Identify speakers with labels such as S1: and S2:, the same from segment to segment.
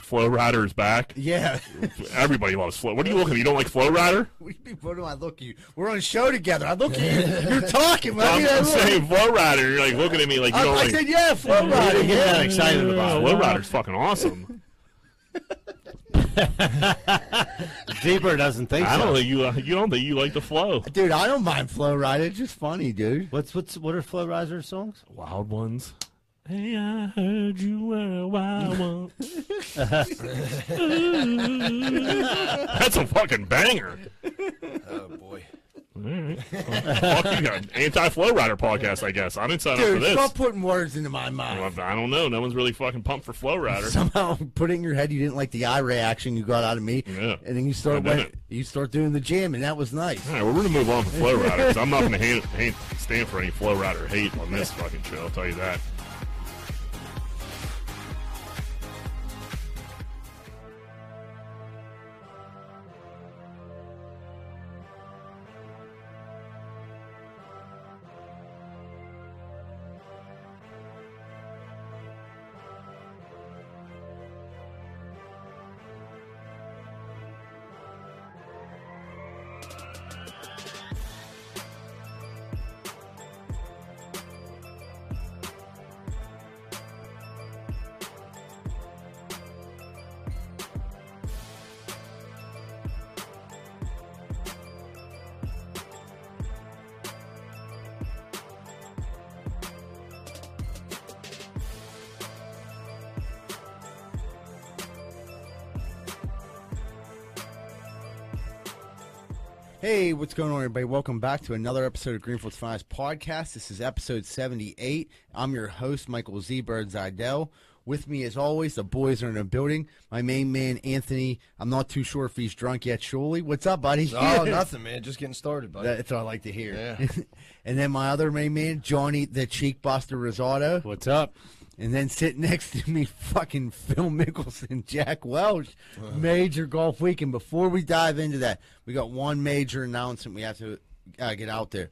S1: Flow Rider's back.
S2: Yeah.
S1: Everybody loves Flow. What are you looking at? You don't like Flow Rider?
S2: what do you mean, what do I look at you? We're on a show together. I look at you. You're talking. I,
S1: I'm,
S2: mean, I
S1: I'm
S2: look.
S1: saying Flow Rider. You're like looking at me like you
S2: I,
S1: don't
S2: I
S1: like.
S2: said, yeah, flow
S1: I
S2: rider.
S1: didn't get
S2: Yeah.
S1: that excited about it. Flow Rider's fucking awesome.
S3: Zebra doesn't think
S1: I
S3: so.
S1: don't think you. Uh, you don't think you like the flow.
S2: Dude, I don't mind flow rider. It's just funny, dude.
S3: What's what's what are Flow Riser songs?
S1: Wild ones. Hey, I heard you were a wild one. That's a fucking banger.
S4: Oh boy.
S1: Fuck you got anti flow rider podcast, I guess. I didn't sign up for
S2: Dude,
S1: this.
S2: stop putting words into my mind.
S1: Well, I don't know. No one's really fucking pumped for flow rider.
S2: Somehow put it in your head you didn't like the eye reaction you got out of me,
S1: Yeah.
S2: and then you
S1: I
S2: start
S1: did
S2: went,
S1: it.
S2: you start doing the jam, and that was nice.
S1: All right, well, we're gonna move on from flow rider 'cause I'm not gonna hate, hate, stand for any flow rider hate on this fucking show. I'll tell you that.
S2: Hey, what's going on, everybody? Welcome back to another episode of Greenfield's Finest Podcast. This is episode 78. I'm your host, Michael Z. Bird Zidell. With me, as always, the boys are in the building. My main man, Anthony. I'm not too sure if he's drunk yet, surely. What's up, buddy?
S4: Oh, nothing, man. Just getting started, buddy.
S2: That's what I like to hear. and then my other main man, Johnny the Cheekbuster Rosado.
S3: What's up?
S2: And then sitting next to me, fucking Phil Mickelson, Jack Welch,
S3: Uh-huh.
S2: major golf weekend. Before we dive into that, we got one major announcement we have to uh, get out there.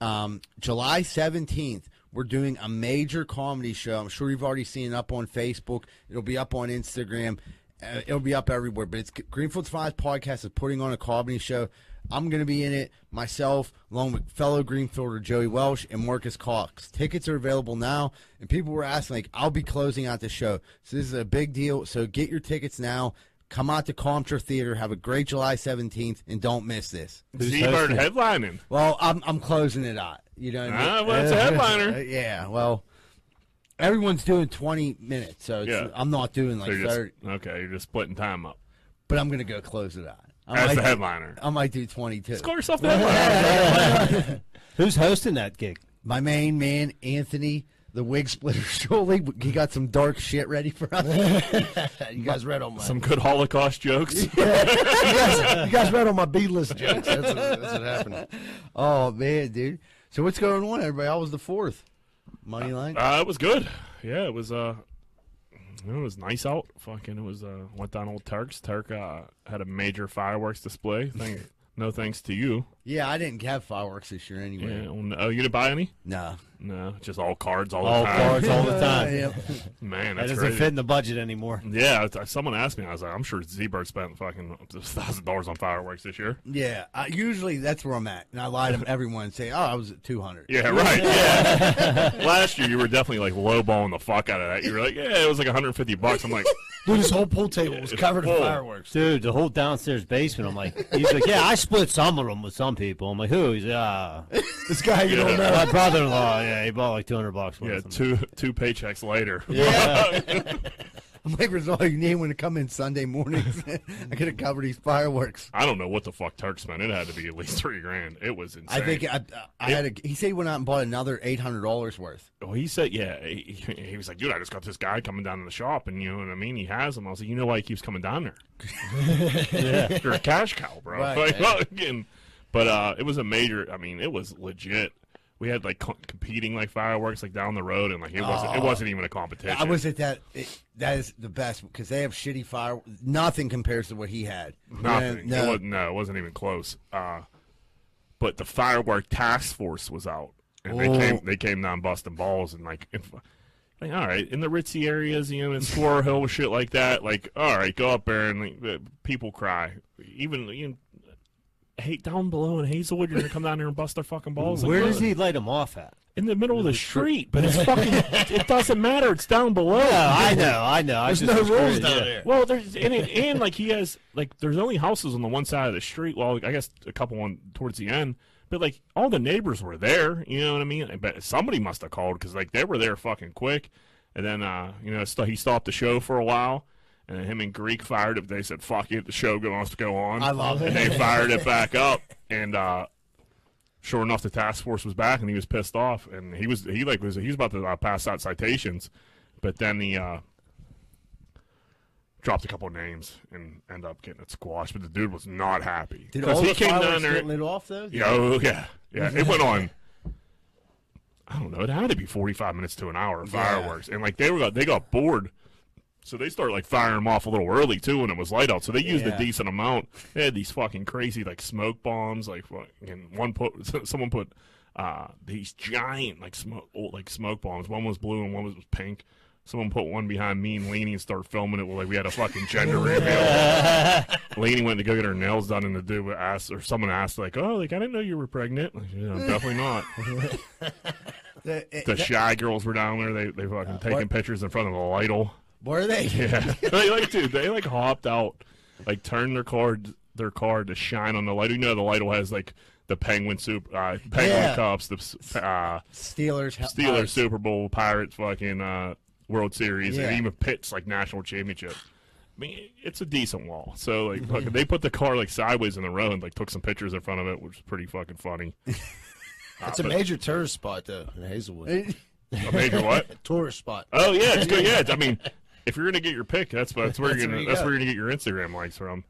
S2: Um, July 17th, we're doing a major comedy show. I'm sure you've already seen it up on Facebook. It'll be up on Instagram. Uh, it'll be up everywhere. But it's Greenfield's Finest Podcast is putting on a comedy show. I'm going to be in it myself, along with fellow Greenfielder Joey Welsh and Marcus Cox. Tickets are available now, and people were asking, like, I'll be closing out the show. So this is a big deal. So get your tickets now. Come out to Comtre Theater. Have a great July 17th, and don't miss this.
S1: Z Bird headlining.
S2: Well, I'm I'm closing it out. You know, what I mean?
S1: Ah, well, it's a
S2: Uh,
S1: headliner.
S2: yeah. Well, everyone's doing 20 minutes, so it's,
S1: Yeah.
S2: I'm not doing like
S1: So you're just-
S2: 30,
S1: okay, you're just splitting time up.
S2: but I'm gonna go close it out. I
S1: As
S2: might
S1: the
S2: do-
S1: headliner.
S2: I might do 22.
S1: Score yourself the headliner.
S3: Who's hosting that gig?
S2: My main man, Anthony, the wig splitter, surely he got some dark shit ready for us.
S4: you guys read on my
S1: Some good Holocaust jokes.
S4: you, guys, you guys read on my B list jokes. That's what, that's what happened.
S2: oh man, dude. So what's going on, everybody? I was the fourth. Money line.
S1: Uh, it was good. Yeah, it was. Uh, it was nice out. Fucking, it was. Uh, went down old Turks. Turk uh, had a major fireworks display. Thank, no thanks to you.
S2: Yeah, I didn't have fireworks this year
S1: Yeah.
S2: anyway.
S1: well, no- Oh, you didn't buy any?
S2: No.
S1: No, just all cards all,
S3: All
S1: the time.
S3: cards all the time.
S2: Uh, Yeah.
S1: Man,
S3: That
S1: that's
S3: doesn't
S1: crazy.
S3: fit in the budget anymore.
S1: Yeah, I- I- someone asked me. I was like, I'm sure Z-Bird spent fucking thousand dollars on fireworks this year.
S2: Yeah, I, usually that's where I'm at, and I lie to everyone and say, "Oh, I was at 200."
S1: Yeah, right. Yeah. Last year you were definitely like lowballing the fuck out of that. You were like, yeah, it was like 150 bucks. I'm like,
S4: Dude, this whole pool table was covered in
S1: Whoa.
S4: fireworks.
S3: Dude, the whole downstairs basement. I'm like, he's like, yeah, I split some of them with some people. I'm like, who? He's ah,
S4: This guy, you
S1: Yeah.
S4: don't know.
S3: my brother-in-law. Yeah, he bought like 200 bucks worth.
S1: yeah,
S3: of 'em.
S1: two two paychecks later.
S2: I'm like, "That's all you need when to come in Sunday mornings. I could have covered these fireworks."
S1: I don't know what the fuck Turk spent. It had to be at least three grand. It was insane.
S2: I think I, I had a. He said he went out and bought another eight hundred dollars worth.
S1: Well, he said, yeah. He, he was like, dude, I just got this guy coming down to the shop, and you know what I mean. He has him. I was like, you know why he keeps coming down there? yeah, you're a cash cow, bro.
S2: Right,
S1: Like, fucking- but uh, it was a major. I mean, it was legit. We had like co- competing like fireworks like down the road, and like it wasn't. It wasn't even a competition.
S2: I was at that. It, that is the best because they have shitty fire. Nothing compares to what he had.
S1: Nothing.
S2: No,
S1: It
S2: no.
S1: wasn't, no, it wasn't even close. Uh, but the firework task force was out, and they
S2: Oh.
S1: came. They came down busting balls and like. If, Like, all right, in the ritzy areas, you know, in Squirrel Hill, shit like that. Like, all right, go up there and like, the people cry. Even you, hate down below in Hazelwood, you're gonna come down here and bust their fucking balls. Like,
S3: Where
S1: look,
S3: does he light them off at?
S1: In the middle of the street, but it's fucking. it doesn't matter. It's down below.
S3: Oh, I know, I know. I
S4: There's
S3: just
S4: no
S3: was
S4: rules
S3: curious,
S4: down
S3: yeah.
S4: there.
S1: Well, there's and, it, and like he has like there's only houses on the one side of the street. Well, I guess a couple on towards the end, but like all the neighbors were there. You know what I mean? But somebody must have called because like they were there fucking quick. And then uh, you know st- he stopped the show for a while, and then him and Greek fired up. They said, "Fuck it, the show wants to go on."
S2: I love
S1: and
S2: it.
S1: they fired it back up, and uh, sure enough, the task force was back, and he was pissed off, and he was he like was he was about to uh, pass out citations, but then he uh, dropped a couple names and ended up getting it squashed. But the dude was not happy
S2: Did all
S1: he
S2: the
S1: came down
S2: fireworks
S1: there.
S2: get lit off though?
S1: Yeah, oh, yeah, yeah. It went on. I don't know. It had to be forty-five minutes to an hour of fireworks, and like they were they got bored, so they started like firing them off a little early too when it was light out. So they used
S3: Yeah.
S1: a decent amount. They had these fucking crazy like smoke bombs. Like fucking one put someone put uh, these giant like smoke old, like smoke bombs. One was blue and one was pink. Someone put one behind me and Laney and started filming it. Well, like we had a fucking gender reveal. Lainey went to go get her nails done, and the dude asked, or someone asked, like, "Oh, like I didn't know you were pregnant." Like, "Yeah, definitely not.
S2: The- it-
S1: The shy girls were down there. They they fucking taking
S2: what?
S1: pictures in front of the Lidl.
S2: were they?
S1: Yeah, they like dude. They like hopped out, like turned their card their card to shine on the Lidl. You know the Lidl has like the penguin soup, uh, penguin
S2: Yeah. uh,
S1: cups, the s- uh,
S2: Steelers. Steelers.
S1: Steelers Super Bowl, Pirates fucking uh, World Series,
S2: Yeah.
S1: and even Pitt's like national championship. I mean, it's a decent wall. So like,
S2: Mm-hmm.
S1: fucking, they put the car like sideways in the row and like took some pictures in front of it, which is pretty fucking funny.
S4: It's a major tourist spot though in Hazelwood.
S1: A major what?
S4: Tourist spot.
S1: Oh yeah, it's good. Yeah, I mean, if you're gonna get your pick, that's that's where
S4: That's
S1: you're
S4: where
S1: gonna
S4: you
S1: that's
S4: go.
S1: where you're gonna get your Instagram likes from.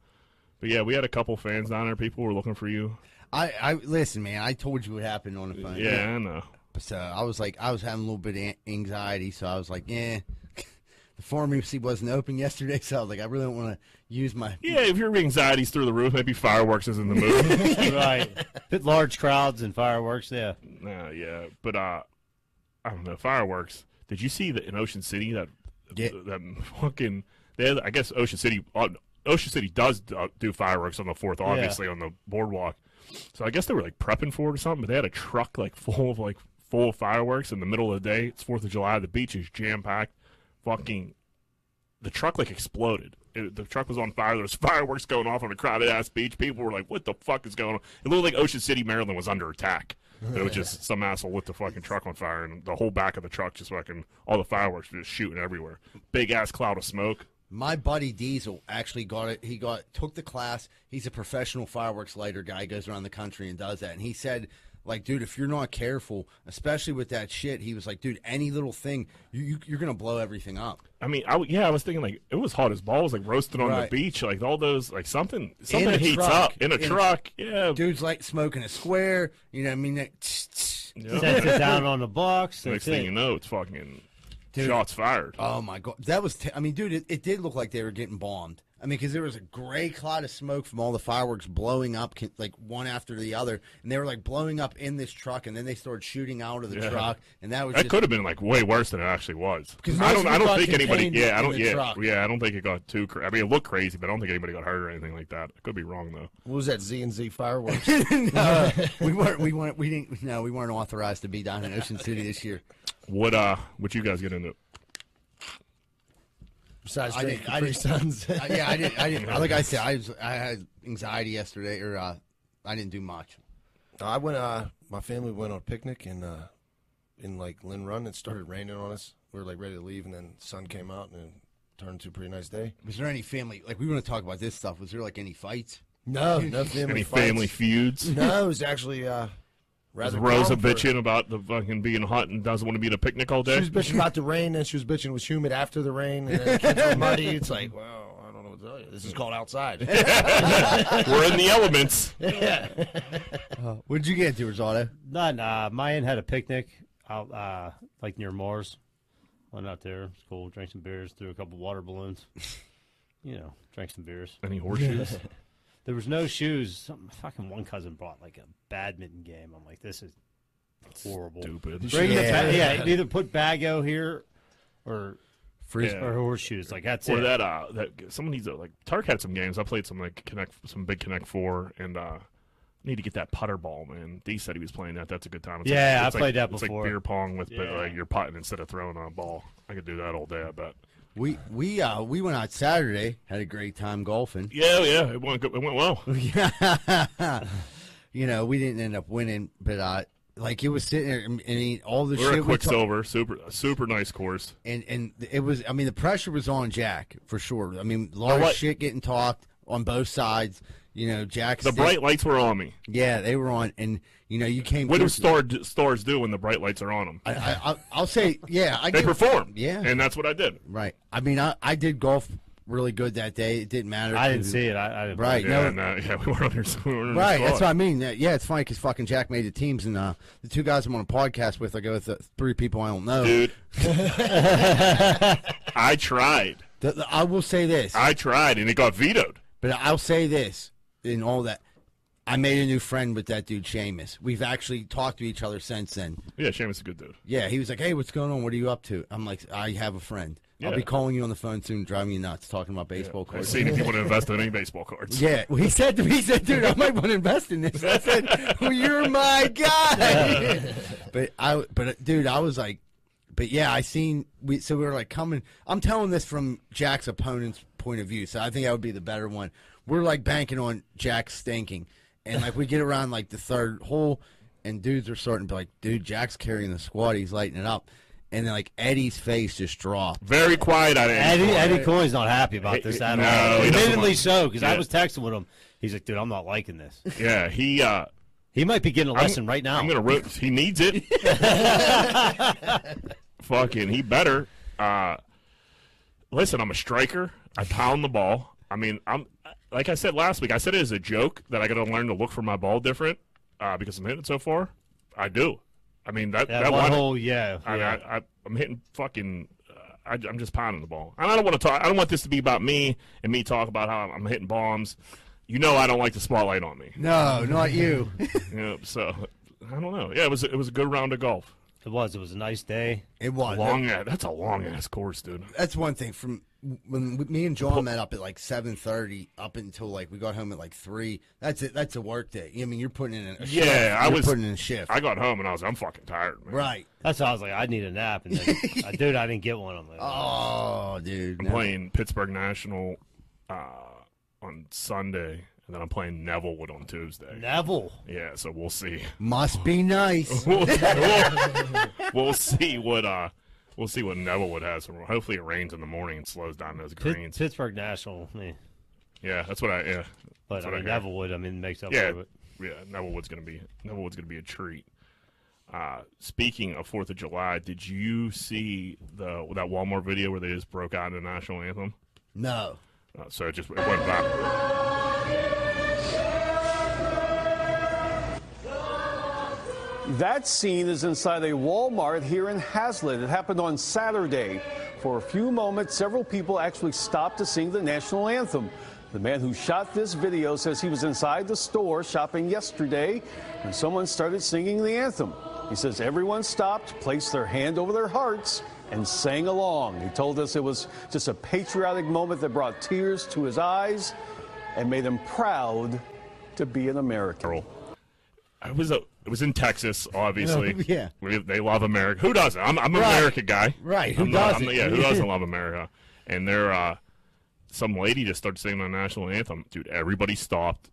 S1: But yeah, we had a couple fans down there. People were looking for you.
S2: I, I listen, man. I told you what happened on the phone.
S1: Yeah, I know.
S2: So uh, I was like, I was having a little bit of an- anxiety, so I was like, eh. The pharmacy wasn't open yesterday, so I was like, I really don't want to use my.
S1: Yeah, if your anxiety's through the roof, maybe fireworks is in the mood.
S3: right. But large crowds and fireworks, yeah.
S1: Uh, yeah, but uh, I don't know fireworks. Did you see that in Ocean City that
S2: Yeah.
S1: that fucking? They had, I guess Ocean City uh, Ocean City does uh, do fireworks on the fourth, obviously on the boardwalk. So I guess they were like prepping for it or something. But they had a truck like full of like full of fireworks in the middle of the day. It's Fourth of July. The beach is jam packed. Fucking the truck like exploded. It- the truck was on fire. There was fireworks going off on a crowded ass beach. People were like, "What the fuck is going on?" It looked like Ocean City, Maryland, was under attack. But it was just some asshole lit the fucking truck on fire, and the whole back of the truck just fucking all the fireworks were just shooting everywhere. Big ass cloud of smoke.
S2: My buddy Diesel actually got it. He got took the class. He's a professional fireworks lighter guy. He goes around the country and does that. And he said, like, dude, if you're not careful, especially with that shit, he was like, dude, any little thing, you, you you're gonna blow everything up.
S1: I mean, I w- yeah, I was thinking like it was hot as balls, like roasted on
S2: Right.
S1: the beach, like all those like something something
S2: a
S1: heats
S2: truck.
S1: up in a
S2: In a-
S1: truck. Yeah,
S2: Dude's like smoking a square. You know, what I mean, that,
S1: Yeah.
S3: Sets it down on the box.
S1: Next
S3: That's
S1: thing you
S3: it.
S1: know, it's fucking
S2: Dude.
S1: shots fired.
S2: Oh my god, that was. T- I mean, dude, it, it did look like they were getting bombed. I mean, because there was a gray cloud of smoke from all the fireworks blowing up, con- like one after the other, and they were like blowing up in this truck, and then they started shooting out of the
S1: Yeah.
S2: truck, and that was
S1: That
S2: just,
S1: could have been like way worse than it actually was. I
S2: 'Cause most
S1: don't.
S2: of it
S1: I don't
S2: got
S1: think anybody.
S2: contained
S1: Yeah, I
S2: in
S1: don't.
S2: the
S1: Yeah,
S2: truck.
S1: yeah. I don't think it got too. Cra- I mean, it looked crazy, but I don't think anybody got hurt or anything like that. I could be wrong though.
S4: What was that Z and Z fireworks?
S2: No, we weren't. We weren't. We didn't. No, we weren't authorized to be down in Ocean City this year.
S1: What uh? What you guys get into?
S4: Besides
S2: I
S4: drinking
S2: didn't- I
S4: Capri Suns.
S2: I, Uh, yeah, I didn't. I didn't. Like I said, I was. I had anxiety yesterday, or uh, I didn't do much.
S4: I went. Uh, my family went on a picnic and uh, in like Lynn Run. It started raining on us. We were like ready to leave, and then sun came out and it turned into a pretty nice day.
S2: Was there any family? Like we want to talk about this stuff. Was there like any fights?
S4: No, no family.
S1: Any
S4: fights.
S1: family feuds?
S4: No, it was actually uh,
S1: Is
S4: rather
S1: Rosa
S4: calm for-
S1: bitching about the fucking being hot and doesn't want to be at a picnic all
S4: She
S1: day?
S4: was bitching about the rain, and she was bitching it was humid after the rain, and then the kids were muddy. It's like, well, I don't know what to tell you. This is called outside.
S1: We're in the elements.
S2: What did you get into, Rosado?
S3: Not, uh, my aunt had a picnic out, uh, like near Mars. Went out there, it's cool, drank some beers, threw a couple water balloons. you know, drank some beers.
S1: Any horseshoes?
S3: There was no shoes. Some fucking one cousin brought like a badminton game. I'm like, this is horrible.
S1: Stupid.
S3: Bring the
S2: Yeah.
S3: ba- yeah, either put Bago here or
S1: Frisbee.
S3: or horseshoes. Like that's
S1: Or
S3: it.
S1: that uh that someone needs to like Tark had some games. I played some like connect some big connect four and uh I need to get that putter ball, man. D said he was playing that. That's a good time. It's
S3: Yeah,
S1: like,
S3: I
S1: it's
S3: played
S1: like,
S3: that
S1: it's
S3: before.
S1: like beer pong with but
S3: Yeah.
S1: like you're putting instead of throwing on a ball. I could do that all day, I bet.
S2: We we uh we went out Saturday, had a great time golfing.
S1: Yeah, oh, yeah. It went good. it went well.
S2: you know, we didn't end up winning, but uh like it was sitting there and and he, all the
S1: We We're
S2: shit
S1: at
S2: we talked-
S1: Quicksilver, super super nice course.
S2: and and it was I mean the pressure was on Jack for sure. I mean a lot
S1: Now
S2: of
S1: what-
S2: shit getting talked on both sides. You know, Jack's
S1: The bright lights were on me.
S2: Yeah, they were on and you know, you came
S1: What do
S2: through-
S1: star stars do when the bright lights are on them?
S2: I, I, I'll- I'll say, yeah, I
S1: They
S2: give-
S1: perform.
S2: Yeah.
S1: and that's what I did.
S2: Right. I mean, I, I did golf really good that day. It didn't matter.
S3: I didn't see it. I, I didn't
S2: Right.
S1: Yeah,
S2: no.
S1: and, uh, yeah, we weren't under. We weren't under
S2: Right. That's
S1: squad.
S2: what I mean. Uh, Yeah, it's funny because fucking Jack made the teams, and uh, the two guys I'm on a podcast with, I go with uh, three people I don't know.
S1: dude. I tried.
S2: The- the- I will say this,
S1: I tried, and it got vetoed.
S2: but I'll say this in all that. I made a new friend with that dude, Seamus. We've actually talked to each other since then.
S1: Yeah, Seamus is a good dude.
S2: Yeah, he was like, hey, what's going on? What are you up to? I'm like, I have a friend. I'll be
S1: Yeah.
S2: calling you on the phone soon, driving you nuts, talking about baseball
S1: I've
S2: cards.
S1: seen if you want to invest in any baseball cards.
S2: Yeah, well, he said to me, he said, dude, I might want to invest in this. I said, well, you're my guy. but I, but uh, dude, I was like, but yeah, I seen we. So we were like coming. I'm telling this from Jack's opponent's point of view, so I think that would be the better one. We're like banking on Jack stinking, and like we get around like the third hole, and dudes are starting to be like, dude, Jack's carrying the squad. He's lighting it up, and then like Eddie's face just dropped.
S1: Very quiet on
S3: Eddie,
S1: it.
S3: Eddie Coyne's not happy about
S1: Hey,
S3: this
S1: hey,
S3: at
S1: no,
S3: all.
S1: he doesn't
S3: Admittedly
S1: want-
S3: so, because I
S1: Yeah.
S3: was texting with him. He's like, dude, I'm not liking this.
S1: Yeah, he. Uh,
S3: He might be getting a
S1: I'm-
S3: lesson right now.
S1: I'm gonna. Ro- he needs it. Fucking, he better. Uh, listen, I'm a striker. I pound the ball. I mean, I'm like I said last week. I said it as a joke that I got to learn to look for my ball different uh, because I'm hitting it so far. I do. I mean that
S3: that
S1: that
S3: one
S1: one
S3: hole, yeah.
S1: I,
S3: yeah.
S1: I, I, I'm hitting fucking. uh, I, I'm just pounding the ball, and I don't want to talk. I don't want this to be about me and me talk about how I'm hitting bombs. You know, I don't like the spotlight on me.
S2: No, not you.
S1: You know, so I don't know. Yeah, it was it was a good round of golf.
S3: it was. It was a nice day.
S2: it was
S1: Long ass. That's a long ass course, dude.
S2: that's one thing from when me and John met up at like 7:30 up until like we got home at like 3 that's it that's a work day I mean you're putting in a shift.
S1: Yeah, I
S2: You're
S1: was-
S2: putting in a shift
S1: I got home and I was I'm fucking tired, man.
S2: right
S3: That's how I was like, I need a nap. And then, uh, dude, I didn't get one. I'm like,
S2: oh dude
S1: I'm
S2: no.
S1: playing Pittsburgh National uh, on Sunday, and then I'm playing Nevillewood on Tuesday.
S3: Neville.
S1: yeah, so we'll see.
S2: must be nice
S1: we'll, we'll- we'll see what uh we'll see what Nevillewood has. Hopefully it rains in the morning and slows down those
S3: Pitt-
S1: greens.
S3: Pittsburgh National. eh.
S1: Yeah, that's what I yeah.
S3: But
S1: That's
S3: I
S1: what I
S3: mean,
S1: hear.
S3: Nevillewood, I mean, makes up
S1: Yeah.
S3: for it.
S1: Yeah, Nevillewood's gonna be Nevillewood's gonna be a treat. Uh, speaking of Fourth of July, did you see the that Walmart video where they just broke out the national anthem?
S2: no
S1: Uh, so it just it went back.
S5: That scene is inside a Walmart here in Hazlitt. It happened on Saturday. For a few moments, several people actually stopped to sing the national anthem. The man who shot this video says he was inside the store shopping yesterday when someone started singing the anthem. He says everyone stopped, placed their hand over their hearts, and sang along. He told us it was just a patriotic moment that brought tears to his eyes and made him proud to be an American.
S1: It was a it was in Texas, obviously.
S2: Yeah.
S1: We- they love America. Who doesn't? I'm I'm an
S2: Right.
S1: America guy.
S2: Right, who
S1: I'm not- I'm
S2: doesn't?
S1: not- yeah, who doesn't love America? And there, uh, some lady just started singing the national anthem. Dude, everybody stopped,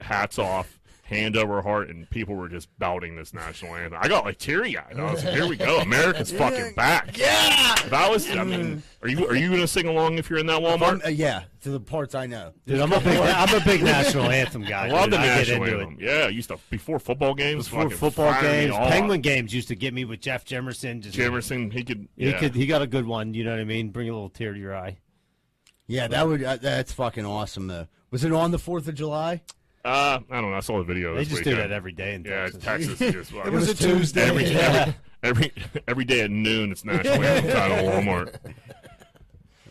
S1: hats off, hand over heart, and people were just bouting this national anthem. I got like teary eyed. I was like, here we go, America's fucking back. Yeah. If I was, I mean, are you are you gonna sing along if you're in that Walmart?
S2: Uh, yeah to the parts I know
S3: Dude, I'm a big, I'm a big national anthem guy.
S1: I love
S3: dude.
S1: the
S3: I get
S1: national
S3: into it.
S1: anthem. Yeah, I used to before football games.
S3: Before
S1: fucking
S3: football
S1: fired me
S3: games,
S1: all up.
S3: Penguin games used to get me with Jeff Jemerson. Just
S1: Jamerson, he could.
S3: he
S1: yeah.
S3: could, he got a good one. You know what I mean? Bring a little tear to your eye.
S2: yeah that would uh, that's fucking awesome though was it on the 4th of July
S1: Uh, I don't know. I saw the video.
S3: They
S1: this
S3: just do
S1: weekend.
S3: that every day in
S1: Yeah,
S3: Texas.
S1: Texas is just. it
S2: was a Tuesday.
S1: Every, every, every, every day at noon, it's National Anthem Time at Walmart.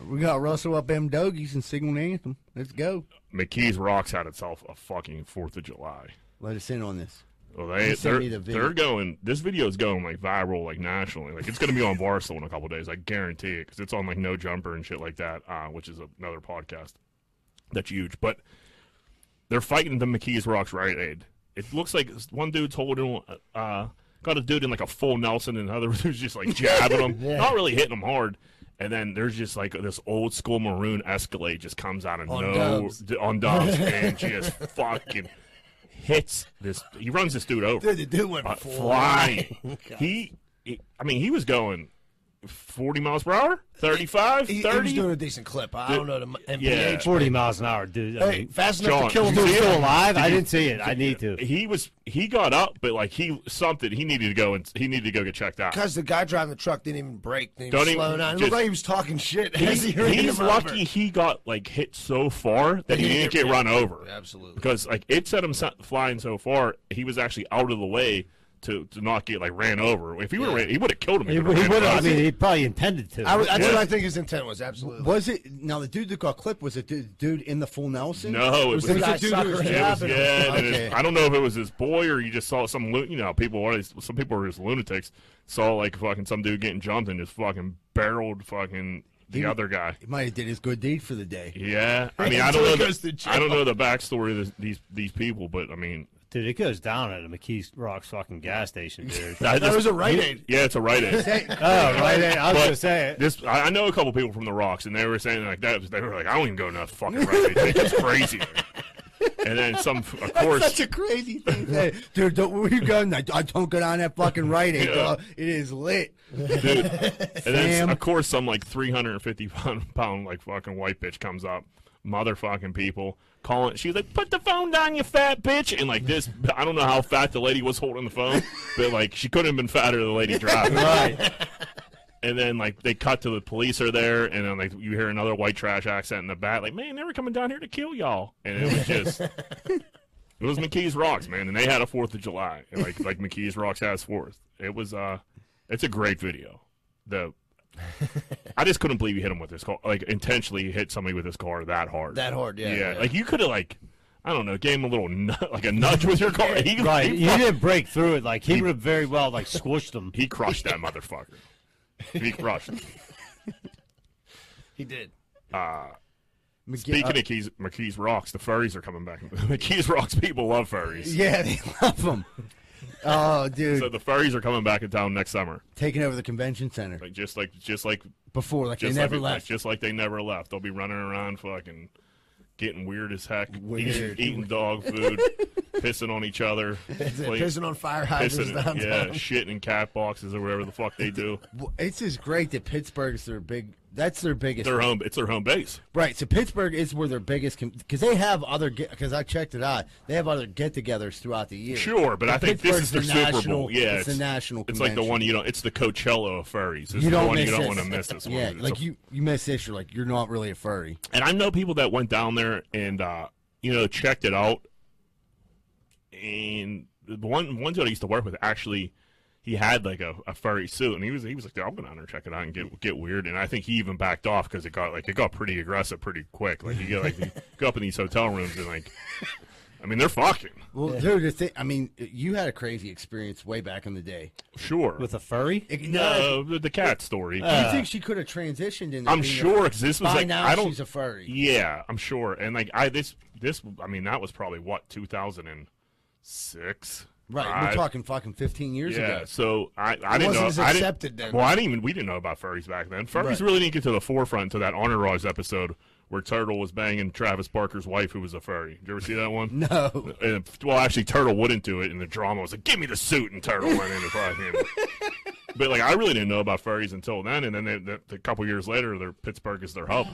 S2: we got Russell up them dogies and singing the anthem let's go
S1: McKee's Rocks had itself a fucking Fourth of July.
S2: let us in on this
S1: Well, they
S2: He sent
S1: they're,
S2: me the video.
S1: they're going. This video is going like viral, like nationally. Like it's going to be on Barstool in a couple days. I guarantee it because it's on like No Jumper and shit like that, uh, which is another podcast that's huge. But they're fighting the McKees Rocks Rite Aid. It looks like s- one dude's holding uh, got a dude in like a full Nelson, and another dude's just like jabbing him, not really hitting him hard. And then there's just like this old school maroon Escalade just comes out of
S4: On
S1: no
S4: dubs.
S1: d- on dubs and just fucking hits this. He runs this dude over,
S4: Dude, the dude went
S1: uh,
S4: flying.
S1: flying. he, he- I mean, he was going 40 miles per hour, 35,
S4: He, he was
S1: 30.
S4: doing a decent clip. I don't know the m- MPH.
S1: Yeah.
S3: Forty miles an hour, dude. I
S4: Hey,
S3: mean,
S4: fast enough
S1: John,
S4: to kill him.
S1: did you see
S4: himself.
S1: it?
S3: still alive. I didn't see it. I need to.
S1: He was he got up, but like he something he needed to go and he needed to go get checked out.
S4: Because the guy driving the truck didn't even brake, didn't
S1: Don't
S4: even
S1: even-
S4: slow down. It
S1: just-
S4: looked like he was talking shit. as
S1: He's,
S4: he ran
S1: he's
S4: him
S1: lucky
S4: over.
S1: he got like hit so far that he didn't get run over.
S4: Absolutely.
S1: because like it set him so- flying so far, he was actually out of the way to, to not get like ran over. If he would have ran, he would have killed him.
S3: He,
S1: would've ran
S3: would have. I
S1: across.
S3: mean, he probably intended to.
S4: I was, that's
S1: Yeah.
S4: what I think his intent was. Absolutely.
S2: Was it now the dude that got clipped? Was it the dude in the full Nelson?
S1: no, it was,
S4: was the guy
S2: dude who was
S1: It
S4: sucker.
S1: was,
S2: jabbing
S1: yeah,
S2: him.
S1: and his-
S2: Okay.
S1: I don't know if it was his boy or you just saw some, lu- you know, people are these- some people are just lunatics. Saw like fucking some dude getting jumped and just fucking barreled fucking the
S2: He-
S1: other guy.
S2: He might have did his good deed for the day.
S1: Yeah, I mean, I don't
S4: Until
S1: know.
S4: he goes
S1: The,
S4: to
S1: I don't know the backstory of this, these these people, but I mean,
S3: dude, it goes down at a McKees Rocks fucking gas station, dude. oh,
S1: I
S4: That
S1: just-
S4: was a right aid.
S1: Yeah, it's a right aid.
S3: right. eh, I was
S1: But
S3: gonna say it.
S1: This I I know a couple people from the Rocks, and they were saying like that. They were like, I don't even go to that fucking right. They think it's crazy. and then some, of course,
S2: Such a crazy thing, hey, dude. Don't, where you going? I, I don't go down that fucking right Aid,
S1: Yeah.
S2: dog. It is lit.
S1: dude. And then
S2: Sam.
S1: of course, some like 350 pound pound like fucking white bitch comes up, motherfucking people calling. She's like, put the phone down, you fat bitch. And like this, I don't know how fat the lady was holding the phone, but like she couldn't have been fatter than the lady driving.
S3: Right.
S1: And then like they cut to the police are there, and then like you hear another white trash accent in the back, like man, they were coming down here to kill y'all, and it was just. It was McKees Rocks, man, and they had a Fourth of July, and, like like McKees Rocks has Fourth. It was uh, it's a great video. The I just couldn't believe he hit him with his car, like intentionally hit somebody with his car that hard.
S4: That hard, yeah.
S1: yeah, like you could have like, I don't know, gave him a little nu- like a nudge with your car. He,
S3: Right.
S1: he,
S3: You didn't break through it. Like he would have very well like squished them.
S1: he crushed that motherfucker. He crushed. him.
S4: he did.
S2: McGi-
S1: Speaking of Keys, McKees Rocks, the furries are coming back. McKees Rocks people love furries.
S2: uh, Yeah, they love them. Oh, dude,
S1: So the furries are coming back in town next summer.
S2: taking over the convention center
S1: Like just like just like
S2: before, like
S1: just
S2: they never
S1: like,
S2: left.
S1: like, just like they never left. They'll be running around fucking getting weird as heck.
S4: Weird.
S1: Eating, eating dog food, pissing on each other.
S4: That's it.
S1: play-
S4: Pissing on fire hydrants
S1: pissing-
S4: downtown.
S1: yeah, shitting in cat boxes or whatever the fuck they do.
S2: Well, it's just great that Pittsburgh's their big. That's their biggest.
S1: Their home it's their home base.
S2: Right, so Pittsburgh is where their biggest because they have other because I checked it out. They have other get-togethers throughout the year.
S1: Sure, but I think this is their
S2: Pittsburgh's the
S1: Super Bowl.
S2: national-
S1: Yeah,
S2: it's the national
S1: It's like the
S2: convention.
S1: one you don't. It's the Coachella of furries. It's
S2: you
S1: the
S2: don't
S1: one
S2: miss
S1: you don't
S2: this.
S1: want to miss this one.
S2: Yeah,
S1: It's
S2: like
S1: a
S2: you you miss this, you're like you're not really a furry.
S1: and I know people that went down there and uh, you know checked it out. And the one one dude I used to work with actually, he had like a, a furry suit, and he was he was like, "Dude, "I'll go down there and check it out and get get weird." And I think he even backed off because it got like it got pretty aggressive pretty quick. Like you get like you go up in these hotel rooms and like, I mean they're fucking
S2: Well, dude, the thing, I mean, you had a crazy experience way back in the day.
S1: sure.
S3: With a furry?
S2: It-
S1: no, the, the cat story.
S2: you think she could have transitioned into?
S1: I'm
S2: being a-
S1: sure 'cause this was
S2: Uh, by
S1: like
S2: now
S1: I don't.
S2: she's a furry.
S1: Yeah, I'm sure. And like I this this I mean that was probably what 2006.
S2: right,
S1: Five?
S2: we're talking fucking 15 years
S1: yeah.
S2: ago.
S1: So I I didn't
S4: wasn't
S1: know
S4: as
S1: I didn't-
S4: accepted then.
S1: Well, I didn't even we didn't know about furries back then. Furries
S2: Right.
S1: really didn't get to the forefront until that Honor Rise episode where Turtle was banging Travis Barker's wife who was a furry. Did you ever see that one?
S2: No,
S1: And, well, actually, Turtle wouldn't do it, and the drama was like, "Give me the suit," and Turtle went in and fucking. But like, I really didn't know about furries until then, and then they, the, the couple years later, their Pittsburgh is their hub.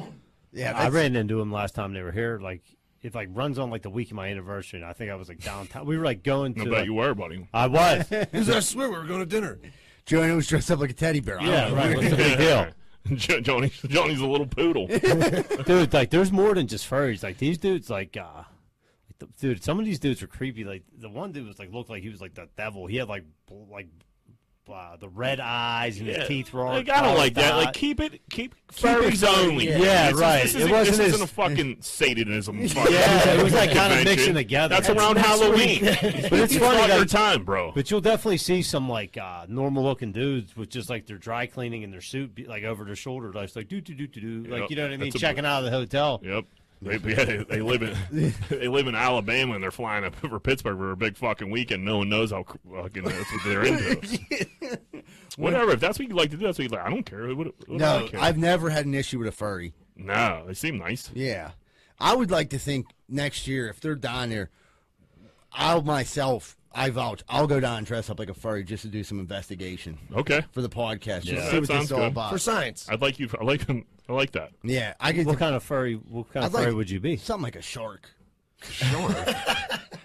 S2: yeah,
S3: I
S2: that's-
S3: ran into him last time they were here. Like it like runs on like the week of my anniversary. And I think I was like downtown. We were like going to.
S1: I
S3: like-
S1: bet you were, buddy.
S3: I was.
S4: Because I swear we were going to dinner.
S2: Joanna was dressed up like a teddy bear. I don't
S3: yeah,
S2: know.
S3: right. What's the big deal,
S1: Jo- Johnny, Johnny's a little poodle.
S3: dude? Like there's more than just furries. Like these dudes, like. uh like the- Dude, some of these dudes are creepy. Like the one dude was like looked like he was like the devil. He had like bl- like uh, the red eyes and his teeth were all.
S1: Like, I don't like that.
S3: out.
S1: Like keep it, keep, furries only.
S3: yeah. Yeah,
S1: This is-
S3: right.
S1: This
S3: It
S1: isn't,
S3: wasn't
S1: this
S3: as-
S1: isn't a fucking Satanism. fucking
S3: Yeah, it was like
S1: convention.
S3: kinda mixing together.
S1: That's
S3: That's-
S1: around Halloween.
S3: But it's
S1: you
S3: funny,
S1: fought your
S3: like-
S1: time, bro.
S3: But you'll definitely see some like uh, normal looking dudes with just like their dry cleaning and their suit be, like over their shoulder, like do do do do do, like
S1: Yep,
S3: you know what I mean,
S1: that's a-
S3: checking out of the hotel.
S1: Yep. They, yeah, they, they live in they live in Alabama and they're flying up over Pittsburgh for a big fucking weekend. No one knows how cr- fucking uh, that's what they're into. Whatever. If that's what you like to do, that's what you like. I don't care. What, what do I
S2: No,
S1: care?
S2: I've never had an issue with a furry.
S1: no, they seem nice.
S2: Yeah. I would like to think next year, if they're down there, I'll myself, I vouch, I'll go down and dress up like a furry just to do some investigation
S1: Okay.
S2: for the podcast. Just
S1: Yeah,
S2: see
S1: that
S2: what this is
S1: sounds
S2: all
S1: good.
S2: about.
S4: For science.
S1: I'd like you. I like them. I like that.
S2: yeah, I get
S3: What kind of furry? What kind
S2: I'd
S3: of furry
S2: like-
S3: would you be?
S2: something like a shark. Shark?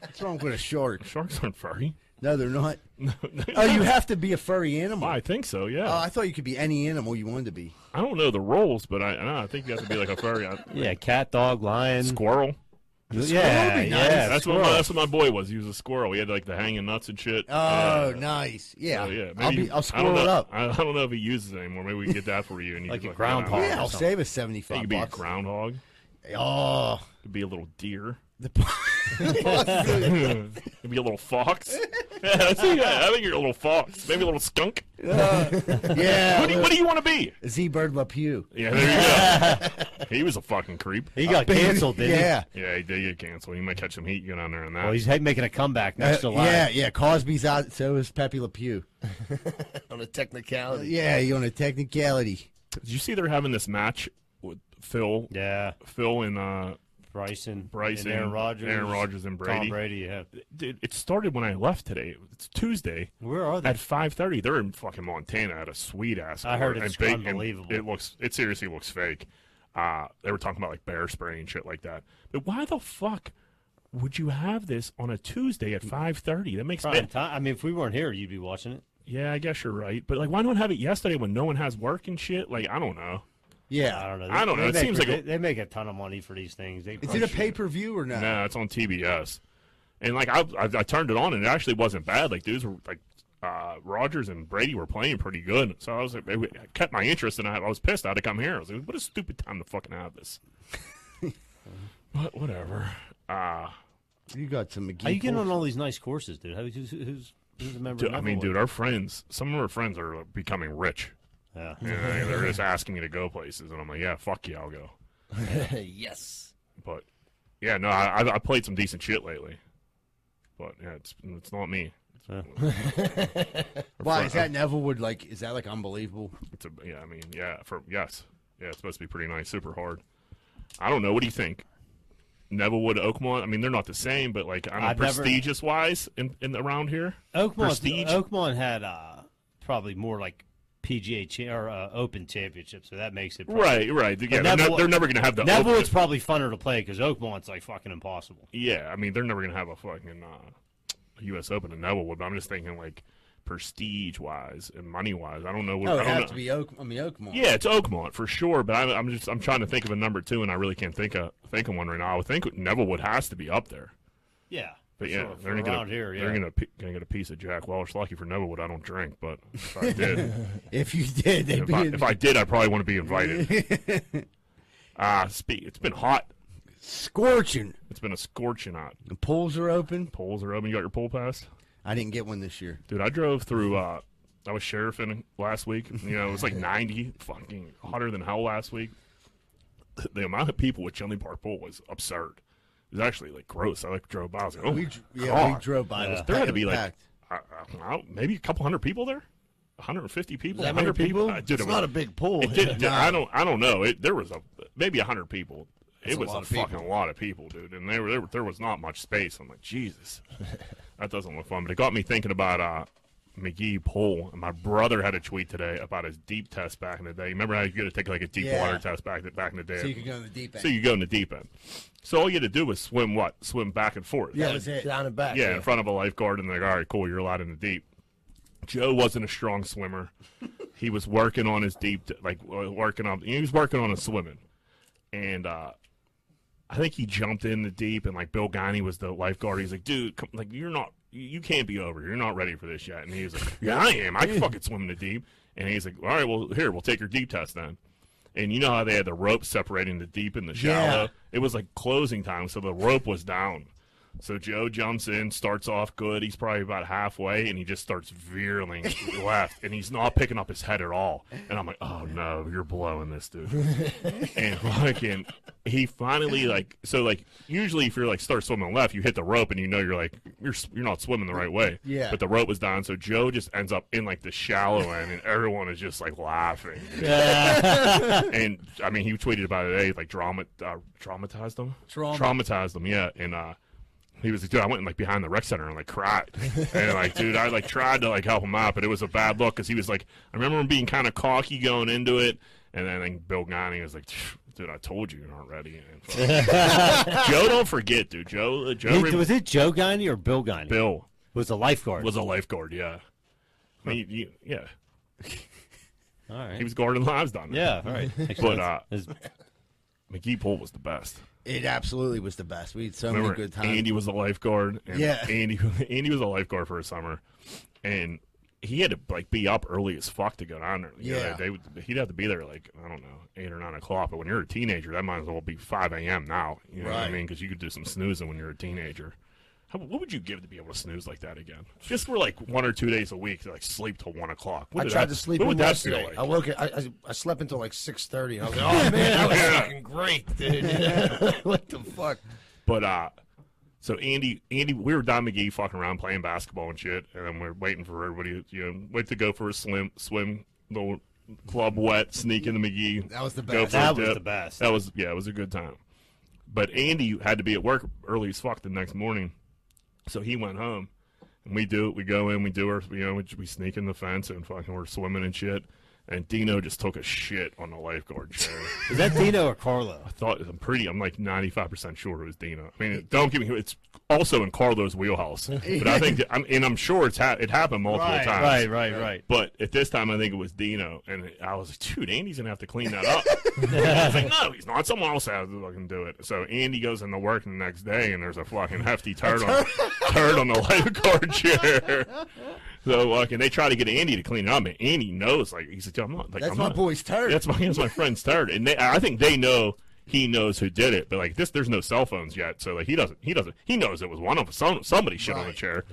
S2: What's wrong with a shark?
S1: Sharks aren't furry.
S2: No, they're not. oh, you have to be a furry animal.
S1: I think so. Yeah.
S2: Oh, I thought you could be any animal you wanted to be.
S1: I don't know the roles, but I, I, don't know, I think you have to be like a furry. I,
S3: Yeah, cat, dog, lion.
S1: Squirrel.
S3: Yeah,
S2: would be nice.
S3: yeah.
S1: That's what, my, that's what my boy was. He was a squirrel. He had like the hanging nuts and shit.
S2: Oh,
S1: Yeah.
S2: nice. Yeah.
S1: So, yeah.
S2: I'll,
S1: maybe-
S2: be, I'll
S1: I don't
S2: squirrel
S1: know,
S2: it up.
S1: I, I don't know if he uses it anymore. Maybe we can get that for you. And you
S3: Like
S1: can
S3: a
S1: look that up.
S3: groundhog.
S2: yeah, I'll
S3: something.
S2: save us
S1: Oh, You
S2: 75
S1: could be a
S2: bucks.
S1: groundhog.
S2: Oh,
S1: You could be a little deer.
S2: the
S1: you could be a little fox. Yeah, I, think, yeah, I think you're a little fox. Maybe a little skunk.
S2: yeah,
S1: What do you, what do you want to be?
S2: Z Bird LaPew.
S1: Yeah, there you go. he was a fucking creep.
S3: He got canceled, didn't he?
S2: yeah.
S1: Yeah, he did get canceled. You might catch some heat. You get on there and that.
S3: Well, he's had- making a comeback next
S2: Uh,
S3: July.
S2: yeah, yeah. Cosby's out. So is Pepe Le Pew.
S4: On a technicality.
S2: Yeah, you on a technicality.
S1: Did you see they're having this match with Phil,
S3: yeah.
S1: Phil and uh,
S3: Bryson,
S1: Bryson,
S3: and Aaron Rodgers,
S1: Aaron Rodgers and Brady.
S3: Tom Brady. Yeah,
S1: Dude, it started when I left today. It's Tuesday
S3: where are they?
S1: at five thirty. They're in fucking Montana at a sweet ass.
S3: I heard
S1: court,
S3: it's
S1: and ba- and
S3: unbelievable.
S1: It looks. It seriously looks fake. Uh, they were talking about like bear spray and shit like that. But why the fuck would you have this on a Tuesday at five thirty? That makes
S3: Prime
S1: me.
S3: time. I mean, if we weren't here, you'd be watching it.
S1: Yeah, I guess you're right. But like, why not have it yesterday when no one has work and shit? Like, I don't know.
S3: I
S2: Yeah.
S3: don't know.
S1: I don't know. It
S3: make-
S1: seems like a-
S3: they, they make a ton of money for these things. They
S2: Is it a
S3: push-
S2: pay per view or not?
S1: No, it's on TBS. And like I, I, I turned it on and it actually wasn't bad. Like dudes were like uh, Rogers and Brady were playing pretty good. So I was like, it kept my interest and I, I was pissed I had to come here. I was like, what a stupid time to fucking have this. but whatever. Uh,
S2: You got some. McGee
S3: How you getting on
S2: Colts.
S3: all these nice courses, dude? How, who's, who's who's a member?
S1: dude,
S3: of
S1: I mean,
S3: Neverland?
S1: dude, our friends, some of our friends are becoming rich.
S3: Yeah.
S1: And they- they're just asking me to go places, and I'm like, yeah, fuck yeah, I'll go.
S4: yes.
S1: But yeah, no, I, I, I played some decent shit lately. But yeah, it's it's not me.
S3: Yeah.
S2: Why is that Neville would like? Is that like unbelievable?
S1: It's a, uh, yeah, I mean, yeah, for yes, yeah, it's supposed to be pretty nice, super hard. I don't know. What do you think? Nevillewood, Oakmont. I mean, they're not the same, but like I don't know,
S3: I've never-
S1: prestigious wise in, in around here.
S3: Oakmont,
S1: Prestige?
S3: Oakmont had uh, probably more like PGA cha- or uh, Open championship, so that makes it probably,
S1: Right, right. Yeah, they're,
S3: Neville-
S1: ne- they're never gonna have the
S3: Nevillewood's
S1: Oakmont-
S3: probably funner to play because Oakmont's like fucking impossible.
S1: Yeah, I mean, they're never gonna have a fucking uh, U.S. Open in Nevillewood. But I'm just thinking like prestige wise and money wise. I don't know what.
S2: Oh,
S1: I
S2: it
S1: don't
S2: has
S1: know.
S2: to be Oak. I mean Oakmont.
S1: Yeah, it's Oakmont for sure, but I'm, I'm just I'm trying to think of a number two, and I really can't think of think of one right now. I would think Nevillewood has to be up there.
S3: Yeah,
S1: But
S3: for
S1: yeah,
S3: sure,
S1: they're gonna
S3: for
S1: get
S3: around
S1: a,
S3: here. Yeah,
S1: they're gonna, p- gonna get a piece of Jack Welch. Lucky for Nevillewood, I don't drink, but if I did,
S2: If you did, they'd
S1: if,
S2: be.
S1: I,
S2: in-
S1: if I did, I probably want to be invited. Ah, speak. It's been hot.
S2: scorching.
S1: It's been a scorching hot.
S2: The pools are open.
S1: Polls are open. You got your poll pass,
S2: I didn't get one this year.
S1: dude. I drove through. uh I was sheriffing last week. You know, it was like 90, fucking hotter than hell last week. The amount of people at Chimney Park Pool was absurd. It was actually like gross. I like drove by. I was like, oh,
S2: We
S1: my
S2: dr- yeah, we
S1: God.
S2: drove by. It was
S1: There had
S2: packed-
S1: to be like
S2: packed.
S1: I, I, I don't- maybe a couple hundred people there, 150 people,
S4: that
S1: 100
S4: many people?
S1: Uh, dude,
S4: It's
S1: it
S4: not
S1: was-
S4: a big pool.
S1: It did, I don't I don't know. It there was a maybe 100 people. it
S4: a
S1: was a,
S4: lot of people.
S1: fucking lot of people, dude, and they were, there. There was not much space. I'm like, Jesus, that doesn't look fun. But it got me thinking about uh, McGee Pool. And my brother had a tweet today about his deep test back in the day. Remember how you got to take like a deep
S2: Yeah.
S1: water test back back in the day?
S2: So you could go in the deep end.
S1: So you go in the deep end. So all you had to do was swim what? Swim back and forth.
S2: yeah, that was it.
S4: Down and back.
S1: Yeah, in front of a lifeguard, and they're like, all right, cool, you're allowed in the deep. Joe wasn't a strong swimmer. he was working on his deep, like w- working on. He was working on his swimming, and uh, I think he jumped in the deep, and like Bill Guiney was the lifeguard. He's like, dude, come, like you're not, you you can't be over. here. You're not ready for this yet. And he's like, yeah, I am. I can fucking swim in the deep. And he's like, all right, well, here, we'll take your deep test then. And you know how they had the rope separating the deep and the shallow?
S2: Yeah.
S1: It was like closing time, so the rope was down. So Joe jumps in, starts off good. He's probably about halfway, and he just starts veering left, and he's not picking up his head at all. And I'm like, "Oh no, you're blowing this dude." and fucking, he finally like, so like, usually if you're like start swimming left, you hit the rope, and you know you're like you're s- you're not swimming the right way.
S2: Yeah.
S1: But the rope was down, so Joe just ends up in like the shallow end, and everyone is just like laughing. and I mean, he tweeted about it today, like drama, uh, traumatized him,
S2: Trauma.
S1: traumatized him, yeah. And uh, he was like, dude, I went like behind the rec center and like cried, and like, dude, I like tried to like help him out, but it was a bad look because he was like, I remember him being kind of cocky going into it, and then like, Bill Gagne was like. Dude, I told you you aren't ready. And fuck. Joe, don't forget, dude. Joe, uh, Joe,
S3: It-
S1: rem-
S3: was it Joe Gagne or Bill Gagne?
S1: Bill
S3: was a lifeguard.
S1: was a lifeguard. Yeah, I mean, you, yeah,
S3: all right.
S1: he was guarding lives down there.
S3: yeah, all right.
S1: But, uh,
S3: It's-
S1: McGee Poole was the best.
S2: It absolutely was the best. We had so many
S1: Remember,
S2: good times.
S1: Andy was a lifeguard. And
S2: Yeah.
S1: Andy, Andy was a lifeguard for a summer, and he had to like be up early as fuck to go down there. You know,
S2: Yeah.
S1: they would, he'd have to be there like I don't know eight or nine o'clock. But when you're a teenager, that might as well be five a.m. now. You know what I
S2: Right.
S1: mean? Because you could do some snoozing when you're a teenager. How, what would you give to be able to snooze like that again? Just for like one or two days a week, to, like sleep till one o'clock. What
S4: I
S1: did
S4: tried
S1: that-
S4: to sleep
S1: what
S4: in
S1: would that feel
S4: yesterday.
S1: like?
S4: I woke. I, I I slept until like six thirty. I was like, oh man, that was fucking great, dude. what the fuck?
S1: But uh, so Andy, Andy, we were Don McGee fucking around playing basketball and shit, and then we're waiting for everybody, you know, wait to go for a swim, swim, little club wet, sneak into McGee.
S4: That was the
S1: go
S4: best.
S1: for a
S3: That was
S1: dip.
S3: the best.
S1: That was yeah, it was a good time. But Andy had to be at work early as fuck the next morning, so he went home. And we do it. We go in. We do our. You know, we, we sneak in the fence and fucking we're swimming and shit. And Dino just took a shit on the lifeguard chair.
S3: is that Dino or Carlo?
S1: thought I'm pretty. I'm like 95 percent sure it was Dino. I mean, don't get me. It's also in Carlo's wheelhouse, but I think that, I'm, and I'm sure it's ha- it happened multiple
S2: Right,
S1: times.
S3: Right, right, right.
S1: But at this time, I think it was Dino, and I was like, "Dude, Andy's gonna have to clean that up." I was like, "No, he's not. Someone else has to fucking do it." So Andy goes into work the next day, and there's a fucking hefty turd on turd on the lifeguard chair. So like, and they try to get Andy to clean it up, and Andy knows. Like, he's like, "Dude, "I'm not." Like,
S2: That's
S1: I'm
S2: my
S1: not-
S2: boy's turd.
S1: That's my that's my friend's turd, and they, I think they know. He knows who did it, but like this, there's no cell phones yet, so like he doesn't, he doesn't, he knows it was one of some somebody shit on the
S4: Right.
S1: chair.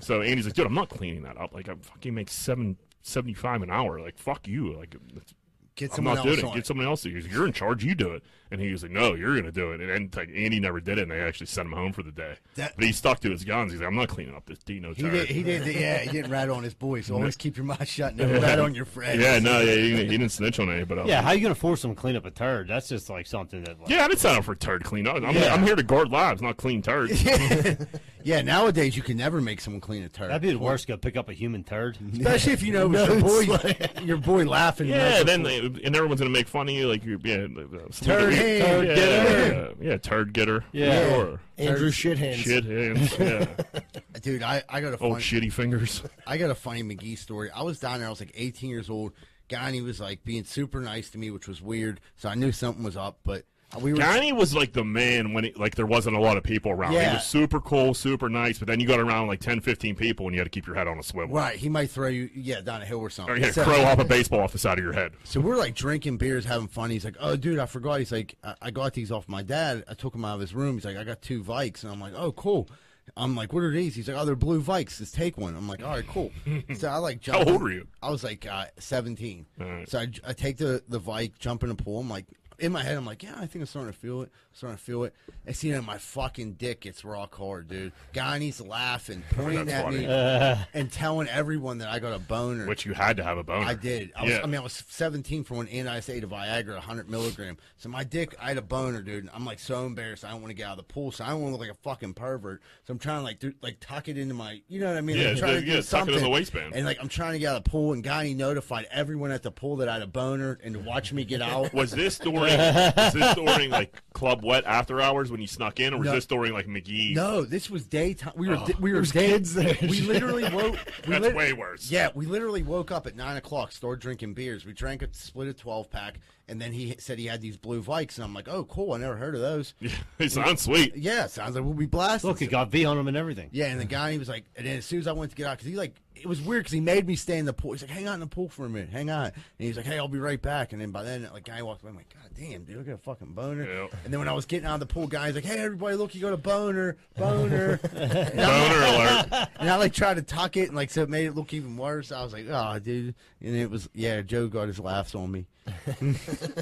S1: So Andy's like, dude, I'm not cleaning that up. Like, I fucking make seven seventy five an hour. Like, fuck you. Like, it's-
S2: Get
S1: I'm
S2: someone
S1: not
S2: else
S1: doing it.
S2: on
S1: Get someone else. to He's like, you're in charge. You do it. And he was like, no, you're gonna do it. And, and like Andy never did it, and they actually sent him home for the day.
S2: That-
S1: but he stuck to his guns. He's like, I'm not cleaning up this Dino
S2: He
S1: turd.
S2: did, he did. Yeah, he didn't rat on his boys. So always keep your mouth shut. Never rat on your friends.
S1: yeah, no, yeah, he, he didn't snitch on anybody. else.
S3: Yeah, how you gonna force him to clean up a turd? That's just like something that. Like,
S1: Yeah, I didn't sign up for turd cleanup. I'm,
S3: Yeah.
S1: I'm here to guard lives, not clean turds.
S2: Yeah, nowadays you can never make someone clean a turd,
S3: That'd be the worst. Go pick up a human turd.
S2: especially if you know it was your boy, your boy laughing.
S1: yeah, then they, and everyone's gonna make fun of you, like you're yeah, uh,
S2: Turd hand.
S1: yeah,
S2: Turd
S1: yeah, yeah, turd getter,
S3: Yeah.
S1: or
S4: Andrew Shithands.
S1: shit Oh, hands, yeah,
S2: dude, I, I got a
S1: old
S2: fun,
S1: shitty fingers.
S2: I got a funny McGee story. I was down there. I was like 18 years old. Guy and he was like being super nice to me, which was weird. So I knew something was up. But we were
S1: Johnny was like the man when it, like there wasn't a lot of people around. He
S2: Yeah.
S1: was super cool, super nice, but then you got around like 10, 15 people, and you had to keep your head on a swivel.
S2: right. He might throw you, yeah, down a hill or something.
S1: Or you had to
S2: So-
S1: Oh, crow off a baseball off the side of your head.
S2: So we're like drinking beers, having fun. He's like, "Oh, dude, I forgot." He's like, I-, "I got these off my dad. I took them out of his room." He's like, "I got two Vikes," and I'm like, "Oh, cool." I'm like, "What are these?" He's like, "Oh, they're blue Vikes. Just take one." I'm like, "All right, cool." so I like jump.
S1: How old were you?
S2: I was like uh, 17.
S1: right.
S2: So I, j- I take the the Vike, jump in the pool. I'm like, in my head, I'm like, "Yeah, I think I'm starting to feel it. I'm starting to feel it." I see it in my fucking dick gets rock hard, dude. Guy, and he's laughing, pointing
S1: That's
S2: at me,
S1: funny.
S2: and telling everyone that I got a boner.
S1: Which you had to have a boner.
S2: I did. I, was,
S1: yeah.
S2: I mean, I was 17 for one, and I ate a Viagra, 100 milligram. So my dick, I had a boner, dude. And I'm like so embarrassed. I don't want to get out of the pool, so I don't want to look like a fucking pervert. So I'm trying to like, do, like tuck it into my, you know what I mean?
S1: Yeah,
S2: like, trying to
S1: yeah,
S2: do
S1: tuck it in the
S2: something.
S1: waistband.
S2: And like, I'm trying to get out of the pool, and Guy notified everyone at the pool that I had a boner and to watch me get out.
S1: was this during was this during like club wet after hours when you snuck in, or was
S2: No.
S1: this during like McGee?
S2: No, this was daytime. We were we were
S6: There's
S2: day-
S6: kids there.
S2: We literally woke. We
S1: That's way worse.
S2: Yeah, we literally woke up at nine o'clock, started drinking beers. We drank a split a twelve pack, and then he said he had these blue Vikes, and I'm like, oh, cool, I never heard of those.
S1: it sounds sweet.
S2: Yeah, sounds like we'll be blasted.
S3: Look, he got V on him and everything.
S2: Yeah, and the guy he was like, and then as soon as I went to get out, because he like, it was weird because he made me stay in the pool. He's like, hang out in the pool for a minute, hang on. And he's like, hey, I'll be right back. And then by then, like, guy walked away. I'm like, god damn, dude, I got a fucking boner.
S1: Yep.
S2: And then when I was getting out of the pool, guy's like, hey, everybody, look, you got a boner, boner, and, I,
S1: Boner alert.
S2: and I like tried to tuck it, and like so it made it look even worse. I was like, oh, dude, and it was yeah, Joe got his laughs on me.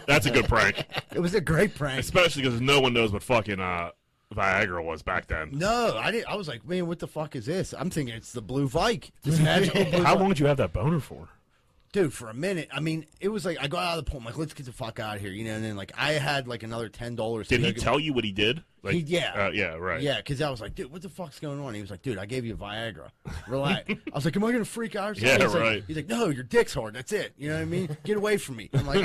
S1: That's a good prank,
S2: It was a great prank.
S1: especially because no one knows what fucking uh, Viagra was back then.
S2: No, I didn't. I was like, man, what the fuck is this? I'm thinking it's the blue Vike, this magical blue
S1: How long did you have that boner for?
S2: dude, for a minute, I mean, it was like I got out of the pool. I'm like, let's get the fuck out of here, you know. And then like I had like another ten dollars.
S1: Did he tell you what he did? Like,
S2: He- yeah.
S1: uh, yeah, right.
S2: Yeah, because I was like, dude, what the fuck's going on? He was like, dude, I gave you Viagra. Relax. I was like, am I gonna freak out? Or something?
S1: Yeah,
S2: he's like,
S1: right.
S2: He's like, no, your dick's hard. That's it. You know what I mean? Get away from me. I'm like,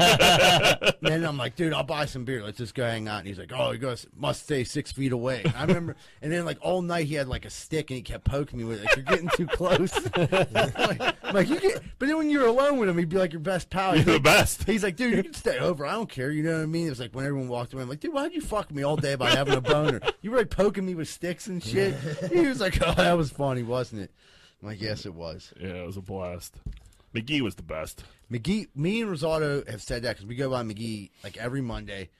S2: oh. then I'm like, dude, I'll buy some beer. Let's just go hang out. And he's like, oh, you guys must stay six feet away. I remember. And then like all night he had like a stick and he kept poking me with it. Like, you're getting too close. I'm like, I'm like, you get. But then when you're alone with him, he'd be like your best pal.
S1: You're
S2: He'd
S1: the
S2: be like,
S1: best.
S2: He's like, dude, you can stay over. I don't care. You know what I mean? It was like when everyone walked away. I'm like, dude, why'd you fuck me all day by having a boner? You were like poking me with sticks and shit. He was like, oh, that was funny, wasn't it? I'm like, yes, it was.
S1: Yeah, it was a blast. McGee was the best.
S2: McGee, me and Rosado have said that because we go by McGee like every Monday.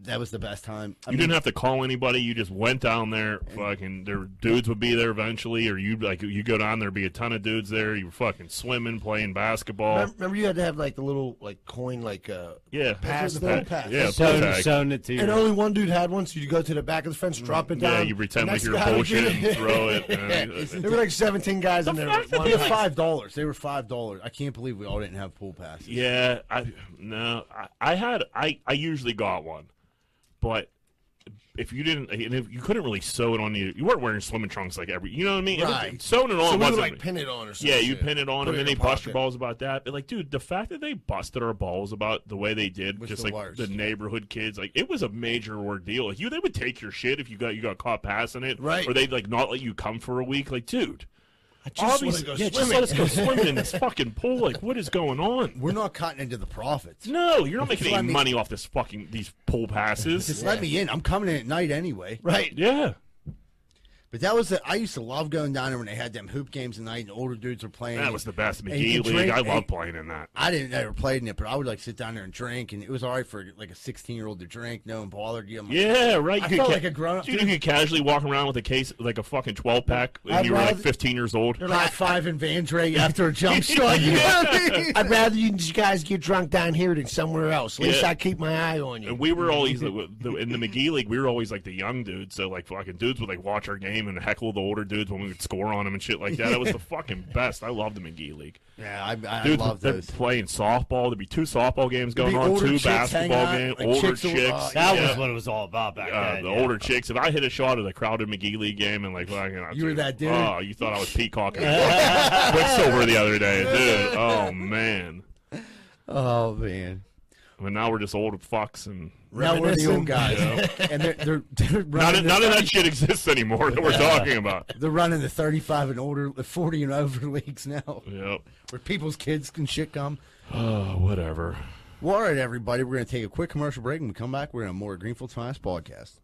S2: That was the best time. I
S1: You didn't have to call anybody. You just went down there. Fucking, their dudes would be there eventually, or you like you go down there, be a ton of dudes there. You were fucking swimming, playing basketball.
S4: Remember, remember you had to have like the little like coin like uh
S1: yeah, Pass
S4: Pass the
S1: tag.
S4: pass.
S1: Yeah,
S3: Sewn,
S1: pass tag.
S3: sewn it to you.
S4: and only one dude had one, so you go to the back of the fence, drop it down.
S2: um,
S1: Yeah, you pretend like
S4: next
S1: you're
S4: guy would
S1: bullshit
S4: get
S1: and
S4: it.
S1: throw it. and-
S4: there were like seventeen guys in there. at one
S2: They were
S4: time.
S2: five dollars. They were five dollars. I can't believe we all didn't have pool passes.
S1: Yeah, I no, I, I had I I usually got one, but if you didn't, and if you couldn't really sew it on you, you weren't wearing swimming trunks like every, you know what I mean? It was-
S2: Right.
S1: sewing it on
S4: So we would
S1: Oh, wasn't
S4: like pin it on or something.
S1: Yeah, you pin it on
S4: Put
S1: them and
S4: it in
S1: they
S4: your
S1: bust your
S4: pocket.
S1: balls about that. But like, dude, the fact that they busted our balls about the way they did,
S2: Was
S1: just
S2: the
S1: like
S2: worst.
S1: the neighborhood kids, like it was a major ordeal. Like, you, they would take your shit if you got you got caught passing it,
S4: Right.
S1: Or they'd like not let you come for a week. Like, dude,
S4: I just want to
S1: obviously-
S4: go
S1: yeah, just
S4: swimming.
S1: let us go swimming in this fucking pool. Like, what is going on?
S2: We're not cutting into the profits.
S1: No, you're not making
S2: let
S1: any
S2: me-
S1: money off this fucking these pool
S2: Just
S1: passes.
S2: let me in. I'm coming in at night anyway.
S4: right.
S1: yeah,
S2: But that was the I used to love going down there when they had them hoop games at night and older dudes were playing.
S1: that was the best
S2: And you
S1: McGee
S2: could
S1: league.
S2: drink-
S1: I
S2: and-
S1: love playing in that.
S2: I didn't ever played in it, but I would like sit down there and drink, and it was all right for like a sixteen year old to drink. No one bothered you. I'm like,
S1: Yeah, right. You
S2: I
S1: could
S2: felt like a grown-up
S1: Dude, you could casually walk around with a case, like a fucking twelve pack, and
S4: I'd
S1: you were like
S4: rather-
S1: fifteen years old.
S2: High five and Van Dre after a jump shot. You know what I mean?
S4: I'd rather you just guys get drunk down here than somewhere else. At least
S1: Yeah.
S4: I keep my eye on
S1: And
S4: you.
S1: we were always the, the- in the McGee League. We were always like the young dudes, so like fucking dudes would like watch our game and heckle the older dudes when we would score on them and shit like that. That was the fucking best. I loved the McGee League.
S2: Yeah, I, I
S1: Dudes,
S2: love
S1: they're
S2: those.
S1: playing softball. There'd be two softball games going
S2: be
S1: on,
S2: older
S1: two
S2: chicks hanging
S1: basketball
S2: out,
S1: games,
S2: like
S1: older
S2: chicks who-
S1: chicks.
S2: uh,
S3: that
S1: yeah.
S3: was what it was all about back
S1: Uh,
S3: then.
S1: the
S3: yeah.
S1: older chicks. If I hit a shot at a crowded McGee League game and like, fucking, I
S2: You were
S1: just-
S2: that dude.
S1: Oh, you thought I was peacocking Quicksilver the other day, dude. Oh man.
S2: Oh man,
S1: But now we're just old fucks and
S2: now we're the old guys, and they're they're, they're
S1: none,
S2: running
S1: of-
S2: the,
S1: none of that shit exists anymore that we're talking about.
S2: they're running the thirty five and older, the forty and over leagues now,
S1: Yep.
S2: where people's kids can shit come.
S1: Oh, whatever.
S2: Well, all right, everybody, we're going to take a quick commercial break. When we come back, we're in a more Greenfield Science podcast.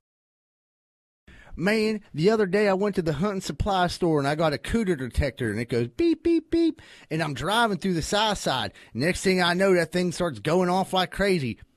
S2: Man, the other day I went to the hunting supply store and I got a cooter detector and it goes beep, beep, beep. And I'm driving through the side side. Next thing I know, that thing starts going off like crazy.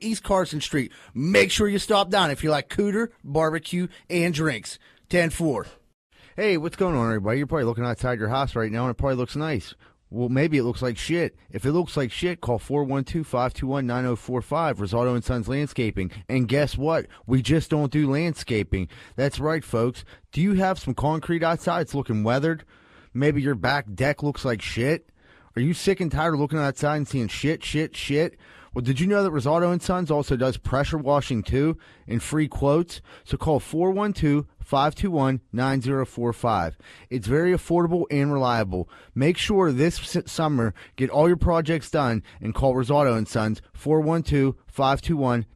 S2: East Carson Street. Make sure you stop down if you like cooter, barbecue, and drinks. 10 4. Hey, what's going on, everybody? You're probably looking outside your house right now, and it probably looks nice. Well, maybe it looks like shit. If it looks like shit, call 412-521-9045, Rosato and Sons Landscaping. And guess what? We just don't do landscaping. That's right, folks. Do you have some concrete outside? It's looking weathered. Maybe your back deck looks like shit. Are you sick and tired of looking outside and seeing shit, shit, shit? Well, did you know that Rosato and Sons also does pressure washing too and free quotes? So call 412-521-9045. It's very affordable and reliable. Make sure this s- summer get all your projects done and call Rosato and Sons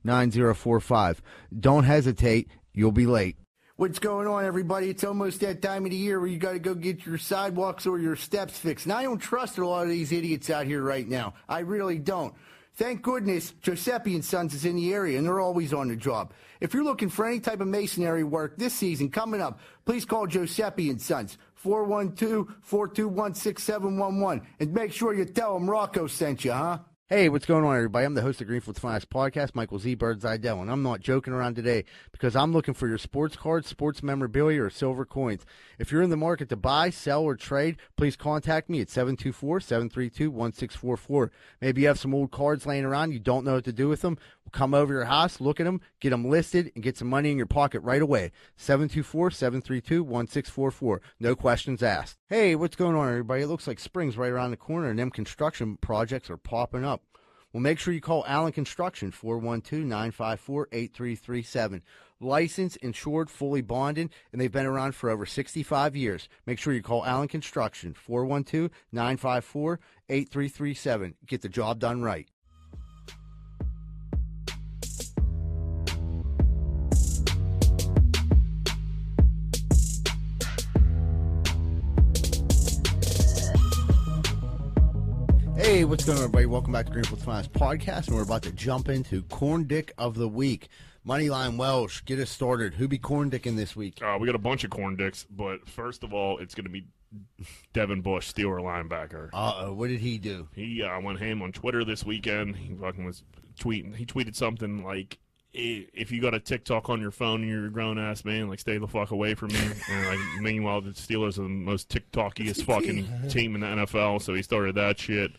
S2: 412-521-9045. Don't hesitate, you'll be late. What's going on, everybody? It's almost that time of the year where you got to go get your sidewalks or your steps fixed. And I don't trust a lot of these idiots out here right now. I really don't. Thank goodness Giuseppe and Sons is in the area, and they're always on the job. If you're looking for any type of masonry work this season coming up, please call Giuseppe and Sons 412-421-6711 and make sure you tell them Rocco sent you, huh? Hey, what's going on, everybody? I'm the host of Greenfield's Finest Podcast, Michael Z. Birds Idell, and I'm not joking around today because I'm looking for your sports cards, sports memorabilia, or silver coins. If you're in the market to buy, sell, or trade, please contact me at 724-732-1644. Maybe you have some old cards laying around, you don't know what to do with them. We'll come over to your house, look at them, get them listed, and get some money in your pocket right away. 724-732-1644. No questions asked. Hey, what's going on, everybody? It looks like spring's right around the corner, and them construction projects are popping up. Well, make sure you call Allen Construction, 412 954 8337. Licensed, insured, fully bonded, and they've been around for over 65 years. Make sure you call Allen Construction, 412 954 8337. Get the job done right. Hey, what's going on, everybody? Welcome back to Greenfield Finance Podcast, and we're about to jump into Corn Dick of the Week. Moneyline Welsh, get us started. Who be Corn Dicking this week?
S1: Uh, we got a bunch of corn dicks, but first of all, it's going to be Devin Bush, Steeler linebacker.
S2: Uh oh, what did he do?
S1: He uh, went ham on Twitter this weekend. He fucking was tweeting. He tweeted something like, "I- "If you got a TikTok on your phone and you're a grown ass man, like stay the fuck away from me." and like, meanwhile, the Steelers are the most TikTokiest fucking team in the NFL. So he started that shit,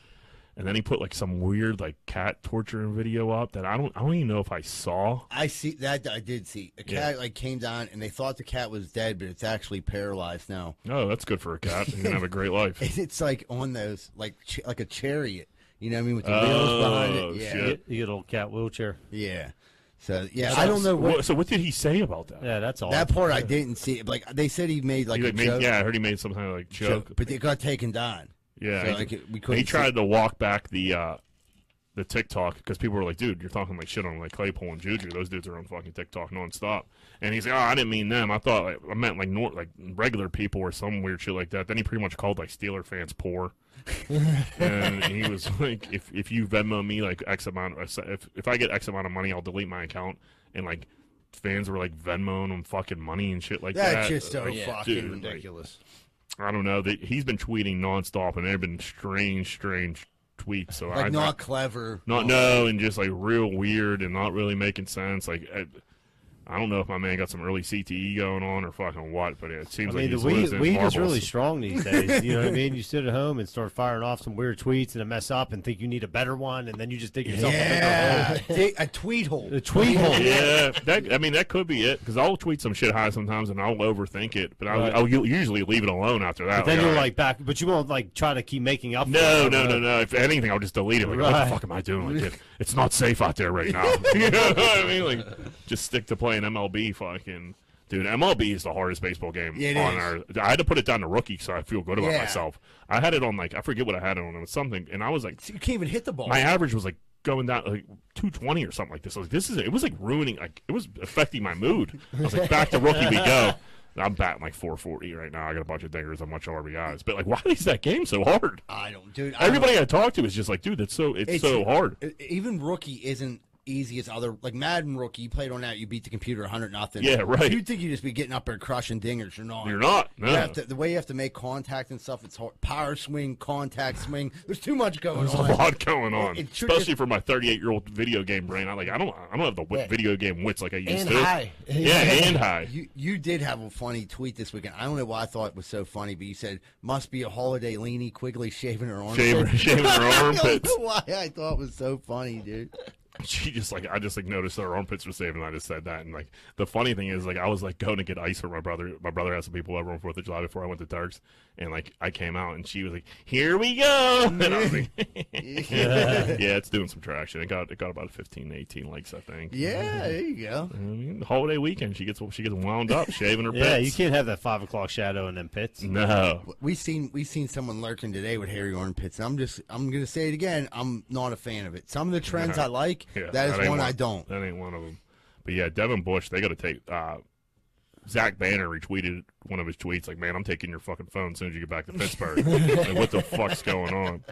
S1: and then he put like some weird like cat torturing video up that I don't I don't even know if I saw.
S2: I see that I did see a cat like came down, and they thought the cat was dead, but it's actually paralyzed now.
S1: Oh, that's good for a cat. He's gonna have a great life.
S2: And it's like on those like ch- like a chariot. You know what I mean? With the
S1: Oh,
S2: wheels behind it. Yeah,
S1: shit.
S3: You get, you get a little cat wheelchair.
S2: yeah. So yeah, I don't know what
S1: Wha- so what did he say about that?
S3: Yeah, that's all.
S2: that part. I didn't see. Like they said, he made like
S1: He,
S2: a
S1: like, made-
S2: joke,
S1: yeah, I heard he made some kind of like joke.
S2: joke, but it got taken down.
S1: Yeah,
S2: So,
S1: he-
S2: like, it- we
S1: and
S2: couldn't
S1: he
S2: see-
S1: tried to walk back the uh, the TikTok because people were like, "Dude, you're talking like shit on like Claypool and Juju. Those dudes are on fucking TikTok nonstop." And he's like, "Oh, I didn't mean them. I thought like, I meant like nor- like regular people or some weird shit like that." Then he pretty much called like Steeler fans poor. and he was like, "If if you Venmo me like X amount, uh, if if I get X amount of money, I'll delete my account." And like. Fans were like Venmoing him fucking money and shit like that.
S2: That's just so
S1: Like,
S2: fucking
S1: dude, like,
S4: Ridiculous.
S1: I don't know. They, he's been tweeting nonstop, and there have been strange, strange tweets. So
S2: Like
S1: I,
S2: not
S1: I,
S2: clever.
S1: not no, and just like real weird and not really making sense. Like I, I don't know if my man got some early CTE going on or fucking what, but it
S3: I
S1: seems
S3: mean,
S1: like he's
S3: the weed,
S1: losing
S3: weed
S1: marbles.
S3: is really strong these days. You know what I mean? You sit at home and start firing off some weird tweets and a mess up and think you need a better one, and then you just dig yourself a
S2: Yeah,
S3: bigger
S2: Dig- a tweet hole.
S3: hole. The tweet hole.
S1: yeah, that I mean that could be it because I'll tweet some shit high sometimes and I'll overthink it, but I'll,
S3: Right.
S1: I'll u- usually leave it alone after that.
S3: But then you're
S1: all right.
S3: like back, but you won't like try to keep making up. for
S1: No,
S3: it.
S1: no, no, no. If anything, I'll just delete it. Like, what
S3: Right.
S1: the fuck am I doing? Like, it, it's not safe out there right now. you know what I mean? Like, just stick to playing MLB. Fucking dude, MLB is the hardest baseball game
S2: It
S1: on
S2: is.
S1: our. I had to put it down to rookie, so I feel good about
S2: Yeah.
S1: myself. I had it on like I forget what I had it on. It was something, and I was like,
S2: So you can't even hit the ball.
S1: my average was like going down like 220 or something like this. I was like, this is it was like ruining like it was affecting my mood. I was like, back to rookie we go. And I'm batting like 440 right now. I got a bunch of dingers, a bunch of RBIs. But like, why is that game so hard?
S2: I don't, dude. I don't-
S1: Everybody I talk to is just like, dude, that's so it's, so hard.
S2: e- Even rookie isn't easy as other like Madden rookie. You played on that, you beat the computer hundred nothing.
S1: Yeah, right.
S2: You'd think you'd just be getting up there crushing dingers. You're not.
S1: You're not.
S2: You
S1: no.
S2: have to- the way you have to make contact and stuff, it's hard. Power swing, contact swing. There's too much going
S1: There's a
S2: on.
S1: lot going on,
S2: It sure
S1: especially
S2: is-
S1: for my 38 year old video game brain. I like I don't I don't have the wit,
S4: Yeah.
S1: video game wits like I used
S4: And
S1: to.
S4: high.
S1: Yeah, and high.
S2: You you did have a funny tweet this weekend. I don't know why I thought it was so funny, but you said must be a holiday. Leanie Quigley shaving her armpits.
S1: Shaving, shaving her
S2: I don't
S1: armpits.
S2: know why I thought it was so funny, dude.
S1: She just like I just like noticed that her armpits were saving. I just said that, and like the funny thing is like I was like going to get ice for my brother. My brother had some people over on Fourth of July before I went to Turks, and like I came out and she was like, "Here we go," and I was like, "Yeah, it's doing some traction. It got it got about 15, 18 likes, I think."
S2: Yeah, there you go.
S1: I mean, the holiday Mm-hmm. weekend, she gets she gets wound up shaving her
S3: Yeah, you
S1: pits. Mm.
S3: can't have that five o'clock shadow and then pits.
S1: No,
S2: We seen we seen someone lurking today with hairy armpits. And I'm just I'm gonna say it again. I'm not a fan of it. Some of the trends I like,
S1: Yeah,
S2: that is
S1: ain't
S2: one I don't.
S1: That ain't one of them. But yeah, Devin Bush, they got to take. Uh, Zach Banner retweeted one of his tweets like, "Man, I'm taking your fucking phone as soon as you get back to Pittsburgh." like, what the fuck's going on?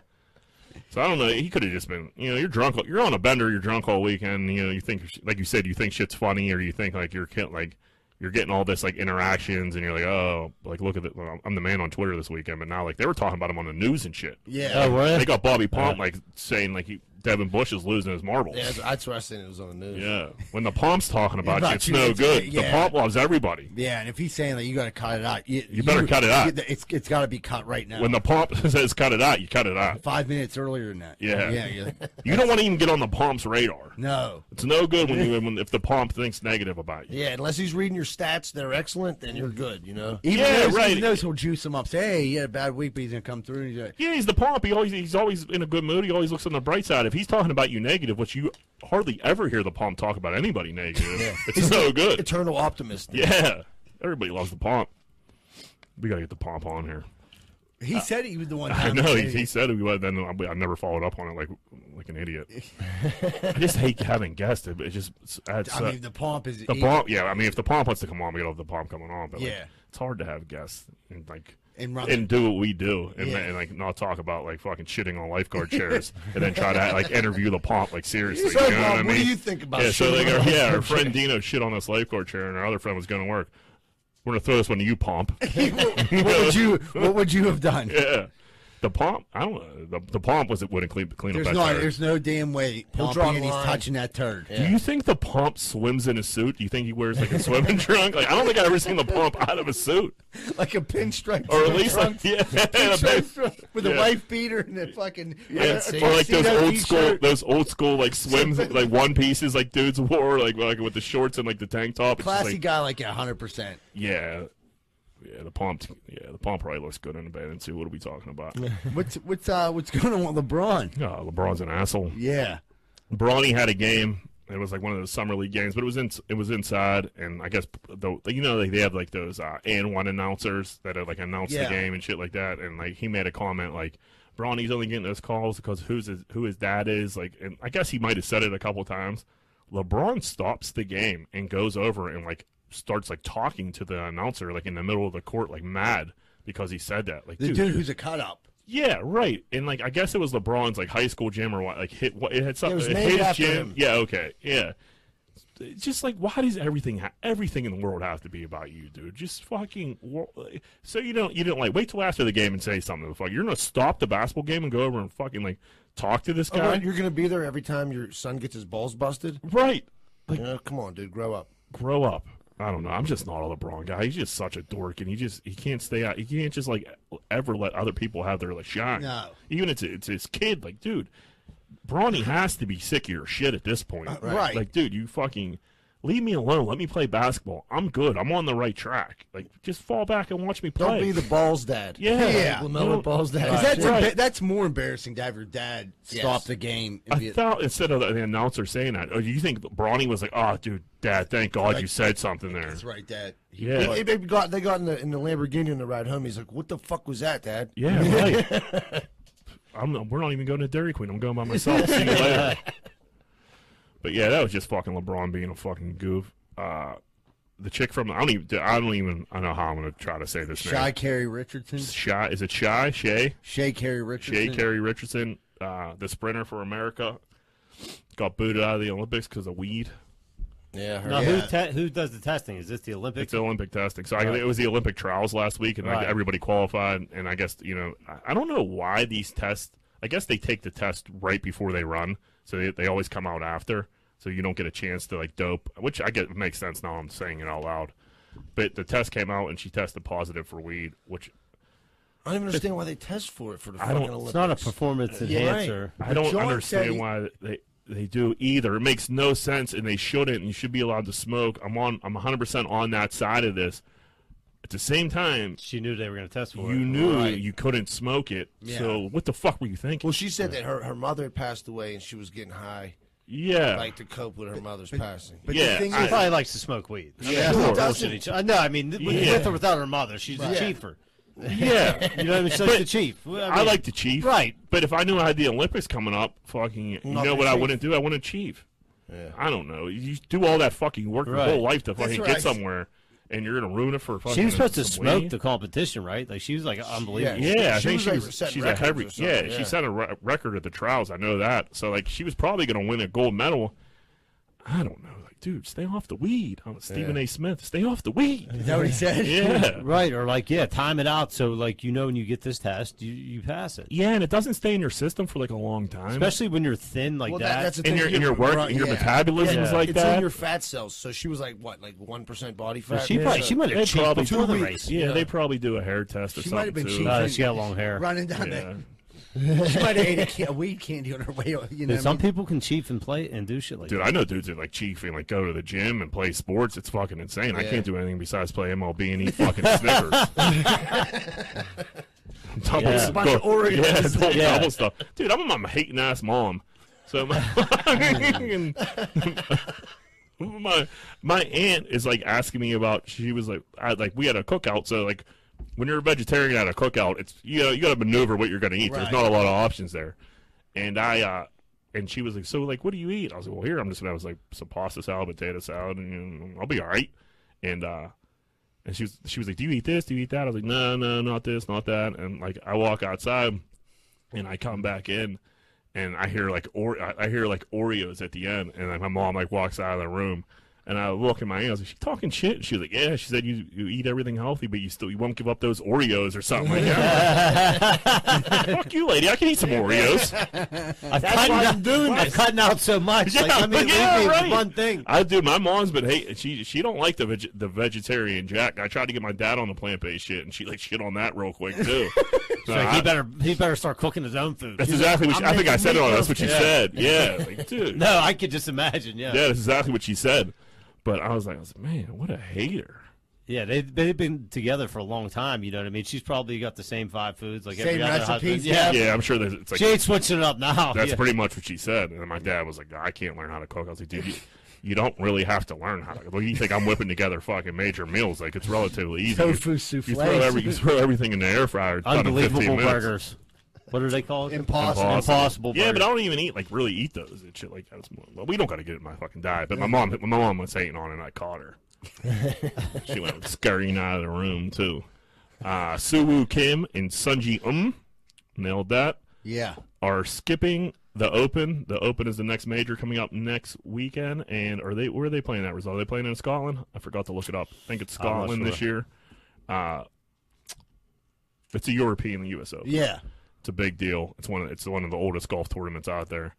S1: So I don't know. He could have just been, you know, you're drunk. You're on a bender. You're drunk all weekend. You know, you think, like you said, you think shit's funny, or you think like you're kid- like you're getting all this like interactions, and you're like, oh, like look at it. Well, I'm the man on Twitter this weekend, but now like they were talking about him on the news and shit.
S2: Yeah.
S3: Oh, were
S1: They
S3: they?
S1: got Bobby Pump like saying like he, Devin Bush is losing his marbles.
S4: Yeah, that's, that's what I seen. It was on the news.
S1: Yeah. When the Pomp's talking about
S2: About
S1: you, it's
S2: you,
S1: no
S2: it's-
S1: good. The
S2: yeah.
S1: Pomp loves everybody.
S2: Yeah, and if he's saying that you gotta cut it out, you, you
S1: better cut it out.
S2: It's it's gotta be cut right now.
S1: When the Pomp says cut it out, you cut it out.
S2: Five minutes earlier than that.
S1: Yeah.
S2: Yeah, you're like,
S1: You don't want to even get on the Pomp's radar.
S2: no.
S1: It's no good when you when, if the Pomp thinks negative about you.
S4: Yeah, unless he's reading your stats, they're excellent, then you're good, you know?
S2: Even
S1: Yeah,
S2: those,
S1: right.
S2: Even those will juice him up. Say, hey, he had a bad week, but he's gonna come through. And he's like,
S1: Yeah, he's the Pomp. He always he's always in a good mood. He always looks on the bright side. If he's talking about you negative, which you hardly ever hear the Pomp talk about anybody negative, it's no good.
S4: Eternal optimist.
S1: Yeah. Everybody loves the Pomp. We gotta get the Pomp on here.
S2: he said he was the one.
S1: I
S2: time
S1: know
S2: that
S1: he,
S2: said
S1: he
S2: it.
S1: said it, but then I, I never followed up on it like like an idiot. I just hate having guessed it, but it just adds.
S2: I mean, the pomp is
S1: The
S2: he-
S1: bomb, yeah. I mean, if the pomp wants to come on, we gotta have the pomp coming on. But like,
S2: Yeah.
S1: it's hard to have guests and like
S2: And run-
S1: and do what we do and,
S2: Yeah.
S1: and like not talk about like fucking shitting on lifeguard chairs and then try to like interview the pomp like seriously.
S4: So,
S1: you know
S4: Bob,
S1: what I
S4: what do
S1: mean?
S4: you think about
S1: Yeah, so
S4: shitting
S1: like,
S4: on
S1: our,
S4: a
S1: yeah, our friend Dino shit on this lifeguard chair, and our other friend was gonna work. We're gonna throw this one to you, pomp.
S2: what would you What would you have done?
S1: yeah. The pomp, I don't know. The, the pomp was it wouldn't clean clean
S2: There's
S1: up that
S2: no,
S1: turd.
S2: there's no damn way.
S4: He'll
S2: Pompey
S4: draw the
S2: and he's
S4: line.
S2: touching that turd.
S1: Do you think the pomp swims in a suit? Do you think he wears like a swimming trunk? Like I don't think I've ever seen the pomp out of a suit,
S2: like a pinstripe.
S1: or at least like yeah,
S2: pinstripe with a
S1: Yeah.
S2: wife beater and a fucking
S1: yeah.
S2: a- a
S1: or like those
S2: tuxedo
S1: old school,
S2: t-shirt.
S1: those old school like swims like one pieces like dudes wore like like with the shorts and like the tank top. It's just,
S2: classy
S1: like,
S2: guy like a hundred percent.
S1: Yeah, yeah. The pomp, yeah, the pomp probably looks good in a bed. And see what are we talking about?
S2: What's what's uh what's going on with LeBron?
S1: oh, LeBron's an asshole.
S2: Yeah,
S1: Brawny had a game. It was like one of those summer league games, but it was in, it was inside, and I guess the you know like they have like those uh, and one announcers that are like announce
S2: Yeah.
S1: the game and shit like that, and like he made a comment like Brawny's only getting those calls because who's his, who his dad is like, and I guess he might have said it a couple times. LeBron stops the game and goes over and like starts like talking to the announcer like in the middle of the court like mad because he said that like
S2: the
S1: dude,
S2: dude, who's a cut up.
S1: yeah, right. And like, I guess it was LeBron's like high school gym or what? Like, hit what? It had something.
S4: It was
S1: it
S4: named
S1: hit his
S4: after
S1: gym.
S4: him.
S1: Yeah. Okay. Yeah. It's just like, why does everything ha- everything in the world have to be about you, dude? Just fucking. wor- So you don't you didn't like wait till after the game and say something. Fuck, you're gonna stop the basketball game and go over and fucking like talk to this
S4: Oh,
S1: guy,
S4: what, you're going to be there every time your son gets his balls busted?
S1: right?
S4: you know, come on, dude, grow up.
S1: grow up. I don't know. I'm just not a LeBron guy. He's just such a dork, and he just he can't stay out. He can't just like ever let other people have their like shine.
S2: No.
S1: even it's it's his kid. Like, dude, Bronny has to be sick of your shit at this point.
S4: Uh,
S2: right. right.
S1: Like, dude, you fucking leave me alone. Let me play basketball. I'm good. I'm on the right track. Like, just fall back and watch me play.
S4: Don't be the balls dad.
S1: yeah.
S2: Yeah.
S1: You
S4: LaMelo
S1: know,
S4: balls dad.
S2: 'Cause that's
S1: Right.
S2: emba- that's more embarrassing to have your dad stop the game. And be
S1: I thought instead of the the announcer saying that, oh, you think Bronny was like, "Oh, dude, Dad, thank God you said something there."
S2: that's right, Dad. He-
S1: Yeah,
S4: They, they got they got in the in the Lamborghini on the ride home. He's like, "What the fuck was that, Dad?"
S1: Yeah, right. I'm not, we're not even going to Dairy Queen. I'm going by myself. See you later. But yeah, that was just fucking LeBron being a fucking goof. Uh, the chick from I don't even I don't even I know how I'm gonna try to say this
S2: Shy
S1: name.
S2: Carey Richardson.
S1: Shy is it Shy Shay
S2: Shay Carey
S1: Shay
S2: Richardson.
S1: Carey Richardson, uh, the sprinter for America. Got booted out of the Olympics because of weed.
S4: Yeah, I heard
S3: Now,
S4: that.
S3: who
S2: Yeah.
S3: te- who does the testing? Is this the Olympics?
S1: It's Olympic testing. So I, it was the Olympic trials last week, and
S3: Right.
S1: I, everybody qualified. And I guess you know, I, I don't know why these tests. I guess they take the test right before they run, so they, they always come out after, so you don't get a chance to like dope. Which I get makes sense now. I'm saying it out loud, but the test came out and she tested positive for weed, which
S4: I don't even understand why they test for it for the
S1: I
S4: fucking
S1: don't-
S4: Olympics.
S3: It's not a performance enhancer.
S1: I don't
S2: John said
S1: understand
S2: he-
S1: why they they do either. It makes no sense, and they shouldn't. And you should be allowed to smoke. I'm on. I'm 100 percent on that side of this. At the same time,
S3: She knew they were going to test for it.
S1: you knew
S4: Right.
S1: you couldn't smoke it.
S2: Yeah.
S1: So what the fuck were you thinking?
S4: Well, she said that her, her mother had passed away and she was getting high,
S1: yeah,
S4: like to cope with her mother's passing.
S2: But
S1: yeah.
S2: the thing
S1: I-
S3: She probably likes to smoke weed.
S4: Yeah.
S3: I mean,
S4: Sure.
S3: who doesn't?
S4: Doesn't.
S3: Uh, no, I mean, with,
S1: Yeah.
S3: with or without her mother, she's a chiefer.
S1: yeah.
S3: You know what I mean? She's like
S1: But
S3: the chief. I, mean,
S1: I like the chief,
S3: Right.
S1: But if I knew I had the Olympics coming up, fucking, you know
S4: Not the
S1: what I
S4: chief.
S1: wouldn't do? I wouldn't chief.
S4: Yeah.
S1: I don't know. You do all that fucking work
S3: Right.
S1: your whole life to
S2: That's
S1: fucking
S2: what I
S1: get
S2: s-
S1: somewhere, and you're gonna ruin it for fucking.
S3: She was supposed to
S1: some
S3: smoke
S1: weed?
S3: the competition, right? Like she was like unbelievable.
S1: Yeah, I
S4: She
S1: think
S4: was,
S1: she
S4: like,
S1: was.
S4: setting
S1: she's a
S4: records or
S1: heavy.
S4: something,
S1: Yeah,
S4: yeah.
S1: she set a re- record at the trials. I know that. So like, she was probably going to win a gold medal. I don't know. Like, dude, stay off the weed. I'm Stephen A. Smith. Stay off the
S2: is
S1: weed.
S2: that what he said?
S1: yeah.
S3: Right, or like yeah, time it out so like you know when you get this test, you, you pass it.
S1: Yeah, and it doesn't stay in your system for like a long time.
S3: Especially when you're thin like
S4: Well, that-
S3: that.
S4: that's the
S1: in
S4: thing.
S1: your in your
S4: You're
S1: work,
S4: right,
S1: in your
S4: yeah.
S1: metabolism is
S3: Yeah.
S1: like
S4: it's
S1: that.
S4: in your fat cells. So she was like, what, like 1% body fat?
S3: she probably she might
S1: They
S3: have cheated
S1: probably-
S3: before the
S1: two
S3: race.
S1: yeah, they probably do a hair test or
S2: She
S1: something.
S2: might have been
S1: too.
S2: cheating.
S3: Uh, she got long hair.
S2: Running down
S1: Yeah.
S2: that. She might have ate a, ca- a weed candy on her way. You know,
S3: Dude,
S2: what I
S3: some
S2: mean?
S3: people can cheat and play and do shit like
S1: Dude,
S3: that.
S1: I know dudes that like chief and like go to the gym and play sports. It's fucking insane. I
S4: Yeah.
S1: can't do anything besides play MLB and eat fucking Snickers. double
S3: Yeah.
S1: stuff.
S2: Bunch of Oreos.
S1: Yeah, double,
S3: Yeah.
S1: double stuff. Dude, I'm a hating ass mom. So my fucking- my my aunt is like asking me about. She was like, I, like we had a cookout, so like when you're a vegetarian at a cookout, it's you know you got to maneuver what you're gonna eat. There's
S2: Right.
S1: not a lot of options there, and I uh and she was like, so like what do you eat? I was like, well here I'm just gonna have like some pasta salad, potato salad, and you know, I'll be all right. And uh and she was she was like, do you eat this? Do you eat that? I was like, no, no, not this, not that. And like I walk outside and I come back in, and I hear like or I- I hear like Oreos at the end, and like my mom like walks out of the room, and I look at my aunt. I was like, "She talking shit?" And she was like, "Yeah." She said, "You you eat everything healthy, but you still you won't give up those Oreos or something." Like, that. Fuck you, lady! I can eat some Oreos.
S3: I've cutting
S1: why
S3: out,
S1: I'm doing
S3: I've
S1: this.
S3: cutting out so much. like,
S1: Yeah,
S3: I mean,
S1: but yeah,
S3: leave me with
S1: right.
S3: one thing.
S1: I do. My mom's been hate. She she don't like the veg- the vegetarian Jack. I tried to get my dad on the plant based shit, and she like shit on that real quick too. So
S3: Like,
S1: I-
S3: he better he better start cooking his own food.
S1: Uh, that's exactly what she, I think. I said it on. That's what she
S3: Yeah.
S1: said. Yeah, like, dude.
S3: No, I could just imagine. Yeah,
S1: Yeah, that's exactly what she said. But I was like, I was like, man, what a hater.
S3: yeah. They they've been together for a long time. You know what I mean? She's probably got the same five foods like every
S2: Same
S3: other husband.
S2: recipes,
S3: Yeah,
S1: Yeah, I'm sure that it's like
S3: she ain't switching it up now.
S1: that's
S3: yeah.
S1: pretty much what she said. And then my dad was like, I can't learn how to cook. I was like, dude, you, you don't really have to learn how to. Like, you think I'm whipping together fucking major meals? Like it's relatively easy.
S2: Tofu
S1: you,
S2: souffles.
S1: you throw every, you throw everything in the air fryer. it's done in 15
S3: unbelievable
S1: minutes.
S3: burgers. What are they called?
S2: Impossible.
S3: Impossible.
S1: Yeah, but I
S3: burgers.
S1: don't even eat like really eat those and shit like that. It's more- well, we don't got to get it in my fucking diet. But my mom, my mom was hating on it, and I caught her. she went scurrying out of the room too. Uh, Suwoo Kim and Sunji Um nailed that.
S2: yeah.
S1: Are skipping the Open. The Open is the next major coming up next weekend. And are they? Where are they playing that result? Are they playing in Scotland? I forgot to look it up. I think it's
S3: I'm not
S1: Scotland this year. Uh, it's a European U.S. Open.
S2: Yeah.
S1: It's a big deal. It's one of it's one of the oldest golf tournaments out there,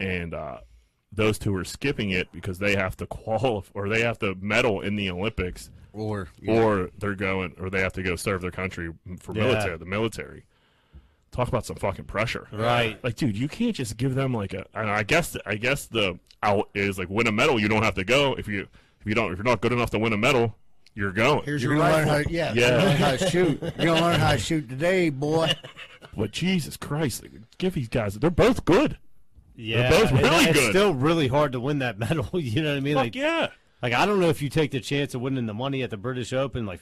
S1: and uh, those two are skipping it because they have to qualify or they have to medal in the Olympics,
S2: Or
S1: or they're going or they have to go serve their country for
S3: Yeah.
S1: military the military. Talk about some fucking pressure,
S3: Right.
S1: Like, dude, you can't just give them like a. And I guess I guess the out is like win a medal. You don't have to go if you if you don't if you're not good enough to win a medal, you're going.
S2: Here's you're gonna learn how. Yeah. You're
S1: Yeah.
S2: gonna learn how to shoot. You're gonna learn how to shoot today, boy.
S1: but Jesus Christ, like, give these guys. They're both good.
S3: Yeah,
S1: both
S3: and
S1: really
S3: It's
S1: good.
S3: still really hard to win that medal. You know what I mean?
S1: Fuck
S3: like,
S1: yeah.
S3: like I don't know if you take the chance of winning the money at the British Open, like,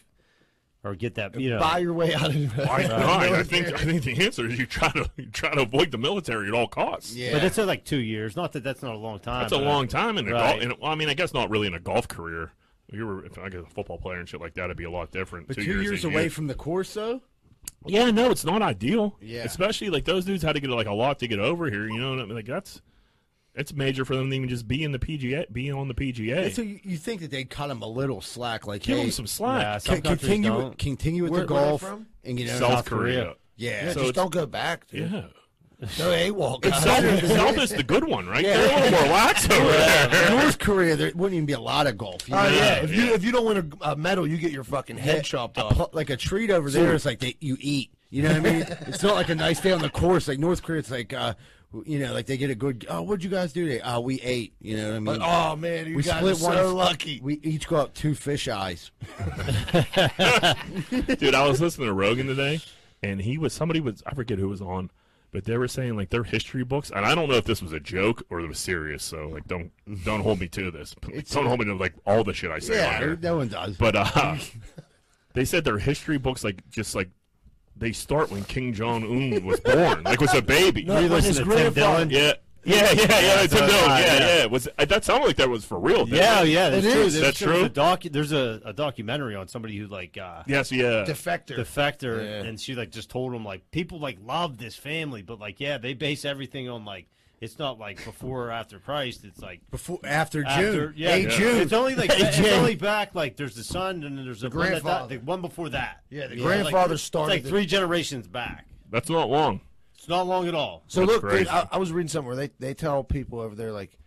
S3: or get that. You know,
S4: Buy your way out of
S1: Why
S4: it.
S1: not? I think I think the answer is you try to you try to avoid the military at all costs.
S2: Yeah.
S3: but it's uh, like two years. Not that that's not a long time.
S1: that's a
S3: but, uh,
S1: long time in a
S3: Right.
S1: golf. In, well, I mean, I guess not really in a golf career. If you were, if I guess a football player and shit like that, it'd be a lot different.
S2: But two, years, away
S1: from.
S2: from the course, though.
S1: Yeah, no, it's not ideal.
S2: Yeah.
S1: Especially like those dudes had to get like a lot to get over here, you know what I mean? Like that's It's major for them to even just be in the PGA, being on the PGA.
S2: So you, you think that they cut him a little slack, like
S1: Give
S2: hey,
S1: them some slack.
S3: Yeah,
S2: c-
S3: some countries
S2: continue
S3: don't.
S2: continue with the
S4: Where- where they
S2: golf
S4: from?
S2: and you know
S1: South,
S3: South
S1: Korea.
S3: Korea.
S2: yeah.
S4: Yeah,
S1: So
S4: just
S1: it's-
S4: don't go back. Dude.
S1: Yeah.
S4: No AWOL.
S2: It's
S4: guys.
S2: so-
S1: South, South is the good one, right? They're a little more lax over there.
S2: North Korea, there wouldn't even be a lot of golf. You
S4: Oh,
S2: know?
S4: yeah. If you
S1: yeah.
S4: if you don't win a, a medal, you get your fucking head chopped
S2: a
S4: off.
S2: pl- like a treat over there is like they, you eat. You know what I mean? it's not like a nice day on the course. Like North Korea, it's like uh, you know, like they get a good. Oh, what'd you guys do today? Uh, we ate. You know what I mean?
S4: But, oh man, you
S2: we
S4: guys
S2: split
S4: are
S2: one.
S4: so lucky.
S2: We each got two fish eyes.
S1: dude i was listening to rogan today and he was somebody was i forget who was on but they were saying like their history books and i don't know if this was a joke or it was serious so like don't don't hold me to this P-
S2: It's-
S1: don't hold me to like all the shit i say on
S2: Yeah,
S1: here.
S2: no one does.
S1: but uh they said their history books like just like they start when king jong-un was born like was a baby
S3: You listen
S4: his
S3: to Tim
S4: grandfather-
S3: Dillon?
S1: yeah yeah yeah yeah, it's a
S3: so,
S1: no,
S3: uh,
S1: yeah,
S3: yeah.
S1: yeah was that sounded like that was for real didn't
S3: Yeah,
S1: it?
S3: yeah, that's
S4: It
S3: true.
S4: is.
S3: There's-
S1: That's
S3: there's
S1: true?
S3: A docu- there's a, a documentary on somebody who like uh,
S1: yes yeah
S4: Defector.
S3: defector,
S4: Yeah.
S3: and she like just told him like people like love this family, but like yeah, they base everything on like it's not like before or after Christ. It's like
S2: before after June,
S3: after yeah,
S2: hey
S3: yeah.
S2: June.
S3: It's only like
S2: Hey,
S3: it's
S2: June.
S3: only back like there's the son and then there's the, one, that,
S4: grandfather.
S3: the one before that.
S4: Yeah, the
S3: It's
S4: grandfather
S3: like,
S4: started
S3: It's like
S4: the-
S3: three generations back.
S1: that's not long
S3: It's not long at all.
S4: So look,
S1: crazy.
S4: dude, I, I was reading somewhere they they tell people over there like,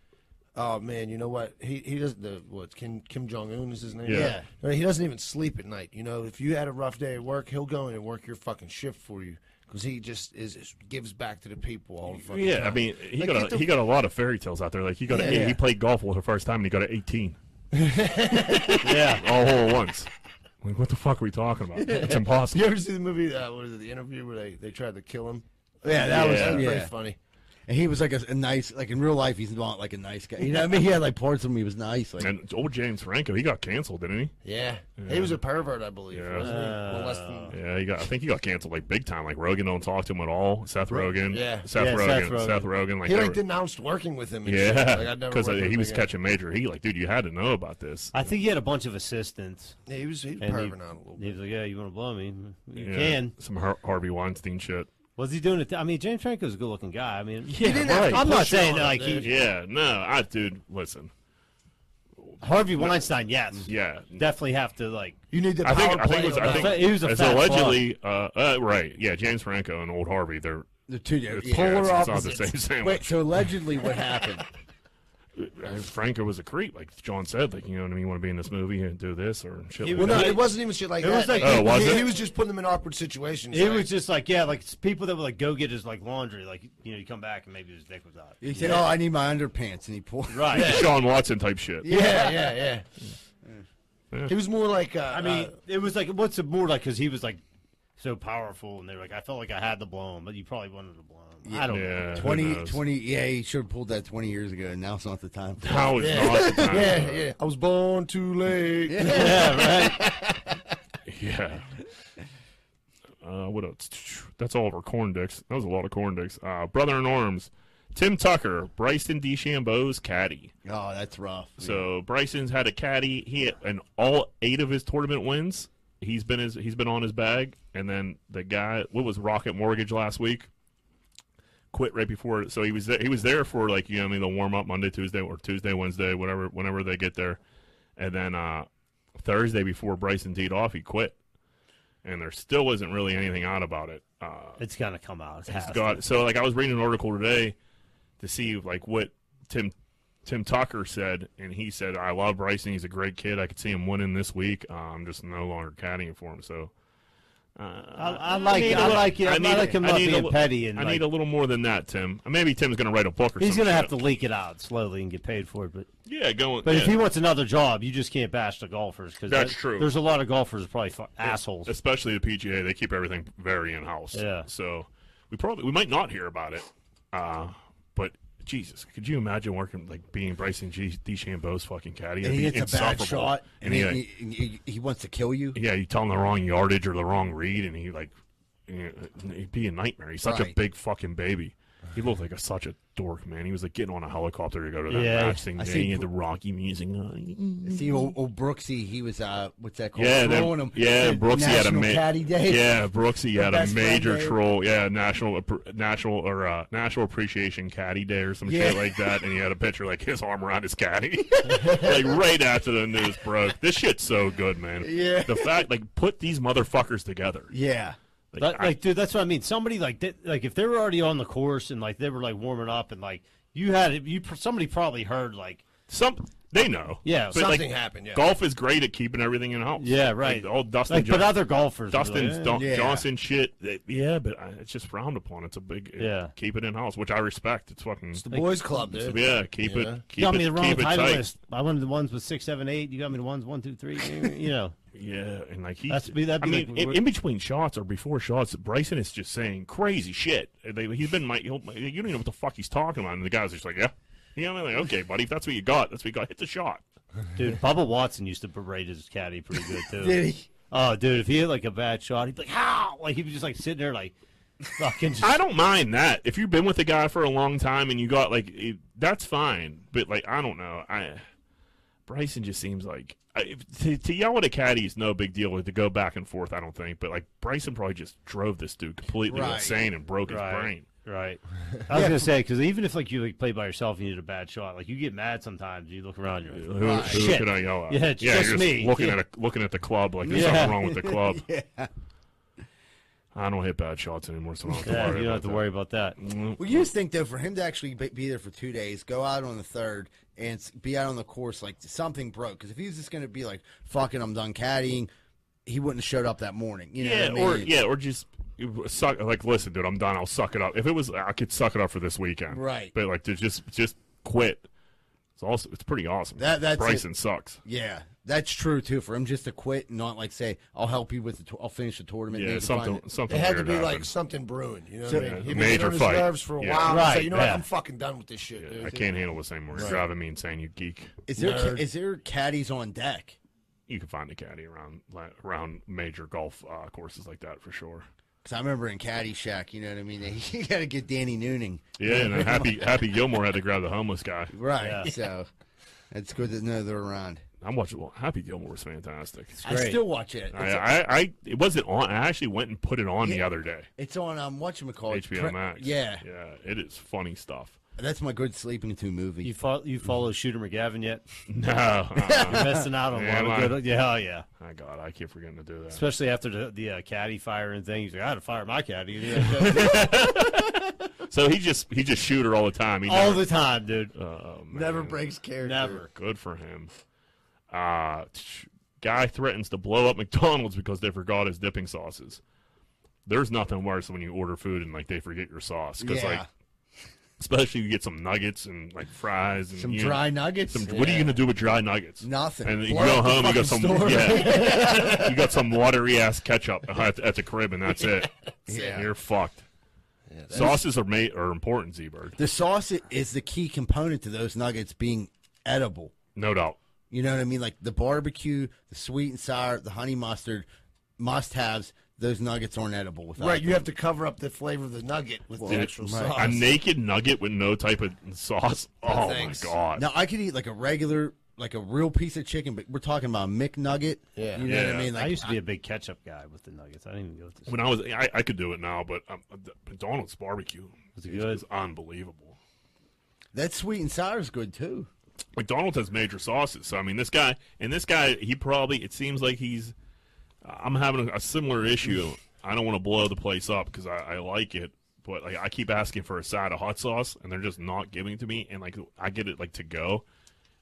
S4: oh man, you know what? He he doesn't the what Kim Kim Jong Un is his name.
S1: Yeah. Yeah.
S4: I mean, he doesn't even sleep at night. You know, if you had a rough day at work, he'll go in and work your fucking shift for you because he just is, is- gives back to the people all the fucking
S1: Yeah,
S4: time.
S1: I mean, he
S4: Like,
S1: got a,
S4: get the-
S1: he got a lot of fairy tales out there. Like he got
S4: Yeah,
S1: a,
S4: yeah.
S1: he played golf for the first time and he got an eighteen
S3: Yeah.
S1: all at once. Like what the fuck are we talking about? It's
S4: You
S1: impossible.
S4: ever see the movie? Uh, what is it? The interview where they, they tried to kill him.
S2: yeah, that was
S1: Yeah.
S4: That's
S2: yeah.
S4: pretty funny.
S2: And he was like a, a nice, like in real life, he's not like a nice guy. You know what I mean? He had like parts of him. He was nice. Like
S1: And old James Franco, he got canceled, didn't
S4: Yeah. he was a pervert, I believe.
S1: Yeah. Oh.
S4: Wasn't he? Well, less than.
S1: he? Yeah, he got. I think he got canceled like big time. Like Rogan don't talk to him at all. Seth Rogan.
S4: Yeah.
S1: Seth
S3: Yeah,
S1: Rogan.
S3: Seth Rogan.
S1: Seth Rogan. Like,
S4: He
S1: they
S4: like
S1: were-
S4: denounced working with him. And shit. Like,
S1: yeah,
S4: I'd never
S1: because
S4: work with
S1: he
S4: him
S1: was
S4: again.
S1: catching major heat. Like, dude, you had to know about this.
S3: I think he had a bunch of assistants.
S4: Yeah, he was he was
S3: And he,
S4: perving out a little bit.
S3: he was like, "Yeah, you want to blow me? You
S1: Yeah.
S3: can."
S1: some Har- Harvey Weinstein shit.
S3: Was he doing it? I mean, James Franco's a good-looking guy. I mean,
S1: Yeah, right.
S3: I'm not
S4: push
S3: saying
S4: on
S3: that,
S4: him,
S3: like he,
S1: yeah, no, I dude, listen,
S3: Harvey Weinstein. Yes,
S1: yeah,
S3: definitely have to like.
S4: You need the
S1: I
S4: power
S1: think I
S4: play
S1: think it was
S4: on
S1: I
S4: that.
S1: think
S3: He was a
S1: it's
S3: fat
S1: allegedly uh, uh, right yeah James Franco and old Harvey they're
S2: the two
S1: it's,
S2: yeah.
S1: yeah, it's, it's not the
S4: opposites.
S1: same
S2: Wait,
S1: sandwich.
S2: so allegedly, what happened?
S1: And Franco was a creep like John said like you know what I mean you want to be in this movie and do this or shit.
S3: He
S1: like
S4: Well, no,
S1: that.
S4: it wasn't even shit like
S3: It
S4: that.
S3: was like-
S1: Oh, was
S4: he,
S1: it?
S4: he was just putting them in awkward situations.
S3: It
S4: like-
S3: was just like yeah, like it's people that would like go get his like laundry. Like you know, you come back and maybe his dick was out.
S2: He said, "Oh, I need my underpants," and he pulled.
S3: Right.
S1: Sean Watson type shit.
S4: yeah, yeah, yeah. He was more like. Uh,
S3: I mean, it was like what's it more like because he was like so powerful, and they were like, I felt like I had to blow him, but you probably wanted to blow him. I don't know.
S1: Yeah, who
S2: 20,
S1: knows?
S2: 20 Yeah, he should have pulled that twenty years ago. And now's not the time. for it.
S1: How is not the
S4: uh,
S1: time?
S4: yeah, yeah. I was born too late.
S1: Yeah. Uh, what else? That's all of our corn dicks. That was a lot of corn dicks. Uh, Brother in Arms, Tim Tucker, Bryson DeChambeau's caddy.
S2: Oh, that's rough.
S1: So Bryson's had a caddy. He had, and all eight of his tournament wins. He's been his he's been on his bag. And then the guy, what was Rocket Mortgage last week? Quit right before, so he was there. He was there for like you know, what I mean, the warm up Monday, Tuesday, or Tuesday, Wednesday, whatever, whenever they get there. And then uh, Thursday before Bryson teed off, he quit. And there still isn't really anything out about it. Uh,
S3: It's gonna come out. It's
S1: He's got so like I was reading an article today to see like what Tim Tim Tucker said, and he said I love Bryson. He's a great kid. I could see him winning this week. Uh, I'm just no longer caddying for him. So
S3: I, I like.
S1: need
S3: I,
S1: a little-
S3: like it. I,
S1: need-
S3: like him
S1: I
S3: not
S1: need a
S3: being
S1: li-
S3: petty, and
S1: I
S3: like,
S1: need a little more than that, Tim. Uh, Maybe Tim's gonna write a book or
S3: he's
S1: some
S3: gonna
S1: shit.
S3: have to leak it out slowly and get paid for it. But
S1: Yeah, going.
S3: but
S1: yeah.
S3: if he wants another job, you just can't bash the golfers because
S1: That's true.
S3: There's a lot of golfers that are probably fu- assholes.
S1: especially the PGA, they keep everything very in house.
S3: Yeah.
S1: So we probably we might not hear about it. Uh, but Jesus, could you imagine working like being Bryson G- DeChambeau's fucking caddy?
S2: and
S1: That'd
S2: he
S1: be
S2: hits a bad
S1: insufferable.
S2: shot, and,
S1: and he,
S2: he, he, he- he wants to kill you.
S1: yeah, you tell him the wrong yardage or the wrong read, and he like you know, eh, he'd be a nightmare. He's such a
S2: Right.
S1: big fucking baby. He looked like a, such a dork, man. He was like getting on a helicopter to go to that
S3: Yeah.
S1: match thing.
S2: I
S1: and
S2: see-
S1: he had the Rocky music. on.
S2: See, old, old Brooksy, he was uh, what's that called?
S1: Mm-hmm. Yeah, that,
S2: Throwing 'em.
S1: yeah.
S2: The
S1: Brooksy had a
S2: National
S1: ma-
S2: Caddy Day.
S1: Yeah, Brooksy had a
S2: best friend
S1: major
S2: day.
S1: troll. Yeah, national appr- national or uh, national appreciation caddy day or some
S2: Yeah.
S1: shit like that. And he had a picture like his arm around his caddy, like right after the news broke. This shit's so good, man.
S2: Yeah.
S1: the fact like put these motherfuckers together.
S2: yeah.
S1: Like,
S3: That,
S1: I-
S3: like, dude, that's what I mean. Somebody like that, like if they were already on the course and like they were like warming up and like you had you pr- somebody probably heard like
S1: some they know.
S3: Yeah,
S4: something happened, yeah.
S1: golf is great at keeping everything in house.
S3: yeah right
S1: Like, all Dustin,
S3: like, but
S1: Jo-
S3: other golfers were
S1: Dustin's
S3: like, eh.
S1: Don-
S2: yeah.
S1: Johnson shit. eh, Yeah, but I, it's just frowned upon. It's a big uh,
S3: Yeah.
S1: Keep it in house, which I respect. It's fucking
S4: It's the boys' club, dude.
S1: yeah. Keep
S4: Yeah.
S1: it. Keep
S3: You got
S1: it,
S3: me the wrong
S1: keep it
S3: title
S1: tight.
S3: list. I wanted the ones with six, seven, eight. You got me the ones one, two, three. You know,
S1: Yeah, and like he,
S3: That's be- that'd
S1: I
S3: be
S1: mean,
S3: like-
S1: in, in between shots or before shots, Bryson is just saying crazy shit. They, he's been my, he'll, you don't even know what the fuck he's talking about, and the guy's just like, yeah, yeah. I'm like, okay, buddy, if that's what you got, that's what you got. Hit the shot.
S3: dude, Bubba Watson used to berate his caddy pretty good too.
S2: Did he?
S3: Oh, dude, if he had like a bad shot, he'd be like, "How?" Like he was just like sitting there, like fucking. Just,
S1: I don't mind that. If you've been with a guy for a long time and you got like it, that's fine. But like I don't know. I Bryson just seems like I, if- to, to yell at a caddy is no big deal. To go back and forth, I don't think. But like Bryson probably just drove this dude completely
S2: Right.
S1: insane and broke
S3: Right.
S1: his brain.
S3: Right. I was gonna say because even if like you like play by yourself and you did a bad shot, like you get mad sometimes. You look around, you're
S1: Who,
S3: like,
S1: who
S3: Shit.
S1: could I yell at?
S3: Yeah, it's just
S1: you're
S3: me.
S1: Looking
S3: Yeah.
S1: at a, looking at the club like there's
S3: Yeah.
S1: something wrong with the club.
S2: Yeah.
S1: I don't hit bad shots anymore, so I don't have to
S3: yeah,
S1: worry.
S3: you don't have
S1: about
S3: to worry about that.
S1: that.
S2: Well, you just think though, for him to actually be be there for two days, go out on the third, and s- be out on the course, like something broke. Because if he was just going to be like, "Fucking, I'm done caddying," he wouldn't have showed up that morning. You know
S1: yeah,
S2: what I
S1: or
S2: mean?
S1: yeah, or just suck. Like, listen, dude, I'm done. I'll suck it up. If it was, I could suck it up for this weekend.
S2: Right.
S1: But like to just just quit. It's also it's pretty awesome.
S2: That- that's
S1: Bryson sucks.
S2: Yeah, that's true too. For him just to quit and not like say, "I'll help you with the, tour- I'll finish the tournament."
S1: Yeah,
S2: make the
S1: something
S2: final."
S1: something
S4: It had to
S1: weird
S4: be like
S1: happened.
S4: something brewing, you know
S2: So-
S4: what I mean? He'd
S1: Major
S4: been on his
S1: fight.
S4: nerves for a
S1: Yeah.
S4: while.
S3: Right,
S4: So, you know what?
S3: yeah.
S4: I'm fucking done with this shit,
S1: Yeah,
S4: dude.
S1: I can't handle this anymore. You're driving me insane. You geek.
S2: Is there ca-
S4: Nerd.
S2: is there caddies on deck?
S1: You can find a caddy around la- around major golf uh, courses like that for sure.
S2: Because I remember in Caddyshack, you know what I mean. They, you got to get Danny Nooning
S1: Yeah, and then happy Happy Gilmore had to grab the homeless guy.
S2: right.
S3: Yeah.
S2: So it's good to know they're around.
S1: I'm watching. Well, Happy Gilmore was fantastic.
S2: I
S3: Great.
S2: still watch it. It's,
S1: I, I, I it wasn't on. I actually went and put it on the other day.
S2: it's on. Um, watching McCall.
S1: HBO Max.
S2: Yeah,
S1: yeah, it is funny stuff.
S2: that's my good sleeping to movie.
S3: You follow, you follow Shooter McGavin yet?
S1: No, uh-uh.
S3: You're missing out on
S1: Yeah,
S3: a lot
S1: man.
S3: of good. Yeah, oh, yeah.
S1: My God, I keep forgetting to do that.
S3: Especially after the, the uh, caddy firing thing, he's like, "I had to fire my caddy
S1: So he just he just shoot her all the time. He
S3: all
S1: never-
S3: the time, dude.
S1: Oh, man.
S4: Never breaks character.
S3: Never.
S1: Good for him. Uh, tsh- guy threatens to blow up McDonald's because they forgot his dipping sauces. There's nothing worse than when you order food and like they forget your sauce because
S2: Yeah.
S1: like especially you get some nuggets and like fries and
S2: Some
S1: you-
S2: dry nuggets.
S1: Some, What are you gonna do with dry nuggets?
S2: Nothing.
S1: And you
S2: Blow
S1: go
S2: up the
S1: home, you got some,
S2: fucking store.
S1: yeah, you got some watery ass ketchup at, at the crib, and that's it.
S2: Yeah.
S1: You're fucked. Sauces are made are important, Z Bird.
S2: The sauce i- is the key component to those nuggets being edible.
S1: No doubt.
S2: You know what I mean? Like the barbecue, the sweet and sour, the honey mustard, must haves. Those nuggets aren't edible without.
S4: Right,
S2: them.
S4: you have to cover up the flavor of the nugget with the actual sauce.
S1: A naked nugget with no type of sauce. Oh
S4: thanks.
S1: my god.
S2: Now I could eat like a regular, like a real piece of chicken, but we're talking about a McNugget.
S4: Yeah.
S2: you know what
S1: Yeah.
S2: I mean. Like
S3: I used to be a big ketchup guy with the nuggets. I didn't even go with this.
S1: When I was, I, I could do it now, but um, the McDonald's barbecue
S3: Was it good?
S1: is unbelievable.
S2: that sweet and sour is good too.
S1: McDonald's has major sauces. So I mean, this guy and this guy, he probably it seems like he's. I'm having a, a similar issue. I don't want to blow the place up because I, I like it, but like I keep asking for a side of hot sauce and they're just not giving it to me. And like I get it like to go,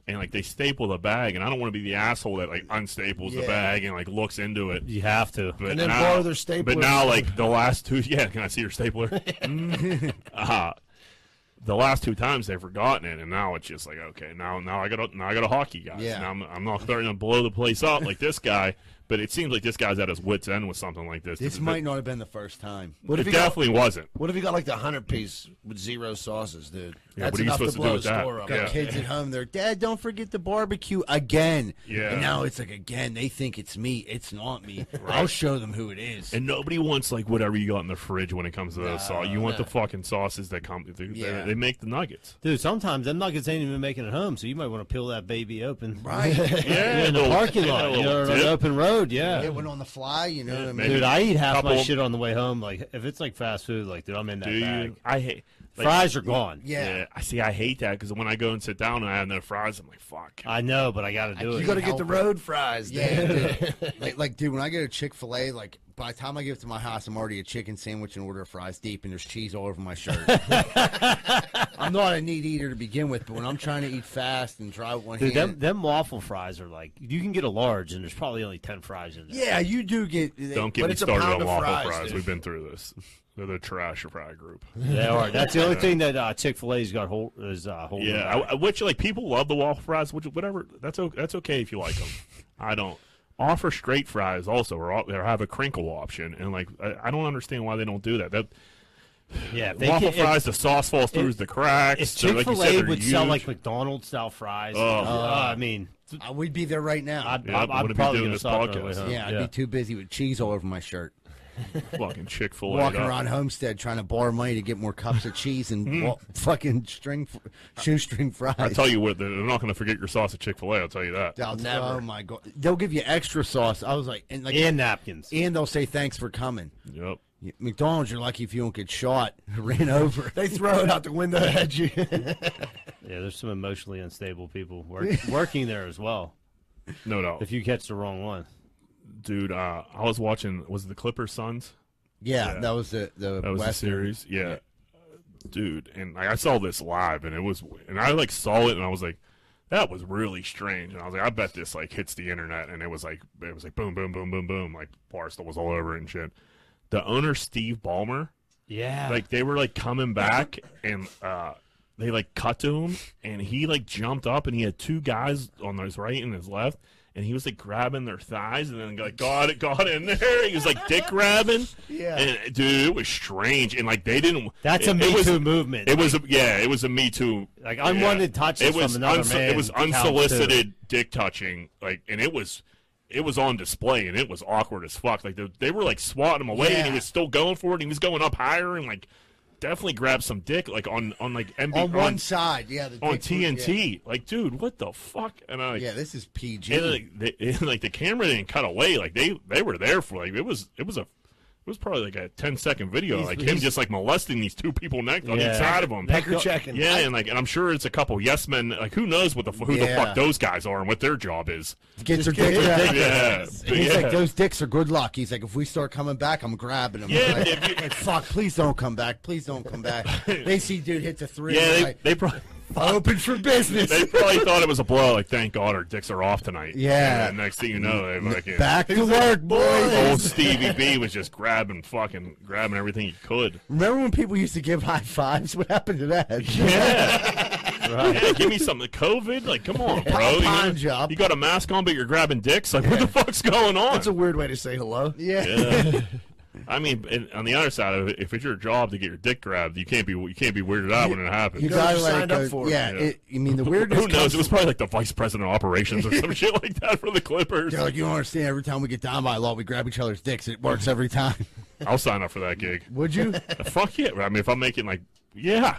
S1: and like they staple the bag, and I don't want to be the asshole that like unstaples
S2: Yeah.
S1: the bag and like looks into it.
S3: You have to.
S1: But
S4: And then
S1: now,
S4: borrow their stapler.
S1: But now, like the last two, yeah. Can I see your stapler? Mm. uh, the last two times they've forgotten it, and now it's just like, okay, now now I got a, now I got a hockey guy.
S2: Yeah.
S1: Now I'm, I'm not starting to blow the place up like this guy. But it seems like this guy's at his wits end with something like this.
S2: This
S1: It-
S2: might not have been the first time.
S4: What
S1: It
S4: if, he got,
S1: definitely wasn't.
S4: what if he got like the 100 piece with zero sauces, dude? That's
S1: what are you
S4: enough
S1: supposed
S4: to
S1: to do
S4: blow
S1: with
S4: a
S1: that?
S4: store up.
S1: Yeah.
S2: Got kids at home. They're dad. Don't forget the barbecue again.
S1: Yeah.
S2: And now it's like again. They think it's me. It's not me. I'll show them who it is.
S1: And nobody wants like whatever you got in the fridge when it comes to those sauce. You want the fucking sauces that come. They,
S2: Yeah.
S1: they make the nuggets.
S3: Dude, sometimes them nuggets ain't even making it home, so you might want to peel that baby open.
S2: right.
S1: Yeah,
S3: In the
S1: little-
S3: parking
S1: yeah,
S3: lot, you
S1: little
S3: know, or an
S1: dip.
S3: open road, yeah.
S2: It went on the fly. You know what I mean?
S1: maybe.
S3: Dude, I eat half my
S1: Couple-
S3: shit on the way home. Like, if it's like fast food, like, dude, I'm in that
S1: Do you-
S3: bag.
S1: I hate like,
S3: Fries are gone.
S2: Yeah.
S1: Yeah, I see. I hate that because when I go and sit down and I have no fries, I'm like, fuck.
S3: I know, but I got to do it.
S4: You got to get the road fries, dude.
S2: Yeah, dude. like, like, dude, when I go to Chick Fil A, like, by the time I get to my house, I'm already a chicken sandwich and order of fries deep, and there's cheese all over my shirt. I'm not a neat eater to begin with, but when I'm trying to eat fast and try with one
S3: Dude,
S2: hand,
S3: them, them waffle fries are like, you can get a large, and there's probably only 10 fries in there.
S2: yeah, you do get.
S1: Don't get
S4: but
S1: me
S4: it's a
S1: started
S4: pound
S1: on
S4: of
S1: waffle
S4: fries,
S1: fries.
S4: dude.
S1: We've been through this. They're the trash fry group.
S3: They are. That's the only thing that uh, Chick Fil A's got hold is uh, holding.
S1: Yeah,
S3: back.
S1: I, I- which like people love the waffle fries, which whatever. That's okay. That's okay if you like them. I don't offer straight fries also, or, al- or have a crinkle option, and like I, I don't understand why they don't do that. That
S3: yeah. If they
S1: waffle
S3: can- if-
S1: fries, the sauce falls through the cracks.
S3: If
S1: so,
S3: Chick
S1: like you
S3: Fil
S1: said,
S3: A
S1: they're
S3: would sell
S1: huge.
S3: like McDonald's style fries,
S1: Oh.
S3: uh, I mean,
S2: I would be there right now.
S3: I'd,
S1: Yeah,
S3: I'd,
S1: but what
S3: I'd
S1: if you
S3: probably
S1: do in
S3: going to
S1: this
S3: stop on
S1: podcast?
S3: the way home.
S2: yeah, I'd be too busy with cheese all over my shirt.
S1: fucking Chick Fil A
S2: Walking around Homestead trying to borrow money to get more cups of cheese and wa- fucking string, f- shoestring fries.
S1: Hmm. I tell you what, they're they're not going to forget your sauce at Chick Fil A. I'll tell you that.
S2: I'll- Oh my god, they'll give you extra sauce. I was like, and like,
S3: and napkins.
S2: and they'll say thanks for coming.
S1: Yep.
S2: Yeah, McDonald's, you're lucky if you don't get shot. Ran over.
S4: They throw it out the window at you.
S3: Yeah, there's some emotionally unstable people work, working there as well.
S1: No, no,
S3: If you catch the wrong one,
S1: dude. Uh, I was watching. Was it the Clippers Suns?
S2: Yeah, that was the the
S1: That was
S2: West
S1: the series. Yeah. Dude, and like, I saw this live and it was and I like saw it and I was like that was really strange and I was like I bet this like hits the internet and it was like it was like boom boom boom boom boom like Barstool was all over it and shit. The owner Steve Ballmer
S3: yeah,
S1: like they were like coming back and uh they like cut to him and he like jumped up and he had two guys on his right and his left and he was like grabbing their thighs and then like got it got in there he was like dick grabbing yeah and, dude it was strange and like they didn't
S3: that's
S1: it,
S3: a Me
S1: it was,
S3: Too movement.
S1: it was a, yeah it was a me too
S3: Like,
S1: yeah.
S3: unwanted touches
S1: it was
S3: from another man
S1: it was
S3: counts, too.
S1: unsolicited dick touching like and it was it was on display and it was awkward as fuck. Like they, they were like swatting him away and
S2: Yeah.
S1: he was still going for it. And he was going up higher and like definitely grabbed some dick like on on like MB,
S2: on one side. Yeah, the
S1: on
S2: big- yeah.
S1: TNT. Like dude, what the fuck? And I like,
S2: Yeah, this is PG.
S1: and, like, they, and, like the camera didn't cut away. Like they they were there for like it was it was a it was probably like a 10 second video like him just like molesting these two people next on each
S3: Yeah.
S1: side of him.
S4: Pecker checking.
S1: Yeah, and like, and I'm sure it's a couple yes men. Like, who knows what the f- who the
S2: Yeah.
S1: fuck those guys are and what their job is?
S2: Get your dick
S1: Yeah,
S2: out.
S1: but
S2: He's
S1: yeah.
S2: like, those dicks are good luck. He's like, if we start coming back, I'm grabbing them.
S1: Yeah,
S2: Like,
S1: if you-
S2: like, fuck, please don't come back. Please don't come back. they see dude hit the three.
S1: yeah,
S2: they're
S1: they,
S2: like,
S1: they probably
S2: open for business.
S1: they probably thought it was a blow. Like, thank God our dicks are off tonight.
S2: Yeah.
S1: And then next thing you know, they fucking
S2: Back to work, boys.
S1: old Stevie B was just grabbing, fucking grabbing everything he could.
S2: Remember when people used to give high fives? What happened to that?
S1: Yeah. Yeah, give me something. COVID, like, come on, bro. You,
S2: Pond job.
S1: you got a mask on, but you're grabbing dicks. Like, what the fuck's going on?
S4: That's a weird way to say hello.
S2: Yeah.
S1: Yeah. I mean, and on the other side of it, if it's your job to get your dick grabbed, you can't be you can't be weirded out when it happens.
S2: You
S4: know what
S2: gotta
S4: you
S2: let it
S4: signed up
S2: go.
S4: for.
S2: Yeah,
S1: Yeah.
S2: It, I mean the
S1: Who-
S2: weirdness.
S1: Who knows? It was probably like the vice president of operations or some shit like that for the Clippers.
S2: They're like, you don't understand. Every time we get down by law, we grab each other's dicks. It works every time.
S1: I'll sign up for that gig.
S2: Would you?
S1: Fuck yeah! I mean, if I'm making like, yeah,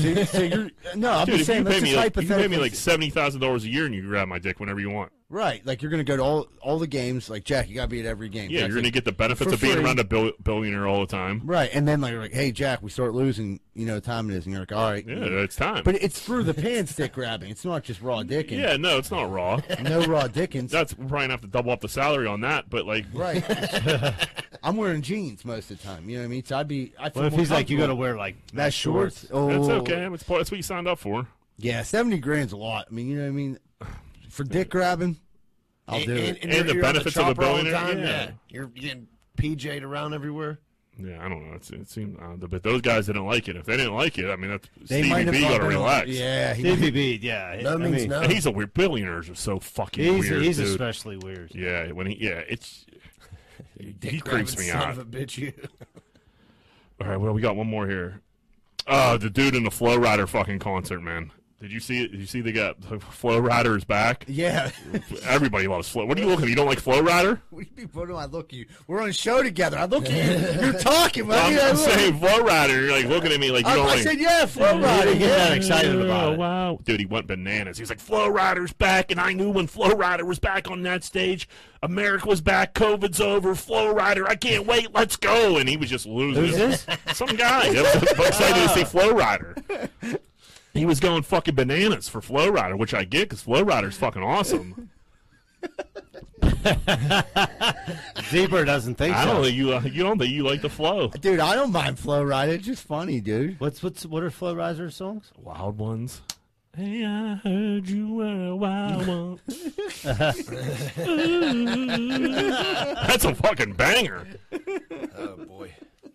S2: so, so you're, no, I'm
S1: dude,
S2: just
S1: if you
S2: saying.
S1: pay
S2: That's
S1: me, like,
S2: just
S1: you pay me
S2: hypothetical.
S1: like seventy thousand dollars a year, and you can grab my dick whenever you want.
S2: right, like you're gonna go to all all the games. Like Jack, you gotta be at every game.
S1: Yeah,
S2: Jack's
S1: you're gonna
S2: like-
S1: get the benefits
S2: for
S1: of being
S2: free.
S1: around a bill- billionaire all the time.
S2: right, and then like, like, hey Jack, we start losing. You know, time it is, and you're like, all right.
S1: Yeah, it's time.
S2: But it's through the pants dick grabbing. It's not just raw dicking.
S1: yeah, no, it's not raw.
S2: No raw dickens.
S1: That's we're probably gonna have to double up the salary on that. But like,
S2: Right. I'm wearing jeans most of the time. You know what I mean? So I'd be. I feel
S3: What if
S2: more
S3: he's like, you got to
S2: comfortable.
S3: wear like
S2: That's shorts. Oh,
S1: that's okay. It's part, that's what you signed up for.
S2: Yeah, seventy grand's a lot. I mean, you know what I mean. For dick grabbing, I'll do it.
S1: And the
S4: you're on
S1: benefits of a
S4: chopper all the
S1: billionaire,
S4: time,
S1: yeah.
S4: You're getting PJ'd around everywhere.
S1: Yeah, I don't know. It's, it seemed, uh, but those guys didn't like it. If they didn't like it, I mean, that's
S2: They might
S1: Stevie
S2: have
S1: B
S2: all
S1: got to
S2: been a-
S1: relax.
S2: Yeah, he-
S3: Stevie B, yeah. I
S4: That means
S3: mean,
S4: no.
S1: And he's a weird. Billionaires are so fucking
S3: He's,
S1: weird,
S3: he's
S1: dude.
S3: especially weird.
S1: yeah, when he yeah, it's he
S4: Grabbing
S1: creeps me
S4: son
S1: out.
S4: of a bitch, you.
S1: All right, well, we got one more here. Uh, the dude in the Flow Rider fucking concert, man. Did you see it? Did you see they got the Flow Rider is back?
S2: yeah.
S1: Everybody loves Flow. What are you looking? at? You don't like Flow Rider?
S2: What do you mean, what do I look at you? We're on a show together. I look at you. You're talking, but
S1: I'm,
S2: I, mean, I
S1: I'm
S2: look-
S1: saying Flow Rider. You're like looking at me like you
S2: I-
S1: don't
S2: I
S1: like.
S2: said, yeah, flow
S3: He
S2: rider.
S3: didn't get
S2: Yeah.
S3: that excited about
S1: Oh,
S3: it.
S1: wow. Dude, he went bananas. He's like, Flow Rider's back, and I knew when Flow Rider was back on that stage, America was back, COVID's over, Flow Rider, I can't wait, let's go. And he was just losing.
S3: Who's
S1: it.
S3: this?
S1: Some guy. that was excited to see Flow Rider. He was going fucking bananas for Flow Rider, which I get because Flow Rider's fucking awesome.
S3: Zebra doesn't think
S1: I
S3: so.
S1: don't think you uh, you don't think you like the flow.
S2: Dude, I don't mind flow rider. It's just funny, dude.
S3: What's what's what are Flow Riser songs?
S1: Wild ones. Hey, I heard you were a wild one. That's a fucking banger.
S4: Oh boy.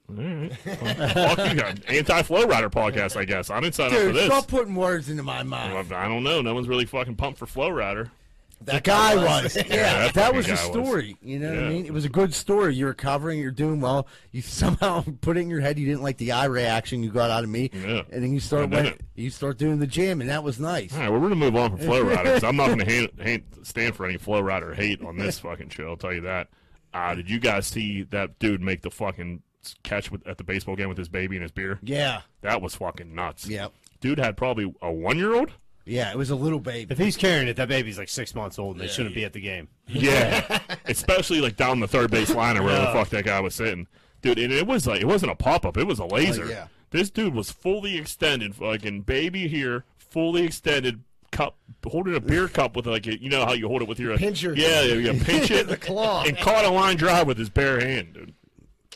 S1: Fuck you got anti flow uh, rider podcast, I guess. I didn't sign up for
S2: Dude,
S1: this.
S2: stop putting words into my mind.
S1: Well, I don't know. No one's really fucking pumped for flow rider.
S2: The guy was. Yeah,
S1: that
S2: that
S1: fucking
S2: was the
S1: guy was.
S2: story. You know what
S1: Yeah.
S2: I mean? It was a good story. You were covering, you're doing well. You somehow put it in your head you didn't like the eye reaction you got out of me.
S1: Yeah. Hmm.
S2: And then you
S1: I
S2: start
S1: did
S2: went,
S1: it.
S2: you start doing the jam and that was nice.
S1: All right, well, we're gonna move on from flow rider because I'm not gonna hand, hand, stand for any flow rider hate on this fucking show. I'll tell you that. Uh, did you guys see that dude make the fucking catch with, at the baseball game with his baby and his beer?
S2: Yeah.
S1: That was fucking nuts.
S2: Yep.
S1: Dude had probably a one year old.
S2: Yeah, it was a little baby.
S3: If he's carrying it, that baby's like six months old and they shouldn't be at the game.
S1: Yeah. Especially like down the third base line or where the fuck that guy was sitting. Dude, and it was like it wasn't a pop up, it was a laser.
S2: yeah.
S1: This dude was fully extended, fucking baby here, fully extended cup holding a beer cup with like a, you know how you hold it with your
S4: Pincher.
S1: Yeah, yeah, yeah, pinch it the
S4: claw.
S1: and caught a line drive with his bare hand, dude.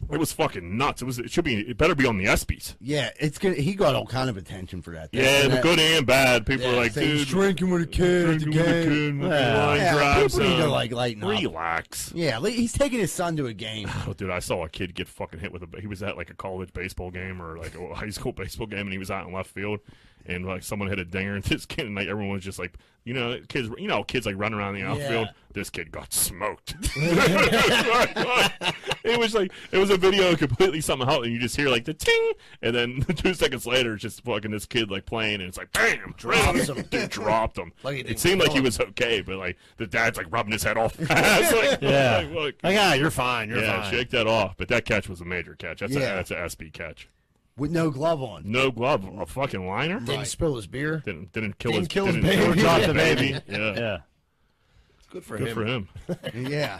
S1: It was fucking nuts. It was it should be it better be on the ESPYs.
S2: Yeah, it's good. He got all kind of attention for that.
S1: Yeah,
S2: that,
S1: good and bad. People are like,
S2: saying he's
S1: dude,
S2: drinking with a kid at the
S1: drinking with a
S2: game.
S1: kid, with the
S3: Yeah.
S1: line
S2: Yeah,
S1: drive,
S2: people need to,
S1: son.
S2: like, lighten up.
S1: Relax.
S2: Yeah, li- he's taking his son to a game.
S1: Oh, dude, I saw a kid get fucking hit with a. He was at like a college baseball game or like a high school baseball game, and he was out in left field, and like someone hit a dinger and this kid, and like everyone was just like, you know, kids, you know, kids like running around the outfield. This kid got smoked. it was like it was a video completely somehow, and you just hear like the ting, and then two seconds later, it's just fucking this kid like playing, and it's like bam, drops him, dude, dropped him.
S4: Like he
S1: it
S4: didn't
S1: seemed like
S4: kill
S1: he
S4: him.
S1: was okay, but like the dad's like rubbing his head off. It's like,
S3: Yeah.
S1: like, look,
S3: Like, ah, you're fine. You're
S1: yeah,
S3: fine.
S1: shake that off. But that catch was a major catch. That's
S2: Yeah.
S1: a that's a SB catch.
S2: with no glove on.
S1: No glove, a fucking liner.
S4: Did he spill his beer?
S1: Didn't didn't kill
S4: Didn't
S1: his
S4: kill his
S1: didn't
S4: baby.
S1: kill
S3: Dropped
S1: his
S3: the baby.
S1: Yeah.
S3: Yeah.
S4: Good for
S1: good
S4: him.
S1: for him.
S2: Yeah.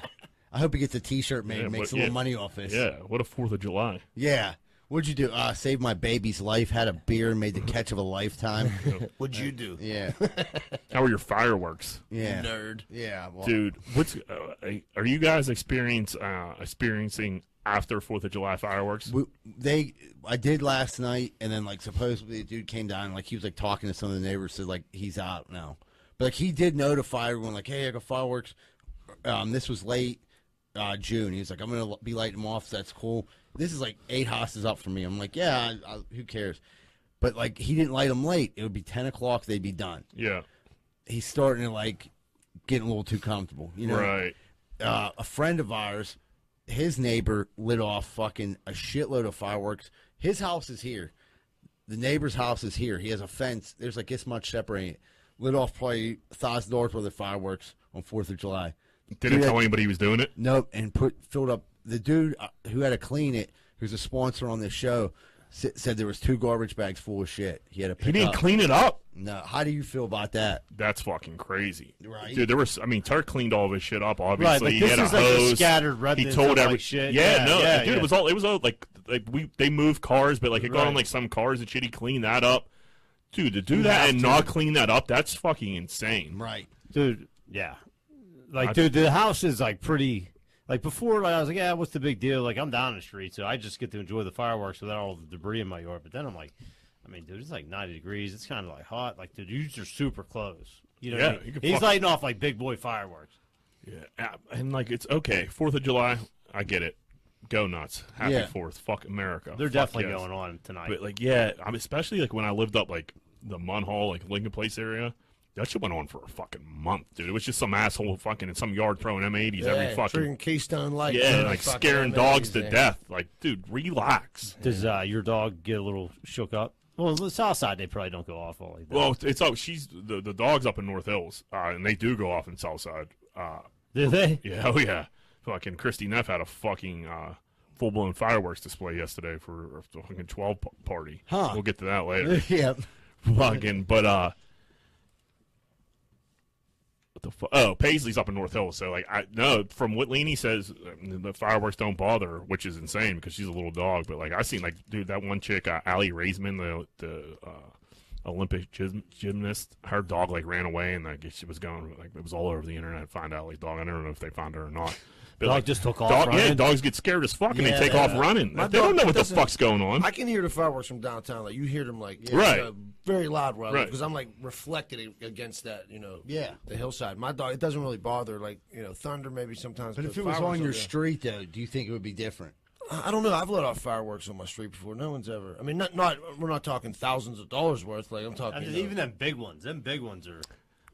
S2: I hope he gets a T-shirt made,
S1: Yeah,
S2: and makes
S1: but-
S2: a little
S1: yeah.
S2: money off this.
S1: Yeah, what a Fourth of July.
S2: Yeah. What'd you do? Uh, saved my baby's life. Had a beer. Made the catch of a lifetime.
S4: What'd you do,
S2: yeah.
S1: How are your fireworks,
S2: Yeah.
S4: nerd?
S2: Yeah. Well,
S1: dude? What's uh, are you guys experience uh, experiencing after Fourth of July fireworks?
S2: we, they, I did last night, and then like supposedly a dude came down, and, like he was like talking to some of the neighbors, said like he's out now, but like he did notify everyone like, hey, I got fireworks. Um, this was late uh, June. He was like, I'm gonna l- be lighting them off. So that's cool. This is like eight houses up for me. I'm like, yeah, I, I, who cares? But like he didn't light them late. It would be ten o'clock. They'd be done.
S1: Yeah,
S2: He's starting to like getting a little too comfortable. You know,
S1: right.
S2: uh, a friend of ours, his neighbor lit off fucking a shitload of fireworks. His house is here. The neighbor's house is here. He has a fence. There's like this much separating it. Lit off probably thousand dollars worth of fireworks on Fourth of July.
S1: Didn't
S2: Dude,
S1: tell anybody he was doing it.
S2: Nope, and put filled up the dude uh, who had to clean it, who's a sponsor on this show, s- said there was two garbage bags full of shit. He had to pick
S1: He didn't
S2: up.
S1: clean it up.
S2: no, how do you feel about that?
S1: That's fucking crazy,
S2: Right.
S1: Dude, there was. I mean, Turk cleaned all of his shit up. Obviously,
S3: Right, but
S1: he
S3: this
S1: had a
S3: is like the
S1: hose.
S3: scattered remnants
S1: he told
S3: of,
S1: every
S3: like, shit.
S1: Yeah,
S3: Yeah,
S1: no,
S3: yeah,
S1: dude,
S3: yeah.
S1: it was all. It was all like like we they moved cars, but like it got on
S3: Right.
S1: like some cars and shit. He cleaned that up, dude. To do that
S3: have
S1: and
S3: to.
S1: not clean that up, that's fucking insane.
S2: Right.
S3: dude. Yeah, like dude, the house is like pretty. Like before, like, I was like, yeah, what's the big deal? Like I'm down the street, so I just get to enjoy the fireworks without all the debris in my yard. But then I'm like, I mean, dude, it's like 90 degrees. It's kind of like hot. Like dude, you are super close. You know, what I
S1: Yeah,
S3: mean?
S1: you could
S3: he's
S1: fuck-
S3: lighting off like big boy fireworks.
S1: Yeah, and like it's okay. Fourth of July, I get it. go nuts. Happy
S2: Yeah.
S1: Fourth. Fuck America.
S3: They're
S1: Fuck
S3: definitely
S1: yes.
S3: going on tonight.
S1: But like, yeah, I'm especially like when I lived up like the Mun Hall, like Lincoln Place area. That shit went on for a fucking month, dude. It was just some asshole fucking in some yard throwing M80s every fucking
S4: Drinking Keystone Light.
S1: yeah,
S4: man,
S1: and, like
S4: fucking
S1: scaring dogs to
S4: amazing.
S1: death. Like, dude, relax.
S3: Does uh, your dog get a little shook up? Well, the south side they probably don't go off all like that.
S1: Well, it's up. She's the the dogs up in North Hills, uh, and they do go off in Southside. Uh,
S3: do they?
S1: yeah, oh yeah. Fucking Christy Neff had a fucking uh, full blown fireworks display yesterday for a fucking twelve p- party.
S2: Huh.
S1: We'll get to that later.
S2: yeah.
S1: fucking, but uh. What the fu- oh, Paisley's up in North Hills, so like I no. From what Leanie says, uh, the fireworks don't bother, her, which is insane because she's a little dog. But like I seen like dude, that one chick, uh, Allie Raisman, the the uh, Olympic gym, gymnast, her dog like ran away and like she was going like it was all over the internet. Find Allie's dog. I don't know if they found her or not. But
S3: Dog just took off
S1: dog- yeah,
S3: running?
S1: dogs get scared as fuck and
S2: Yeah,
S1: they take
S2: they-
S1: off running.
S4: My
S1: they don't
S4: dog
S1: know what the
S4: doesn't-
S1: fuck's going on.
S4: I can hear the fireworks from downtown. Like you hear them, like yeah,
S1: Right.
S4: uh, very loud, well,
S1: Right.
S4: because I'm like reflected against that, you know,
S2: Yeah.
S4: the hillside. My dog, it doesn't really bother, like you know, thunder maybe sometimes.
S2: But if it was on your street,
S4: street.
S2: though, do you think it would be different?
S4: I I don't know. I've let off fireworks on my street before. No one's ever. I mean, not not. We're not talking thousands of dollars worth. Like I'm talking. uh, you know,
S3: even them big ones. Them big ones are.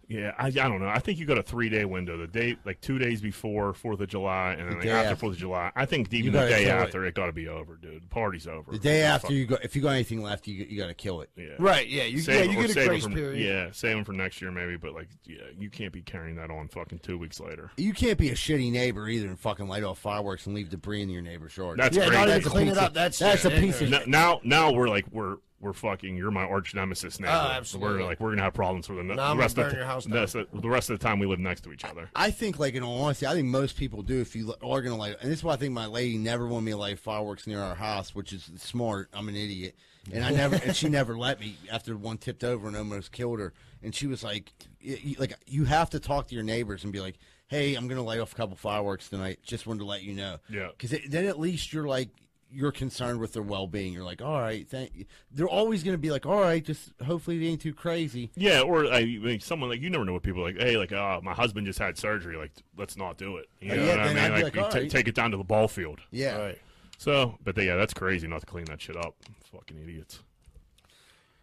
S1: Yeah, I, I don't know. I think you got a three day window. The day, like two days before Fourth of July, and then
S2: The
S1: like
S2: day
S1: after
S2: after.
S1: Fourth of July. I think
S2: You
S1: even the
S2: gotta
S1: day
S2: kill it.
S1: after, it, got to be over, dude. The party's over.
S2: The day after you go, if you got anything left, you you got to kill it.
S1: yeah.
S4: right. Yeah. You,
S1: Save,
S4: yeah,
S1: or
S4: you get
S1: save
S4: a
S1: it
S4: grace
S1: from-
S4: period.
S1: Yeah, save them for next year maybe, but like, yeah, you can't be carrying that on fucking two weeks later.
S2: You can't be a shitty neighbor either and fucking light off fireworks and leave debris in your neighbor's yard.
S1: That's
S4: Yeah.
S1: crazy.
S4: Not even
S2: That's a
S4: clean it
S2: piece of-
S4: up. That's
S2: that's a piece of-
S1: N- now, now we're like we're we're fucking. You're my arch nemesis now.
S4: Oh, absolutely.
S1: We're like we're gonna have problems for the,
S4: Now I'm
S1: the rest
S4: gonna
S1: of
S4: burn
S1: the,
S4: your house
S1: the, rest of- the rest of the time we live next to each other.
S2: I think, like in all honesty, I think most people do. If you are gonna light, and this is why I think my lady never wanted me to light fireworks near our house, which is smart. I'm an idiot, and I never, and she never let me after one tipped over and almost killed her. And she was like, y- y- like you have to talk to your neighbors and be like, hey, I'm gonna light off a couple fireworks tonight. Just wanted to let you know.
S1: Yeah.
S2: because then at least you're like. You're concerned with their well being. You're like, all right, thank you. They're always going to be like, all right, just hopefully they ain't too crazy.
S1: Yeah, or I mean, someone like you never know what people are like. Hey, like, uh, my husband just had surgery. Like, let's not do it. You
S2: Uh,
S1: know
S2: yeah,
S1: what I
S2: then
S1: mean?
S2: I'd be like,
S1: you
S2: "All
S1: ta-
S2: right."
S1: take it down to the ball field.
S2: Yeah.
S4: Right.
S1: So, but they, yeah, that's crazy not to clean that shit up. Fucking idiots.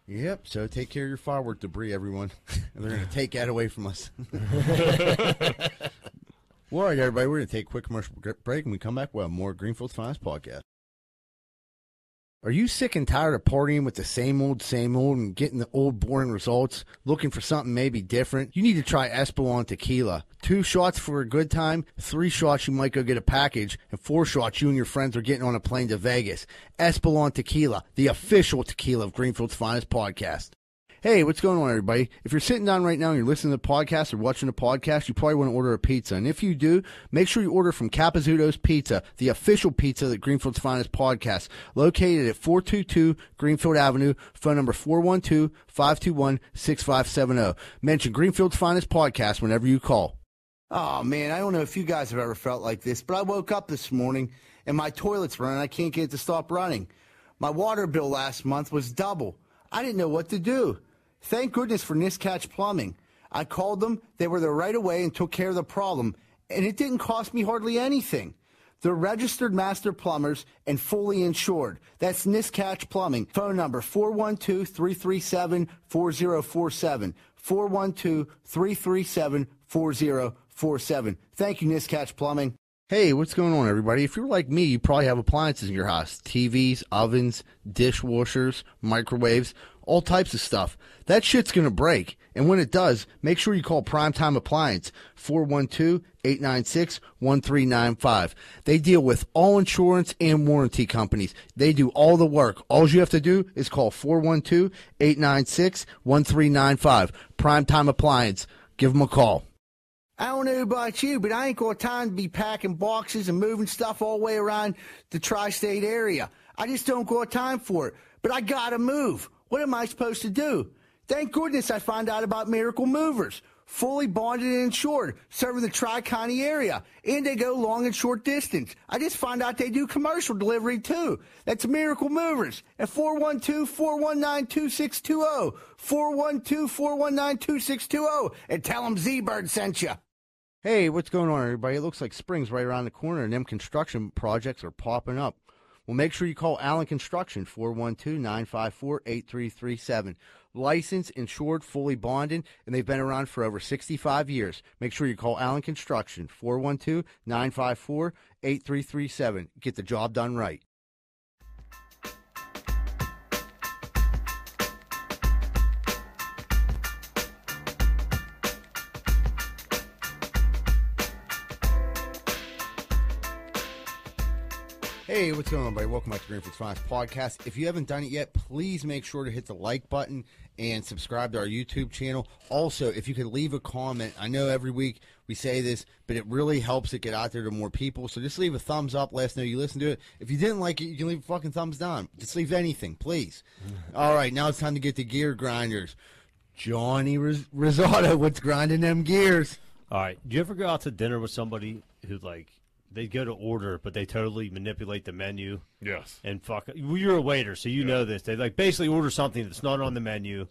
S2: Yep. So take care of your firework debris, everyone. They're going to take that away from us. well, all right, everybody. We're going to take a quick commercial gr- break and we come back with more Greenfield's Finest podcast. Are you sick and tired of partying with the same old, same old and getting the old boring results? Looking for something maybe different? You need to try Espolon Tequila. Two shots for a good time, three shots you might go get a package, and four shots you and your friends are getting on a plane to Vegas. Espolon Tequila, the official tequila of Greenfield's Finest Podcast. Hey, what's going on, everybody? If you're sitting down right now and you're listening to the podcast or watching the podcast, you probably want to order a pizza. And if you do, make sure you order from Capizzuto's Pizza, the official pizza that Greenfield's Finest podcast, located at 422 Greenfield Avenue, phone number 412 521 6570. Mention Greenfield's Finest podcast whenever you call. Oh man, I don't know if you guys have ever felt like this, but I woke up this morning and my toilet's running. I can't get it to stop running. My water bill last month was double. I didn't know what to do. Thank goodness for Niscatch Plumbing. I called them, they were there right away and took care of the problem, and it didn't cost me hardly anything. They're registered master plumbers and fully insured. That's Niscatch Plumbing. Phone number 412 337 4047. 412 337 4047. Thank you, Niscatch Plumbing. Hey, what's going on, everybody? If you're like me, you probably have appliances in your house TVs, ovens, dishwashers, microwaves, all types of stuff. That shit's going to break. And when it does, make sure you call Primetime Appliance 412 896 1395. They deal with all insurance and warranty companies. They do all the work. All you have to do is call 412 896 1395. Primetime Appliance. Give them a call. I don't know about you, but I ain't got time to be packing boxes and moving stuff all the way around the tri state area. I just don't got time for it. But I gotta move. What am I supposed to do? Thank goodness I found out about Miracle Movers. Fully bonded and insured, serving the Tri County area, and they go long and short distance. I just found out they do commercial delivery too. That's Miracle Movers at 412 419 oh. 2620. 412 419 2620. And tell them Z Bird sent you. Hey, what's going on, everybody? It looks like spring's right around the corner, and them construction projects are popping up. Well, make sure you call Allen Construction, 412 954 8337. Licensed, insured, fully bonded, and they've been around for over 65 years. Make sure you call Allen Construction, 412 954 8337. Get the job done right. Hey, what's going on, everybody? Welcome back to Greenfield's Finest Podcast. If you haven't done it yet, please make sure to hit the like button and subscribe to our YouTube channel. Also, if you could leave a comment, I know every week we say this, but it really helps it get out there to more people. So just leave a thumbs up. Let us know you listened to it. If you didn't like it, you can leave a fucking thumbs down. Just leave anything, please. All right, now it's time to get the gear grinders. Johnny Riz- Risotto, what's grinding them gears?
S3: All right. Do you ever go out to dinner with somebody who like they go to order, but they totally manipulate the menu
S1: Yes.
S3: and fuck? Well, you're a waiter, so you know this. They like basically order something that's not on the menu.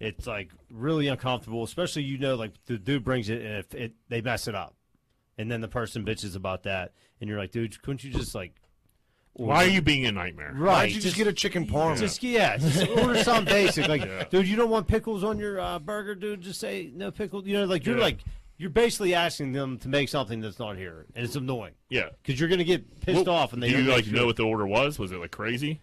S3: It's like really uncomfortable, especially you know like the dude brings it and if it they mess it up, and then the person bitches about that, and you're like, dude, couldn't you just like
S1: Why are you being a nightmare?
S3: right?
S4: Why'd you just, get a chicken parm?
S3: Just yeah, just order something basic. Like, dude, you don't want pickles on your uh, burger, dude. Just say no pickle. You know, like you're
S1: Yeah.
S3: like you're basically asking them to make something that's not here, and it's annoying
S1: Yeah.
S3: because you're gonna get pissed off. And they
S1: do
S3: don't
S1: you
S3: make
S1: like
S3: sure-
S1: know what the order was? Was it like crazy?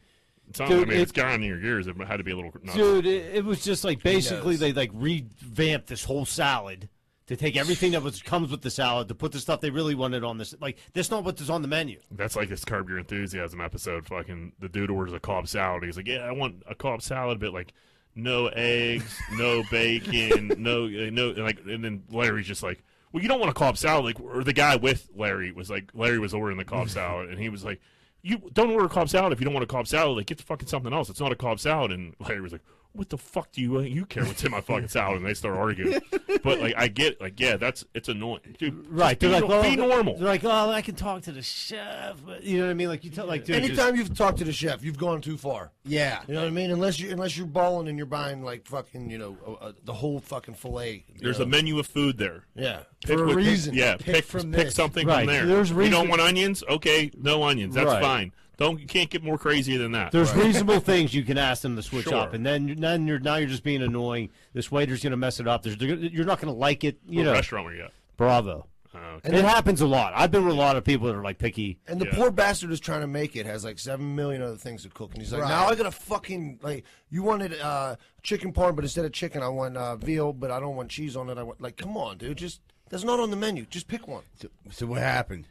S1: It's not, I
S3: Dude,
S1: mean,
S3: it-
S1: it's gone in your gears. It had to be a little. Nuts.
S3: dude. It, it was just like basically
S4: knows?
S3: they like revamped this whole salad. To take everything that was comes with the salad, to put the stuff they really wanted on this, like that's not what's on the menu.
S1: That's like this curb your enthusiasm episode. Fucking the dude orders a cob salad. He's like, yeah, I want a cob salad, but like no eggs, no bacon, no uh, no. And like, and then Larry's just like, well, you don't want a cob salad. Like, or the guy with Larry was like, Larry was ordering the cob salad, and he was like. You don't order a cob salad if you don't want a cob salad. Like, get the fucking something else. It's not a cob salad. And Larry was like, "What the fuck do you uh, you care what's in my fucking salad?" And they start arguing. but like, I get, like, yeah, that's it's annoying, dude.
S3: Right?
S1: Be,
S3: They're like,
S1: nor- be
S3: oh,
S1: normal.
S3: They're like, oh, I can talk to the chef, but you know what I mean? Like you tell, like, dude, just-
S4: Anytime you've talked to the chef, you've gone too far.
S2: Yeah.
S4: You know what I mean? Unless you unless you're balling and you're buying like fucking you know uh, uh, the whole fucking fillet. you
S1: There's
S4: know.
S1: a menu of food there.
S4: yeah
S1: Pick
S4: for a
S1: what- pick-
S4: reason.
S1: yeah,
S4: pick, from
S1: pick
S4: this.
S1: something
S3: Right,
S1: from there.
S3: there's
S1: you
S3: reason-
S1: don't want onions? Okay, no onions. That's
S3: Right.
S1: fine. Don't you can't get more crazy than that.
S3: There's reasonable things you can ask them to switch
S1: Sure.
S3: up, and then then you're now you're just being annoying. This waiter's gonna mess it up. There's, they're gonna- you're not gonna like it. You
S1: What
S3: know,
S1: restaurant were you at?
S3: bravo.
S1: Oh, okay.
S3: And it happens a lot. I've been with a lot of people that are like picky.
S4: And the
S1: Yeah.
S4: poor bastard who's trying to make it has like seven million other things to cook, and he's like, "Now I gotta fucking like you wanted uh, chicken parm, but instead of chicken, I want uh, veal, but I don't want cheese on it. I want like, come on, dude, just that's not on the menu. Just pick one.
S2: So, so what happened?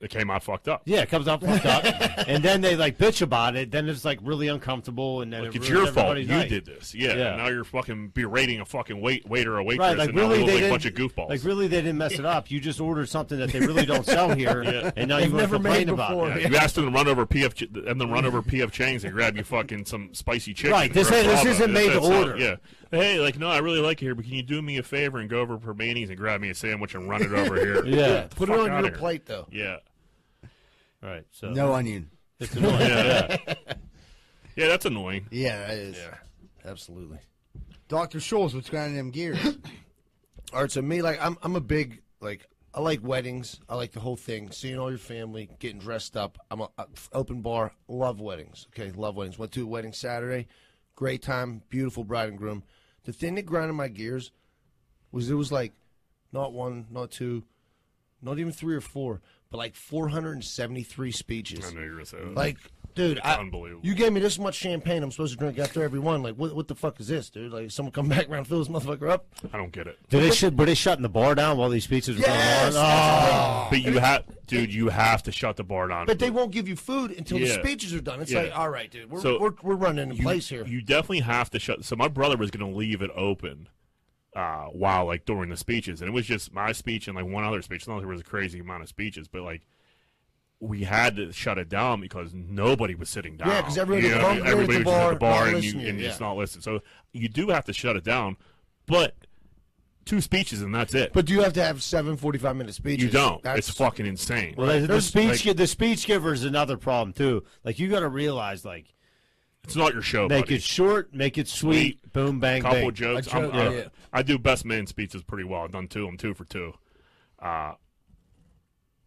S1: It came out fucked up.
S3: Yeah, it comes out fucked up, and then they like bitch about it. Then it's like really uncomfortable, and then
S1: Like,
S3: it
S1: it's
S3: ruins
S1: your fault. You
S3: everybody's night.
S1: did this. Yeah.
S3: Yeah.
S1: Now you're fucking berating a fucking wait waiter or waitress,
S3: Right, like
S1: and now we
S3: really,
S1: look
S3: they
S1: like a
S3: didn't,
S1: bunch of goofballs.
S3: Like really, they didn't mess it up. You just ordered something that they really don't sell here, and now you want
S4: They've
S3: to
S4: never made
S3: complain about
S4: before.
S3: it.
S1: Yeah, you asked them to run over PF Ch- and then run over PF Chang's and grab you fucking some spicy chicken.
S3: Right, this
S1: or a
S3: ain't- this
S1: Bravo.
S3: isn't made to
S1: that's not-
S3: order.
S1: yeah. Hey, like, no, I really like it here, but can you do me a favor and go over to Permane's and grab me a sandwich and run it over here?
S3: Yeah.
S4: Put
S1: fuck
S4: it on
S1: outta
S4: your
S1: here.
S4: plate though.
S1: Yeah.
S3: Right. So
S2: No onion.
S3: it's annoying.
S1: Yeah. yeah, that's annoying.
S2: Yeah, that is.
S4: Absolutely.
S2: Dr. Schultz, what's grinding them gears?
S4: All right, so me like I'm I'm a big like I like weddings. I like the whole thing, seeing all your family, getting dressed up. I'm a, a- open bar. Love weddings. Okay, love weddings. Went to a wedding Saturday. Great time. Beautiful bride and groom. The thing that grinded my gears was it was like not one, not two, not even three or four, but like 473 speeches.
S1: I know you're gonna say that.
S4: Like, dude, I,
S1: unbelievable.
S4: You gave me this much champagne. I'm supposed to drink after every one. Like, what, what the fuck is this, dude? Like, someone come back around, and fill this motherfucker up.
S1: I don't get it.
S3: Did they shut? Were they shutting the bar down while these speeches were going on? Oh.
S1: But you have, dude, you have to shut the bar down.
S4: But they won't give you food until
S1: Yeah.
S4: the speeches are done. It's
S1: Yeah.
S4: like, all right, dude, we're,
S1: So,
S4: we're, we're running in
S1: you,
S4: place here.
S1: You definitely have to shut. So my brother was gonna leave it open, uh, while like during the speeches, and it was just my speech and like one other speech. Not like there was a crazy amount of speeches, but like. We had to shut it down because nobody was sitting down.
S4: Yeah, 'cause everybody
S1: You
S4: was
S1: know,
S4: bumping at
S1: everybody
S4: the
S1: was just
S4: bar,
S1: at the bar,
S4: not
S1: and, you,
S4: listening,
S1: and
S4: yeah.
S1: just not listening. So you do have to shut it down, but two speeches and that's it.
S4: but do you have to have seven 45 minute speeches?
S1: you don't.
S4: That's,
S1: it's fucking insane.
S3: Well, the, the
S1: There's,
S3: speech
S1: like-
S3: gi- the speech giver is another problem too. Like you got to realize, like
S1: It's not your show,
S3: Make
S1: buddy.
S3: it short, make it sweet. Boom, bang,
S1: couple
S3: bang.
S1: of jokes.
S2: I
S1: I'm-
S2: joke,
S1: I,
S2: yeah.
S1: I do best man speeches pretty well. I've done two. I'm two for two. Uh,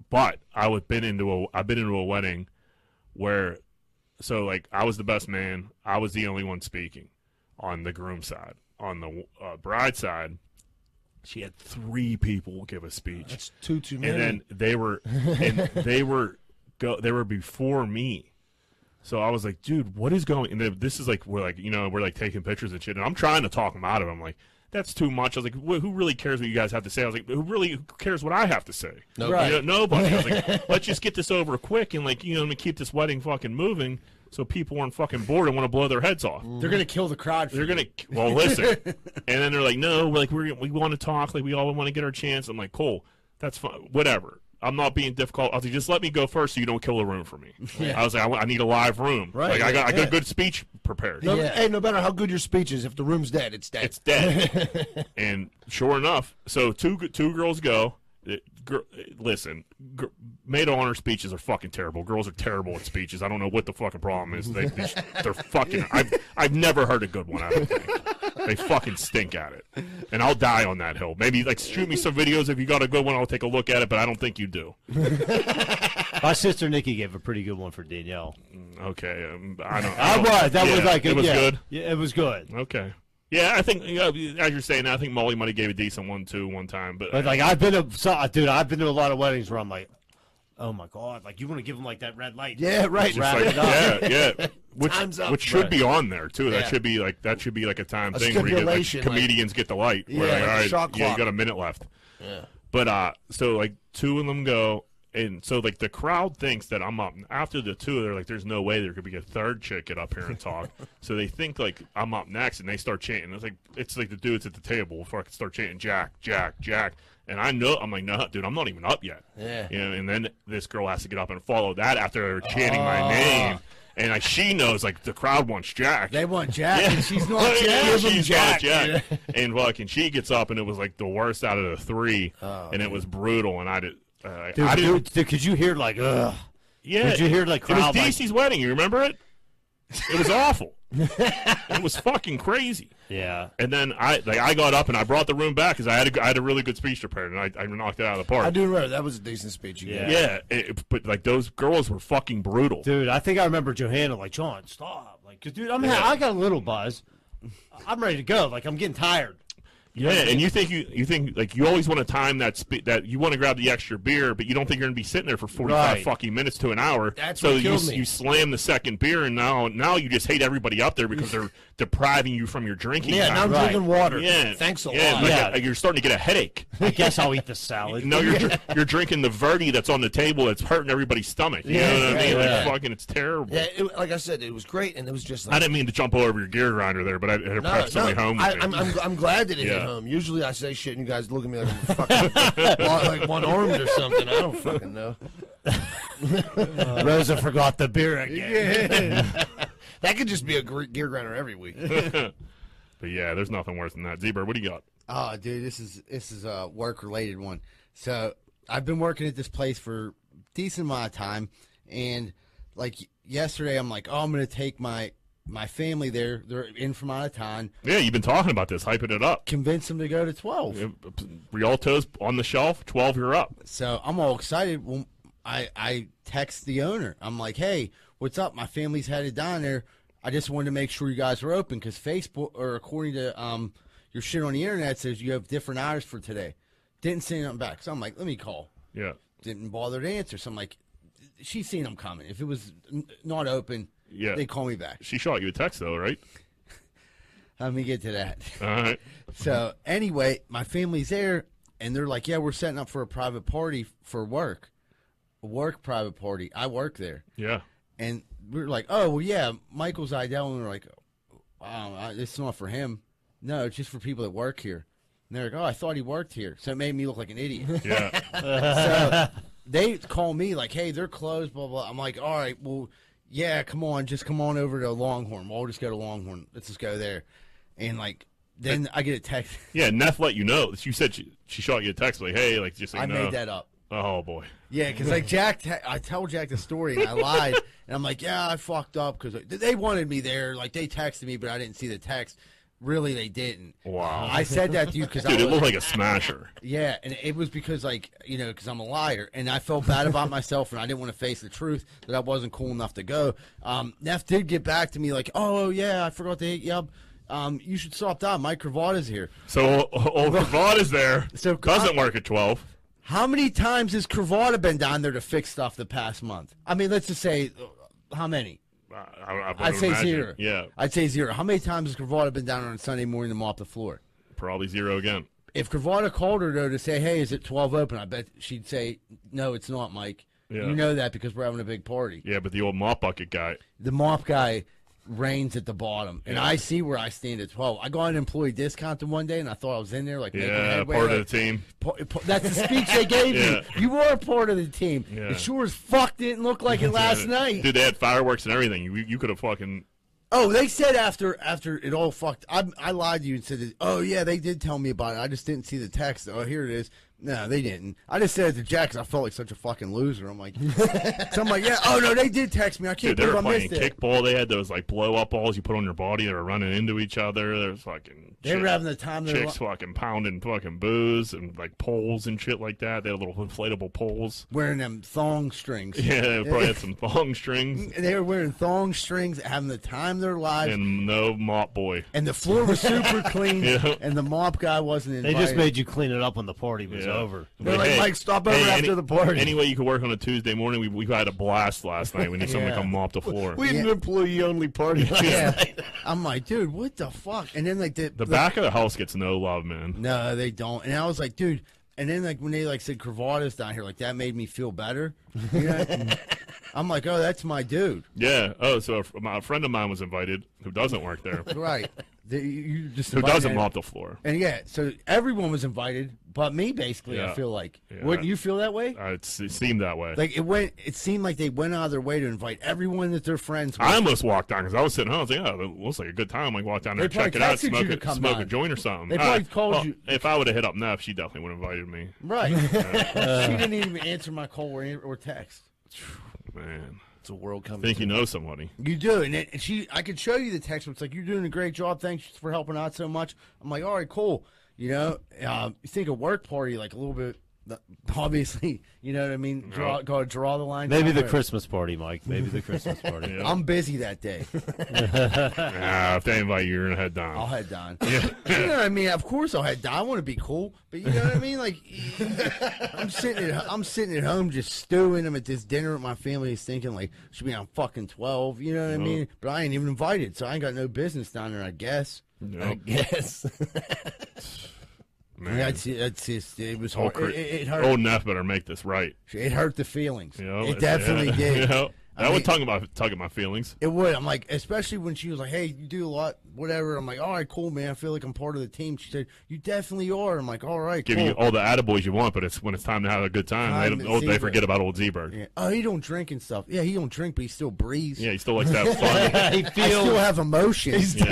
S1: but I would been into a I've been into a wedding where so like I was the best man. I was the only one speaking on the groom side. On the uh, bride side, she had three people give a speech
S4: That's too too many.
S1: and then they were and they were go they were before me so i was like dude what is going and then this is like we're like you know we're like taking pictures and shit and i'm trying to talk them out of it i'm like that's too much i was like wh- who really cares what you guys have to say i was like who really who cares what i have to say
S4: Nobody.
S1: You know, nobody i was like let's just get this over quick and like you know let me keep this wedding fucking moving so people aren't fucking bored and want to blow their heads off
S2: They're gonna kill the crowd. For
S1: they're
S2: you.
S1: gonna well listen and then they're like no we're like we're, we want to talk like we all want to get our chance i'm like cool that's fine whatever i'm not being difficult i was like just let me go first so you don't kill a room for me i was like I, want- I need a live room
S4: Right,
S1: like i got i got
S4: yeah.
S1: a good speech prepared
S4: no,
S2: Yeah.
S4: Hey, no matter how good your speech is, if the room's dead, it's dead.
S1: it's dead and sure enough so two g- two girls go It- gir- listen gr- maid of honor speeches are fucking terrible girls are terrible at speeches i don't know what the fucking problem is they, they, they're fucking I've, I've never heard a good one i don't think they fucking stink at it. And I'll die on that hill. Maybe like shoot me some videos if you got a good one. I'll take a look at it, but I don't think you do.
S3: My sister Nikki gave a pretty good one for Danielle.
S1: Okay, um, I don't. I
S3: I
S1: don't-
S3: was. That was
S1: yeah,
S3: like a,
S1: it was
S3: yeah.
S1: good.
S3: Yeah, it was good.
S1: Okay. Yeah, I think you know, as you're saying, that, I think Molly might have gave a decent one too one time, but,
S3: But like I've been to, so, dude, I've been to a lot of weddings where I'm like, oh my god, like you want to give them like that red light.
S4: yeah, right.
S1: just like, yeah, yeah. Which,
S4: Time's up.
S1: which should
S4: Right.
S1: be on there too. That
S4: Yeah.
S1: should be like that should be like a time
S4: A
S1: thing where you get, like,
S4: stipulation, like-
S1: comedians get the light. where,
S4: Yeah,
S1: like,
S4: like a
S1: all
S4: shot
S1: right, yeah, you
S4: clock.
S1: got a minute left. But uh, so like two of them go, and so like the crowd thinks that I'm up. After the two, they're like, "There's no way there could be a third chick get up here and talk." so they think like I'm up next, and they start chanting. It's like it's like the dudes at the table fucking start chanting Jack, Jack, Jack, and I know I'm like, "No, dude, I'm not even up yet."
S4: Yeah.
S1: You know, and then this girl has to get up and follow that after they're chanting my name, and like she knows like the crowd wants Jack.
S2: They want Jack, and she's not
S1: Yeah,
S2: Jack.
S1: she's not Jack. and fucking she gets up, and it was like the worst out of the three, and it was brutal. And I did, uh,
S3: Oh, Dude,
S1: I
S3: dude,
S1: didn't.
S3: dude, could you hear like, ugh?
S1: yeah,
S3: did you hear, like, crowd,
S1: it
S3: like-
S1: was DC's wedding. You remember it? It was awful. it was fucking crazy.
S3: Yeah.
S1: And then I like I got up and I brought the room back because I had a, I had a really good speech prepared and I, I knocked it out of the park.
S4: I do remember that was a decent speech. You
S3: Yeah.
S4: yeah.
S1: Yeah, it- but like those girls were fucking brutal.
S3: Dude, I think I remember Johanna like, John, stop. Like, 'cause, dude, I'm ha- I got a little buzz. I'm ready to go. Like, I'm getting tired.
S1: Yeah, and you think you you think like you always want to time that spe- that you want to grab the extra beer, but you don't think you're gonna be sitting there for forty five
S3: Right.
S1: fucking minutes to an hour.
S4: That's
S1: so
S4: what
S1: you
S4: killed
S1: s-
S4: me.
S1: you slam the second beer, and now now you just hate everybody up there because they're depriving you from your drinking.
S4: Yeah,
S1: time.
S4: now I'm
S3: Right.
S4: drinking water.
S1: yeah,
S4: Thanks a
S1: yeah,
S4: lot.
S1: Like
S3: Yeah.
S1: like you're starting to get a headache.
S3: I guess I'll eat the salad.
S1: No, you're dr- you're drinking the Verdi that's on the table that's hurting everybody's stomach. You know what I mean?
S3: yeah.
S1: Like fucking, it's terrible.
S4: Yeah, it, like I said, it was great, and it was just
S1: I
S4: like
S1: didn't mean to jump all over your gear grinder there, but I had to
S4: no,
S1: prep something
S4: no,
S1: home.
S4: I,
S1: with me.
S4: I'm, I'm, I'm glad that it hit
S1: Yeah.
S4: home. Usually I say shit, and you guys look at me like I'm fucking like one armed or something. I don't fucking know.
S3: Rosa forgot the beer again.
S4: That could just be a gr- gear grinder every week.
S1: but yeah, there's nothing worse than that. Zebra, what do you got?
S2: Oh, dude, this is this is a work related one. So I've been working at this place for decent amount of time, and like yesterday, I'm like, oh, I'm gonna take my my family there. They're in from out of town.
S1: Yeah, you've been talking about this, hyping it up.
S2: Convince them to go to twelve.
S1: Rialto's on the shelf, 12, you're up.
S2: So I'm all excited. Well, I I text the owner. I'm like, hey, what's up? My family's headed down there. I just wanted to make sure you guys were open because Facebook or according to um your shit on the internet says you have different hours for today. Didn't send them back. So I'm like, let me call.
S1: Yeah.
S2: didn't bother to answer. So I'm like, she's seen them coming. If it was n- not open,
S1: Yeah.
S2: they call me back.
S1: She shot you a text, though, right?
S2: Let me get to that.
S1: All right.
S2: so anyway, my family's there, and they're like, yeah, we're setting up for a private party for work, a work private party. I work there,
S1: Yeah.
S2: and we're like, oh well, yeah, Michael's Idell, and we're like, wow, I- it's not for him. No, it's just for people that work here. And they're like, oh, I thought he worked here, so it made me look like an idiot.
S1: Yeah.
S2: so they call me like, "Hey, they're closed." Blah blah. I'm like, "All right, well, yeah, come on, just come on over to Longhorn. We'll just go to Longhorn. Let's just go there." And like, then I get a text.
S1: yeah, Neff let you know. You said she, she shot you a text, like, hey, like, just so you
S2: I
S1: know.
S2: made that up.
S1: Oh boy.
S2: Yeah, because like Jack, te- I tell Jack the story and I lied, and I'm like, yeah, I fucked up because they wanted me there. Like they texted me, but I didn't see the text. Really, they didn't.
S1: Wow.
S2: I said that to you because I
S1: Dude, it
S2: was,
S1: looked like a smasher.
S2: yeah, and it was because like you know because I'm a liar and I felt bad about myself and I didn't want to face the truth that I wasn't cool enough to go. Um, Neff did get back to me like, oh yeah, I forgot to hit you up. Um, you should swap out. Mike Cravada's here.
S1: So old Vaughn is there.
S2: So- uh,
S1: doesn't work at twelve.
S2: How many times has Cravada been down there to fix stuff the past month? I mean, let's just say, uh, how many?
S1: I, I, I would
S2: I'd say
S1: imagine.
S2: zero.
S1: Yeah,
S2: I'd say zero. How many times has Cravada been down there on Sunday morning to mop the floor?
S1: probably zero again.
S2: If Cravada called her, though, to say, hey, is it 12 open? I bet she'd say, no, it's not, Mike.
S1: Yeah.
S2: You know that because we're having a big party.
S1: Yeah, but the old mop bucket guy.
S2: The mop guy reigns at the bottom, and I see where I stand at 12. I got an employee discount the one day, and I thought I was in there, like, making
S1: Yeah,
S2: headway.
S1: part
S2: like,
S1: of the team.
S2: Pa- pa- That's the speech they gave
S1: Yeah.
S2: me. You were a part of the team.
S1: Yeah.
S2: It sure as fuck didn't look like it last
S1: Dude,
S2: night.
S1: Dude, they had fireworks and everything. You, you could have fucking.
S2: Oh, they said after after it all fucked. I, I lied to you and said, that, oh yeah, they did tell me about it. I just didn't see the text. Oh, here it is. No, they didn't. I just said it to Jack 'cause I felt like such a fucking loser. I'm like, so I'm like, yeah. Oh no, they did text me. I can't
S1: Dude, they
S2: believe
S1: were
S2: I
S1: playing
S2: missed it.
S1: kickball. They had those like blow up balls you put on your body that are running into each other. There's fucking.
S2: They were
S1: chick-
S2: having the time of their
S1: Chicks fucking pounding fucking booze and like poles and shit like that. They had little inflatable poles.
S2: Wearing them thong strings.
S1: Yeah, they probably had some thong strings
S2: They were wearing thong strings, having the time of their lives, and,
S1: and no mop boy.
S2: the floor was super clean,
S1: Yeah.
S2: and the mop guy wasn't
S3: They
S2: invited.
S3: just made you clean it up when the party was
S1: Yeah.
S3: over.
S2: They're like, "Mike, stop over after the party."
S1: Anyway, you could work on a Tuesday morning. We, we had a blast last night. We need someone to
S2: Yeah.
S1: come mop the floor.
S4: We had an employee only party.
S2: Yeah. I'm like, dude, what the fuck? And then like the,
S1: the back of the house gets no love, man.
S2: No, they don't. And I was like, dude. And then like when they like said Cravada's down here, like that made me feel better. You know? I'm like, oh, that's my dude,
S1: Yeah. Oh, so a, fr- my- a friend of mine was invited who doesn't work there,
S2: right? The, you- you just
S1: who
S2: invited
S1: doesn't
S2: him.
S1: mop the floor.
S2: And yeah, so everyone was invited, but me basically. I
S1: Yeah.
S2: feel like
S1: Yeah.
S2: wouldn't you feel that way?
S1: Uh, it's, it seemed that way.
S2: Like it went. It seemed like they went out of their way to invite everyone that they're friends with.
S1: I almost walked down because I was sitting home. I was like, oh, it looks like a good time. Like, walk down there,
S2: They
S1: check
S2: probably
S1: it out,
S2: texted you
S1: smoke,
S2: to
S1: a,
S2: come
S1: smoke
S2: by.
S1: a joint or something.
S2: They probably
S1: Ah,
S2: called
S1: well,
S2: you.
S1: If I would have hit up Neff, she definitely would have invited me.
S2: right? she didn't even answer my call or, or text.
S1: Man,
S4: It's a world coming.
S1: think you know somebody.
S2: You do, and, it, and she, I could show you the text. But it's like you're doing a great job. Thanks for helping out so much. I'm like, all right, cool. You know, um, you think a work party like a little bit, obviously. You know what I mean? Draw, gotta draw the line.
S3: Maybe the
S2: somewhere.
S3: Christmas party, Mike. Maybe the Christmas party.
S1: Yeah.
S2: I'm busy that day.
S1: Ah, if they invite you, you're gonna head down.
S2: I'll head down. you know what I mean? Of course, I'll head down. I want to be cool, but you know what I mean? Like, I'm sitting at I'm sitting at home just stewing. I'm at this dinner with my family, is thinking like, should be on fucking twelve. You know what I mean? But I ain't even invited, so I ain't got no business down there. I guess.
S1: Yep.
S4: Yes.
S1: Man.
S2: That's it. That's just, it was
S1: Oh,
S2: hard. It, it, it hurt.
S1: Old Neff better make this right.
S2: It hurt the feelings.
S1: You know?
S2: it definitely
S1: Yeah.
S2: did.
S1: You know?
S2: I
S1: That would
S2: mean-
S1: tug my tug at my feelings.
S2: It would. I'm like, especially when she was like, "Hey, you do a lot, whatever." I'm like, "All right, cool, man. I feel like I'm part of the team." She said, "You definitely are." I'm like, "All right,
S1: Give
S2: cool."
S1: you all the attaboys you want, but it's when it's time to have a good time.
S2: Time
S1: they,
S2: to
S1: don't- oh, they
S2: zebra.
S1: forget about old Zberg. Yeah.
S2: Yeah. Oh, he don't drink and stuff. Yeah, he don't drink, but he still breathes.
S1: he still likes to have fun.
S3: he
S2: I still
S3: feels.
S2: have emotions.
S1: yeah.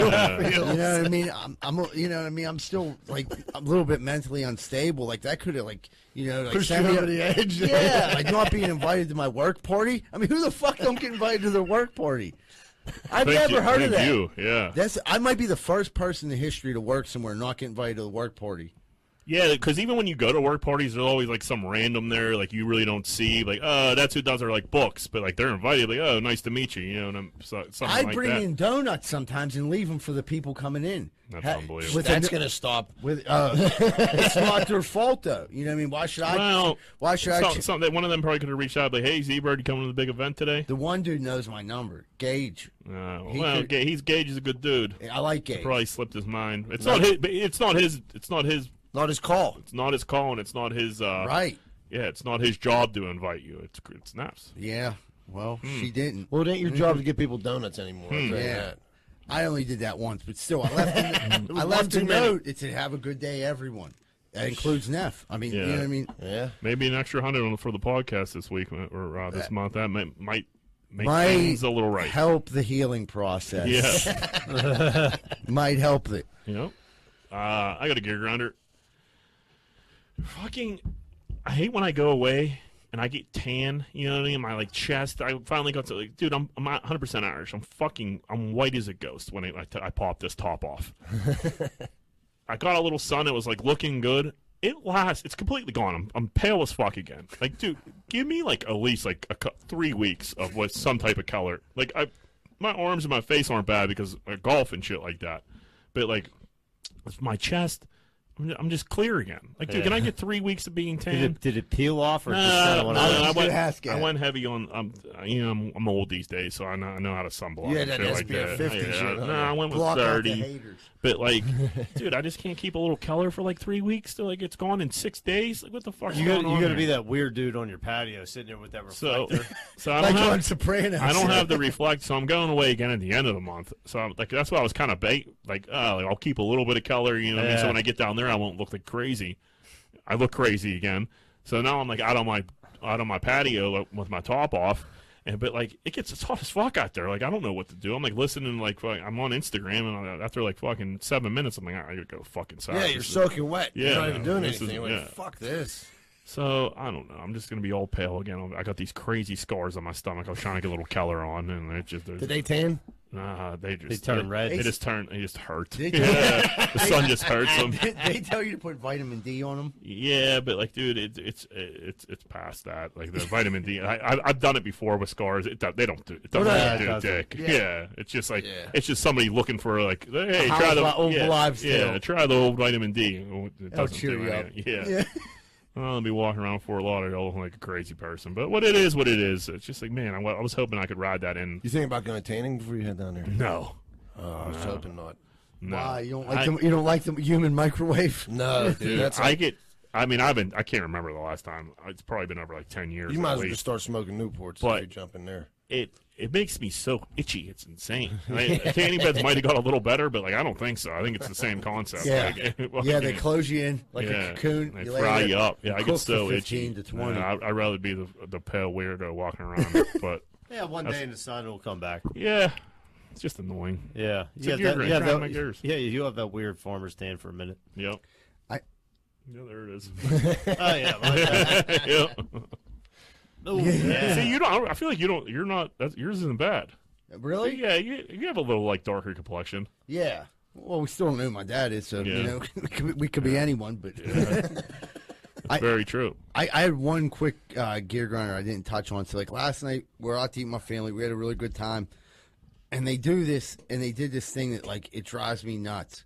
S2: you know what I mean? I'm, I'm, a- you know what I mean? I'm still like a little bit mentally unstable. Like that could have, like, you know, like
S4: Pushed
S2: sent
S4: you
S2: me
S4: over the edge.
S2: Yeah, like not being invited to my work party. I mean, who the fuck don't get invited to their work party? I've
S1: Thank
S2: never
S1: you-
S2: heard
S1: thank
S2: of that.
S1: You. Yeah,
S2: That's I might be the first person in history to work somewhere and not get invited to the work party.
S1: yeah. Because even when you go to work parties, there's always like some random there, like you really don't see. Like, oh, that's who does our like books, but like they're invited. Like, oh, nice to meet you. You know, and I'm so, something
S2: I
S1: like
S2: bring
S1: that.
S2: in donuts sometimes and leave them for the people coming in.
S1: That's
S2: Ha-
S1: unbelievable.
S2: With
S4: That's
S2: a,
S4: going to stop.
S2: with uh, it's not their fault though. You know what I mean? Why should I?
S1: well,
S2: why should I?
S1: some-
S2: ch-
S1: some- that one of them probably could have reached out, like, "Hey, Z-Bird, you coming to the big event today?"
S2: The one dude knows my number, Gage.
S1: Uh,
S2: He
S1: well,
S2: could-
S1: Ga- he's Gage is a good dude.
S2: I like Gage.
S1: probably slipped his mind. It's not his. but It's not his. It's not his.
S4: Not his call.
S1: It's not his call, and it's not his. Uh,
S2: Right?
S1: Yeah, it's not his job to invite you. It's it's Naps.
S2: Yeah. Well,
S1: Hmm.
S2: she didn't.
S4: Well, it ain't your job to get people donuts anymore. I'll tell you
S2: Yeah.
S4: that.
S2: I only did that once, but still, I left. I left a note. It said, "Have a good day, everyone." That includes Neff. I mean, you know
S1: Yeah.
S2: what I mean.
S4: Yeah.
S1: Maybe an extra hundred on- for the podcast this week uh, or uh, this month. That might might make
S2: Might
S1: things a little right.
S2: Help the healing process.
S1: Yeah,
S2: Might help it.
S1: you know. Uh, I got a gear grinder. Fucking, I hate when I go away and I get tan. You know what I mean? My like chest. I finally got to like, dude, I'm I'm not 100 percent Irish. I'm fucking I'm white as a ghost when I I, t- I pop this top off. I got a little sun. It was like looking good. It lasts. It's completely gone. I'm, I'm pale as fuck again. Like, dude, give me like at least like a, cou- three weeks of what some type of color. Like, I my arms and my face aren't bad because I golf and shit like that. But like, with my chest, I'm ju- I'm just clear again. Like, dude, can I get three weeks of being tan?
S3: Did it, did it peel off or
S1: No,
S3: just
S1: no,
S3: kinda
S1: no,
S3: went
S1: Uh, no,
S3: out?
S1: no, I,
S2: Just
S1: went,
S2: ask
S1: I
S2: it.
S1: went heavy on. Um, you know, I'm, I'm old these days, so I know, I know how to sunblock.
S4: Yeah,
S1: and
S4: that
S1: shit like that.
S4: SPF 50 shit,
S1: Yeah,
S4: huh?
S1: no, I went with
S2: Block out the
S1: thirty.
S2: haters.
S1: But like, dude, I just can't keep a little color for like three weeks. Till like it's gone in six days. Like, what the fuck?
S3: You
S1: going
S3: gotta, you
S1: on
S3: gotta be
S1: there?
S3: that weird dude on your patio sitting there with that
S1: So,
S3: reflector.
S1: so I don't
S2: Like on
S1: have.
S2: Sopranos.
S1: I don't have the reflect, so I'm going away again at the end of the month. So I'm, like that's why I was kind of bait, like, oh, like, I'll keep a little bit of color, you know. What I mean? So
S3: Yeah.
S1: when I get down there, I won't look like crazy. I look crazy again. So now I'm like out on my out on my patio like, with my top off, and but like it gets it's hot as fuck out there. Like I don't know what to do. I'm like listening like fuck- I'm on Instagram, and uh, after like fucking seven minutes, I'm like I gotta go fucking. South.
S4: Yeah, you're
S1: This is-
S4: soaking wet.
S1: Yeah,
S4: you're not even doing
S1: this is-
S4: anything. You're like,
S1: yeah.
S4: fuck this.
S1: So I don't know. I'm just gonna be all pale again. I got these crazy scars on my stomach. I was trying to get a little color on, and it just
S4: Did they tan?
S1: Nah, they just
S3: turn
S1: it-
S3: red.
S1: They just turn. They just hurt.
S2: They do.
S1: Yeah, the sun just hurts them.
S2: they tell you to put vitamin D on them.
S1: Yeah, but like, dude, it, it's it's it's past that. Like the vitamin D. I, I I've done it before with scars. It do- they don't do it. Doesn't
S3: Yeah,
S1: do
S3: it
S1: a
S3: doesn't.
S1: dick. Yeah. it's just like
S4: Yeah.
S1: it's just somebody looking for like, hey,
S2: How
S1: try the
S2: about old
S1: yeah,
S2: wives'
S1: yeah,
S2: tale?
S1: try the old vitamin D. Oh, It doesn't
S2: cheer
S1: do
S2: you up.
S1: anything. Yeah. I'll be walking around Fort Lauderdale looking like a crazy person, but what it is, what it is. It's just like, man, I, wa- I was hoping I could ride that in.
S4: You think about going tanning before you head down there?
S1: No,
S4: Oh, I was hoping not.
S1: no.
S2: Why you don't like
S1: I-
S2: them? You don't like the human microwave?
S4: No, dude, that's
S1: I
S4: like,
S1: get. I mean, I've been. I can't remember the last time. It's probably been over like ten years.
S4: you
S1: at
S4: might as well
S1: least.
S4: just start smoking Newports
S1: But-
S4: if you jump in there.
S1: It it makes me so itchy. It's insane. I, tanning beds might have got a little better, but like I don't think so. I think it's the same concept.
S2: Yeah.
S1: Like,
S2: Yeah, they close you in like
S1: yeah,
S2: a cocoon.
S1: They
S2: lay
S1: fry
S2: there,
S1: you up. Yeah, I
S2: cook
S1: get so
S2: for
S1: itchy.
S2: 15 to 20.
S1: Yeah, I, I'd rather be the the pale weirdo walking around. but
S3: yeah, one day in the sun it'll come back.
S1: yeah, it's just annoying.
S3: Yeah,
S1: It's
S3: you
S1: like
S3: have that-
S1: you're
S3: you have
S1: trying to
S3: that-
S1: make yours.
S3: yeah, you have that weird farmer's tan for a minute.
S1: Yep.
S2: I-
S1: Yeah, there it is.
S3: Oh yeah, well,
S1: yep.
S3: oh, yeah.
S1: See, you don't. I feel like you don't. You're not. That's, yours isn't bad.
S2: Really?
S1: Yeah, you you have a little like darker complexion.
S2: Yeah. Well, we still don't know who my dad is, so
S1: Yeah.
S2: you know we could be, we could be anyone. But I-
S1: Very true.
S2: I, I had one quick uh, gear grinder I didn't touch on. So like last night, we we're out to eat with my family. We had a really good time, and they do this, and they did this thing that like it drives me nuts.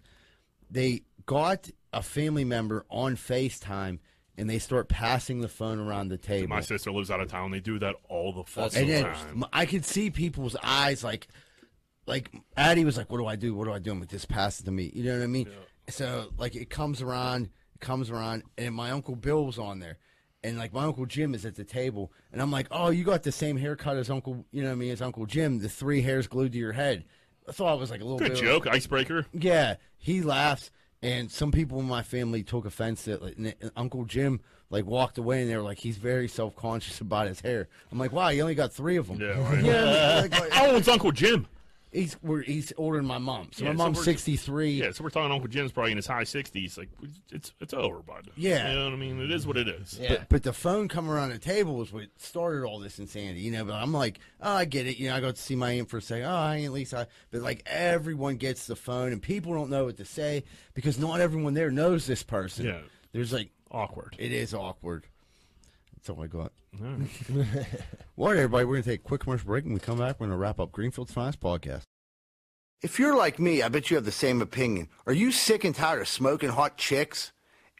S2: They got a family member on Facetime, and they start passing the phone around the table.
S1: My sister lives out of town. They do that all the fucking
S2: and then
S1: time.
S2: m- I could see people's eyes like, like Addie was like, "What do I do? What do I do?" I'm like, "Just pass it to me." You know what I mean? So like, it comes around, it comes around, and my uncle Bill was on there, and like my uncle Jim is at the table, and I'm like, "Oh, you got the same haircut as Uncle, you know what I mean? As Uncle Jim, the three hairs glued to your head." I thought it was like a little
S1: Good
S2: bit of-
S1: joke, icebreaker.
S2: yeah, he laughs, and some people in my family took offense that like, n- Uncle Jim like walked away, and they were like, he's very self conscious about his hair. I'm like, wow, you only got three of them.
S1: Yeah, right.
S2: Yeah, like, like,
S1: How old's Uncle Jim?
S2: he's we're, he's older than my mom. So
S1: Yeah,
S2: my
S1: so
S2: mom's
S1: we're-
S2: 63.
S1: Yeah, so we're talking Uncle Jim's probably in his high sixties. Like it's it's over, bud.
S2: Yeah.
S1: you know what I mean. It is what it is.
S4: Yeah.
S2: But, but the phone coming around the table is what started all this insanity, you know. But I'm like, oh, I get it. You know, I got to see my aunt for a second. Oh, I ain't Lisa. But like, everyone gets the phone, and people don't know what to say because not everyone there knows this person.
S1: Yeah.
S2: There's like
S1: Awkward.
S2: It is awkward. That's all I got. well, everybody, we're going to take a quick commercial break. When we come back, we're going to wrap up Greenfield's Finest Podcast. If you're like me, I bet you have the same opinion. Are you sick and tired of smoking hot chicks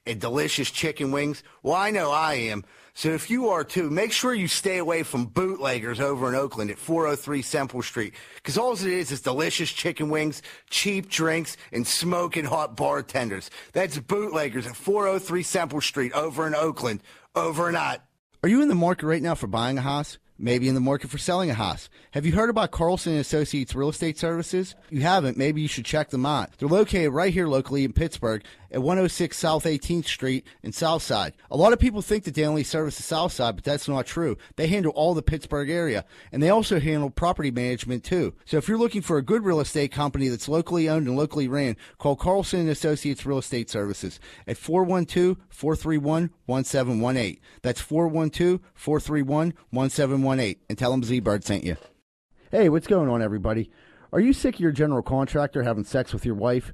S2: and delicious chicken wings? Well, I know I am. So if you are too, make sure you stay away from bootleggers over in Oakland at 403 Semple Street. Because all it is is delicious chicken wings, cheap drinks, and smoking hot bartenders. That's bootleggers at 403 Semple Street over in Oakland. Over and out. Are you in the market right now for buying a house? Maybe in the market for selling a house. Have you heard about Carlson and Associates Real Estate Services? If you haven't, maybe you should check them out. They're located right here locally in Pittsburgh at 106 South 18th Street in Southside. A lot of people think that they only service the Southside, but that's not true. They handle all the Pittsburgh area, and they also handle property management too. So if you're looking for a good real estate company that's locally owned and locally ran, call Carlson and Associates Real Estate Services at 412-431-1718. That's 412-431-1718, and tell them Z-Bird sent you. Hey, what's going on, everybody? Are you sick of your general contractor having sex with your wife?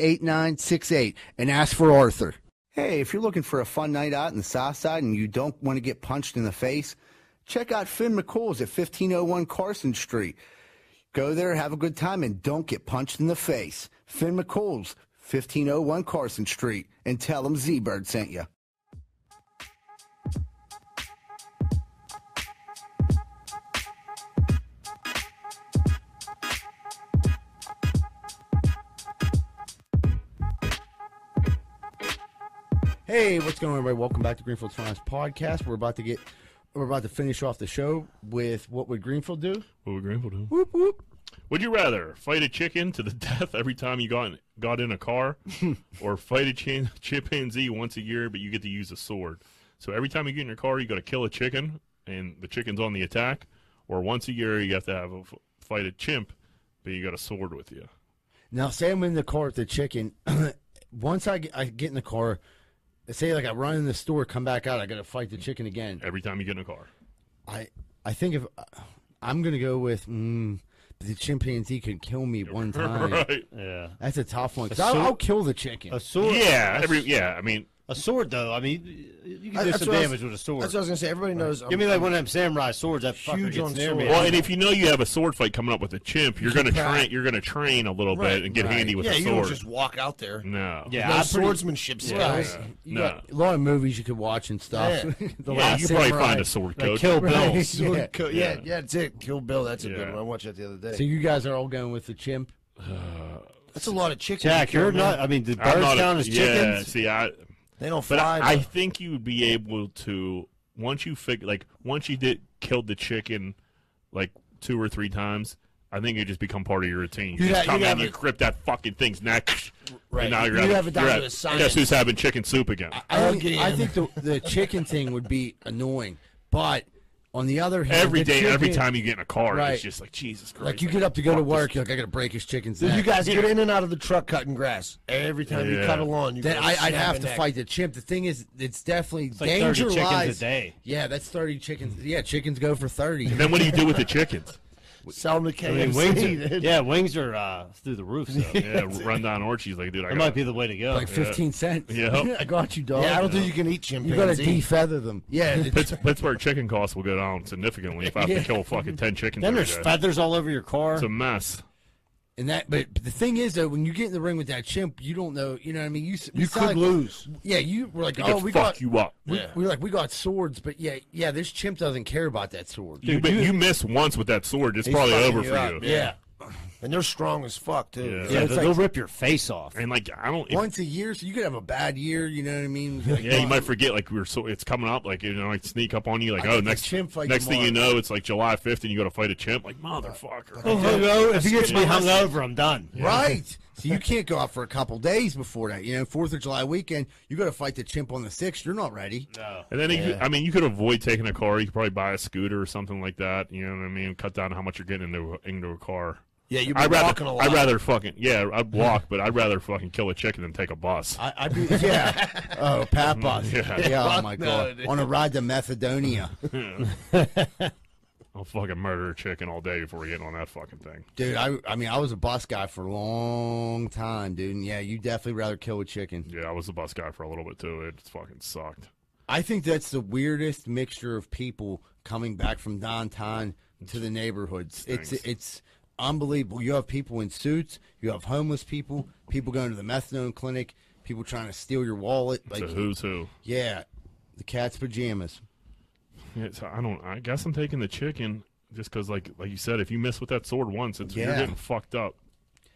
S2: 8968 and ask for Arthur. Hey, if you're looking for a fun night out in the South Side and you don't want to get punched in the face, check out Finn McCool's at 1501 Carson Street. Go there, have a good time, and don't get punched in the face. Finn McCool's, 1501 Carson Street, and tell them Z Bird sent you. Hey, what's going on, everybody? Welcome back to Greenfield's Finest Podcast. We're about to get, we're about to finish off the show with what would Greenfield do?
S1: What would Greenfield do?
S2: Whoop whoop.
S1: Would you rather fight a chicken to the death every time you got in, got in a car, or fight a chin, chimpanzee once a year, but you get to use a sword? So every time you get in your car, you got to kill a chicken, and the chicken's on the attack. Or once a year, you have to have a f- fight a chimp, but you got a sword with you.
S2: Now, say I'm in the car with the chicken. Once I get, I get in the car, say like I run in the store, come back out, I got to fight the chicken again.
S1: Every time you get in a car,
S2: I I think if I'm gonna go with mm, the chimpanzee could kill me one time.
S1: right?
S3: Yeah.
S2: That's a tough one. 'cause
S3: A
S2: I'll,
S3: sword-
S2: I'll kill the chicken.
S3: A sword.
S1: Yeah,
S3: a,
S1: every yeah. I mean,
S3: a sword though. I mean, you can do
S4: That's
S3: some
S4: what I was-
S3: damage with a sword.
S4: That's what I was gonna say. Everybody knows.
S3: Give me like one of them samurai swords. That fucker
S4: Huge
S3: gets
S4: on
S3: near
S4: sword.
S3: me.
S1: well, and if you know you have a sword fight coming up with a chimp, you're gonna train. You're gonna train a little
S4: Right,
S1: bit and get
S2: right.
S1: handy with
S4: yeah,
S1: a
S4: you
S1: sword. Hmm.
S4: don't just walk out there.
S1: No.
S3: yeah,
S4: No
S3: I pretty-
S4: swordsmanship skills.
S1: Yeah.
S2: You
S1: No.
S2: got a lot of movies you could watch and stuff.
S4: Yeah.
S2: the
S1: yeah,
S2: Last
S1: you could probably
S2: Samurai.
S1: find a sword
S3: like
S1: coach.
S3: kill
S2: Right.
S3: bills.
S4: Sword
S2: Yeah.
S4: co- yeah, yeah, that's it. Kill Bill. That's a
S1: Yeah.
S4: good one. I watched that the other day.
S2: So you guys are all going with the chimp.
S4: that's a lot of chickens.
S3: Jack,
S4: you
S3: you're
S4: kill, man.
S3: not. I mean, the birds
S1: I'm not a-
S3: count as
S1: Yeah,
S3: chickens?
S1: see, I
S4: They don't
S1: but
S4: fly.
S1: I, I think you would be able to once you figure like once you did killed the chicken like two or three times. I think it just become part of your routine. You
S4: You'd
S1: just
S4: have-
S1: come
S4: you'd
S1: in,
S4: have
S1: you
S4: a-
S1: grip that fucking thing's neck,
S4: Right.
S1: and now you're
S4: You'd
S1: having,
S4: have it down
S1: you're
S4: to
S1: at-
S4: a science.
S1: Guess who's having chicken soup again?
S2: I think,
S4: Okay.
S2: I think the, the chicken thing would be annoying, but on the other hand,
S1: every
S2: the
S1: day, every
S2: chicken-
S1: time you get in a car,
S2: Right.
S1: it's just like Jesus Christ.
S2: like you get up to go to work, you're like I got to break his chicken's
S4: Dude,
S2: neck.
S4: you guys get in and out of the truck cutting grass every time you
S1: Yeah.
S4: cut a lawn. You
S2: then
S4: go
S2: I, I'd
S4: snap
S2: have
S4: a
S2: to
S4: neck.
S2: fight the chimp. The thing is, it's definitely
S3: like 30
S2: danger
S3: chickens a
S2: lies.
S3: day.
S2: Yeah, that's thirty chickens. Yeah, chickens go for thirty.
S1: Then what do you do with the chickens?
S4: Sell them to
S3: I mean,
S4: KFC.
S3: wings are,
S4: dude.
S3: yeah, wings are uh, through the roof. So that
S1: Yeah, run down Orchie's like, dude, I got
S3: might be the way to go.
S2: like fifteen cents.
S1: Yeah.
S2: I got you, dog.
S4: Yeah, I don't think you can eat chimpanzee.
S2: you got to defeather them. Yeah, the
S1: Pitts- Pittsburgh chicken costs will go down significantly if I have to kill fucking ten chickens.
S3: then
S1: every
S3: there's
S1: day.
S3: feathers all over your car.
S1: It's a mess.
S2: And that, but, but the thing is though, when you get in the ring with that chimp, you don't know. You know what I mean? You s- we
S4: You
S2: saw,
S4: could
S2: like-
S4: lose.
S2: Yeah, you were like,
S1: Could
S2: oh, we
S1: fuck
S2: got
S1: you up.
S2: We,
S4: Yeah.
S2: we were like we got swords, but yeah, yeah. This chimp doesn't care about that sword.
S1: you, but you miss once with that sword, it's probably
S4: fucking
S1: over
S4: you
S1: for
S4: up,
S1: you.
S4: man. Yeah. And they're strong as fuck too.
S1: Yeah.
S3: Yeah,
S2: it's
S3: they'll
S2: like-
S3: rip your face off.
S1: And like I don't. If,
S2: Once a year, so you could have a bad year. You know what I mean? Like,
S1: yeah, you might forget like we are so it's coming up like you know like sneak up on you like
S2: I
S1: oh
S2: got a
S1: next
S2: chimp fight
S1: next thing you
S2: tomorrow.
S1: know it's like July fifth and you go to fight a chimp like motherfucker.
S3: Oh, if he gets me hungover, I'm done.
S2: Right. So you can't go out for a couple days before that. You know, Fourth of July weekend, you got to fight the chimp on the sixth. You're not ready.
S1: And then, you, I mean, you could avoid taking a car. You could probably buy a scooter or something like that. You know what I mean? Cut down how much you're getting into a, into a car.
S4: Yeah, you've been
S1: I'd rather,
S4: walking a lot.
S1: I'd rather fucking, yeah, I'd walk, but I'd rather fucking kill a chicken than take a bus.
S2: I, I'd be, yeah. Oh, Papas.
S1: Yeah.
S2: Yeah. oh my
S4: Fuck Mm, no,
S2: God.
S4: dude.
S2: On a ride to Macedonia.
S1: I'll fucking murder a chicken all day before getting on that fucking thing.
S2: Dude, I, I mean, I was a bus guy for a long time, dude. And yeah, you definitely rather kill a chicken.
S1: Yeah, I was the bus guy for a little bit too. It fucking sucked.
S2: I think that's the weirdest mixture of people coming back from downtown to the neighborhoods. It's
S1: Stinks.
S2: it's unbelievable. You have people in suits, you have homeless people, people going to the methadone clinic, people trying to steal your wallet.
S1: It's
S2: Like,
S1: a who's who.
S2: yeah, the cat's pajamas.
S1: Yeah, so I don't, I guess I'm taking the chicken just because, like, like you said, if you miss with that sword once, it's, you're
S2: Yeah.
S1: getting fucked up.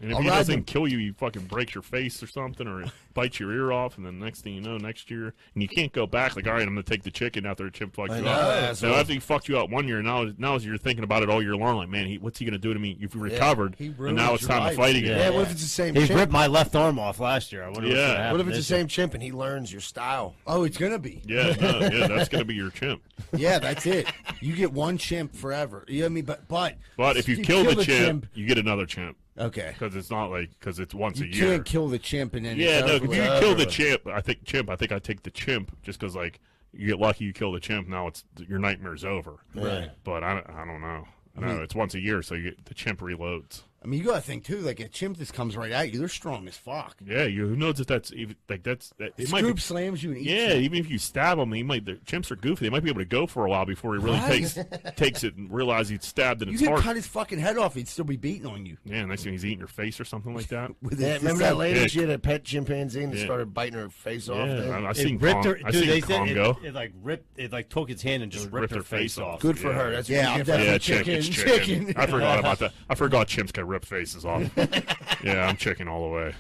S1: And if
S2: I'll
S1: he
S2: ride
S1: doesn't
S2: them.
S1: kill you, you fucking break your face or something, or bites your ear off, and then next thing you know, next year, and you can't go back. Like, all right, I'm gonna take the chicken after a chimp fucked
S4: I
S1: you
S4: know,
S1: up.
S4: asshole.
S1: So after he fucked you out one year, now now you're thinking about it all year long. Like, man, he, what's he gonna do to me? You've recovered,
S2: he
S1: and now
S2: ruined
S1: it's
S2: your
S1: time
S2: life.
S1: to fight again.
S4: Yeah, what if it's the same
S3: He
S4: chimp?
S3: ripped my left arm off last year. I wonder what's
S1: Yeah.
S3: gonna happen
S4: what if it's the
S3: this
S4: same chimp and he learns your style?
S2: Oh, it's gonna be.
S1: Yeah, no, yeah, that's gonna be your chimp.
S2: Yeah, that's it. You get one chimp forever. You know what I mean? But but
S1: But if you, kill, the chimp, you get another chimp
S2: okay,
S1: because it's not like because it's once
S2: you
S1: a year.
S2: can't kill the chimp and then it's
S1: Yeah, no.
S2: over
S1: If
S2: with.
S1: you kill the chimp, I think chimp. I think I take the chimp just because like you get lucky, you kill the chimp. Now it's your nightmare's over. Right. But I, don't- I don't know. No, it's once a year, so you get, the chimp reloads.
S2: I mean, you gotta think too. Like a chimp that comes right at you, they're strong as fuck.
S1: Yeah, you who knows if that's even like that's that, it might.
S2: Scoop
S1: Be,
S2: slams you and eats
S1: yeah,
S2: you.
S1: even if you stab him, he might. The chimps are goofy. They might be able to go for a while before he really takes takes it and realize he's stabbed in
S2: You
S1: its
S2: could
S1: heart.
S2: cut his fucking head off; he'd still be beating on you.
S1: yeah, next thing he's eating your face or something like that.
S2: With
S4: Yeah,
S2: his
S4: remember that
S2: dick.
S4: lady?
S1: Yeah.
S4: She had a pet chimpanzee and
S1: Yeah.
S4: started biting her face
S1: yeah,
S4: off.
S1: I-
S4: Then.
S1: I've
S3: year.
S1: seen,
S3: It ripped
S1: Kong-
S3: her,
S1: I've
S3: dude,
S1: seen
S3: they said it-
S1: Congo.
S3: It, like ripped, it like took its hand and just ripped, her face off.
S4: Good for
S1: Yeah.
S4: her. That's
S2: Yeah,
S4: what you
S2: I'm
S4: get for-
S2: definitely
S1: Yeah,
S2: chicken,
S1: chicken, chicken. I forgot about that. I forgot chimps can rip faces off. yeah, I'm chicken all the way.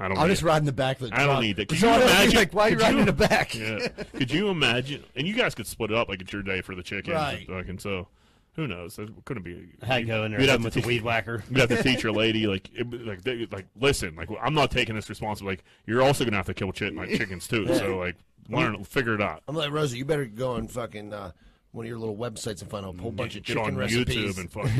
S1: I don't.
S2: I'll
S1: need
S2: just
S1: it.
S2: ride in the back of the
S1: I
S2: truck.
S1: don't need that. Could
S2: So
S1: you
S2: I don't think,
S1: imagine?
S2: Like, why are you
S1: could
S2: riding in the back?
S1: Yeah. Could you imagine? And you guys could split it up like it's your day for the chicken.
S2: Right.
S1: Fucking so. Who knows? It couldn't be.
S3: Had go in there
S1: You'd have
S3: hit him with
S1: to
S3: the weed whacker.
S1: You'd have to teach your lady like, it, like, they, like, listen, like, I'm not taking this responsibility. Like, you're also gonna have to kill chicken, like chickens too. So like, learn, figure it out.
S4: I'm like Rosa. You better go on fucking uh, one of your little websites and find a whole bunch of
S1: Get
S4: chicken
S1: on
S4: recipes.
S1: YouTube and fuck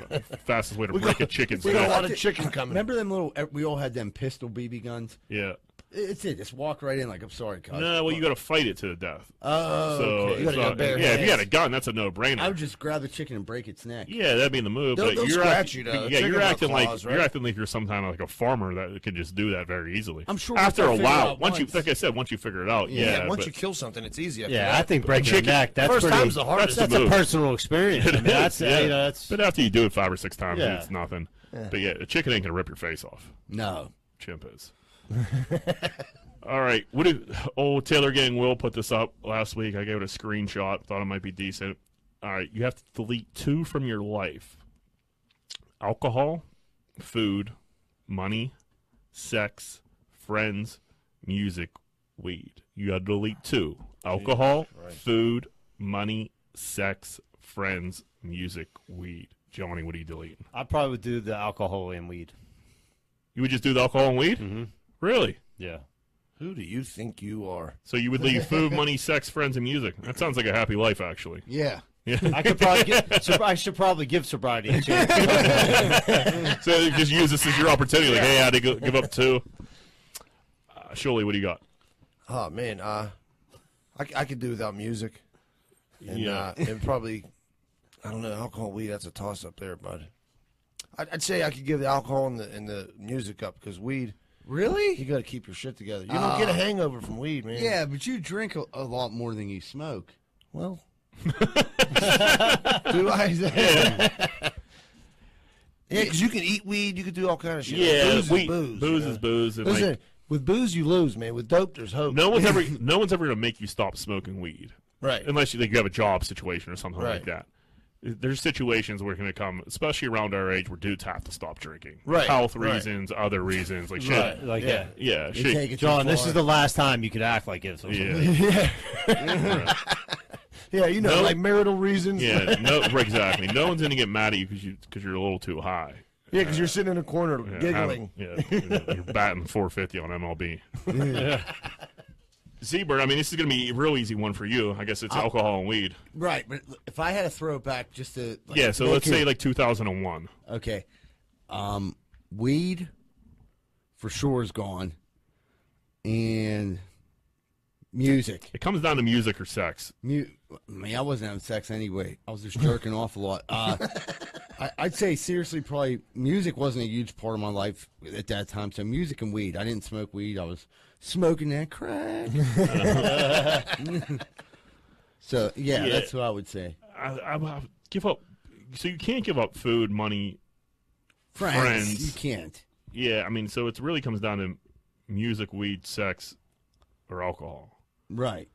S1: yeah. Fastest way to break a chicken's
S4: we got a
S1: neck.
S4: lot of chicken coming.
S2: Remember them little? eh, We all had them pistol BB guns.
S1: Yeah.
S2: It's it. Just walk right in. Like I'm sorry, cuz.
S1: No, well, you got to fight it to the death.
S2: Oh,
S1: so
S2: okay.
S1: it's
S4: gotta go
S1: not-
S4: bare
S1: yeah, if you
S4: hands.
S1: got a gun, that's a no-brainer.
S2: I would just grab the chicken and break its neck.
S1: yeah, that'd be the move.
S4: They'll-
S1: but
S4: they'll
S1: you're
S4: scratch
S1: act-
S4: you, though.
S1: Yeah,
S4: Chicken
S1: you're
S4: with
S1: acting
S4: claws,
S1: like
S4: right?
S1: you're acting like you're some kind of like a farmer that can just do that very easily.
S2: I'm sure
S1: After a
S2: once I figure it
S1: while,
S2: out
S1: once you
S2: once-
S1: like I said, once you figure it out, yeah.
S4: yeah, once
S1: but-
S4: you kill something, it's easy. After
S3: Yeah,
S4: that.
S3: I think breaking
S1: Chicken-
S3: your neck. That's
S4: first
S3: pretty,
S4: time's the hardest.
S1: that's
S3: That's
S1: the
S3: a
S1: move.
S3: personal experience. I mean, that's
S1: yeah.
S3: you know, that's
S1: but after you do it five or six times,
S3: Yeah.
S1: it's nothing. But yeah, a chicken ain't gonna rip your face off.
S2: No.
S1: Chimp is. All right. What did old Taylor Gang Will put this up last week? I gave it a screenshot. Thought it might be decent. All right. You have to delete two from your life: alcohol, food, money, sex, friends, music, weed. You got to delete two: alcohol, food, money, sex, friends, music, weed. Johnny, what are you deleting?
S3: I probably would do the alcohol and weed.
S1: You would just do the alcohol and weed? Mm-hmm. Really?
S3: Yeah.
S4: Who do you think you are?
S1: So you would leave food, money, sex, friends, and music. That sounds like a happy life, actually.
S2: Yeah.
S3: I could probably get, so I should probably give sobriety a chance.
S1: So you just use this as your opportunity. Like, hey, I had to go, give up two. Uh, Surely, what do you got?
S4: Oh man, uh, I, c- I could do without music, and
S1: Yeah.
S4: uh, and probably I don't know alcohol, weed. That's a toss up there, bud. I'd, I'd say I could give the alcohol and the and the music up because weed. You
S2: Really?
S4: got to keep your shit together. You don't get a hangover from weed, man.
S2: Yeah, but you drink a, a lot more than you smoke.
S4: Well. do I? yeah, because you can eat weed. You can do all kind of shit. booze
S1: we-
S4: is booze. you
S1: is
S4: know?
S1: booze. And
S4: Listen,
S1: like,
S4: with booze you lose, man. With dope, there's hope.
S1: no one's ever, no one's ever gonna make you stop smoking weed,
S4: Right.
S1: Unless you like you have a job situation or something like
S4: Right.
S1: that. there's situations where it's going to come, especially around our age, where dudes have to stop drinking,
S4: Right,
S1: Health
S4: right.
S1: reasons, other reasons, like shit.
S3: Right, like
S4: Yeah.
S3: that.
S1: Yeah,
S2: You
S1: shit.
S2: take it too
S3: John, this
S2: far.
S3: is the last time you could act like it. So
S1: yeah,
S4: Yeah, you know,
S1: No.
S4: like marital reasons.
S1: yeah. No, exactly. No one's going to get mad at you because you because you're a little too high.
S4: Yeah, because you're sitting in a corner
S1: Yeah,
S4: giggling.
S1: I'm- yeah, you know, you're batting 450 on MLB. Zebra, I mean, this is going to be a real easy one for you. I guess it's alcohol and weed.
S2: Right, but if I had to throw it back just to like,
S1: Yeah, so
S2: make
S1: let's
S2: it-
S1: say like 2001.
S2: okay, um, weed for sure is gone, and music.
S1: It comes down to music or sex.
S2: Mu- I mean, I wasn't having sex anyway. I was just jerking off a lot. Uh, I, I'd say seriously, probably music wasn't a huge part of my life at that time. So music and weed. I didn't smoke weed. I was smoking that crack. so yeah,
S1: Yeah.
S2: that's what I would say.
S1: I, I, I give up. So you can't give up food, money.
S2: Friends,
S1: Friends.
S2: you can't.
S1: Yeah, I mean, so it really comes down to music, weed, sex, or alcohol.
S2: Right.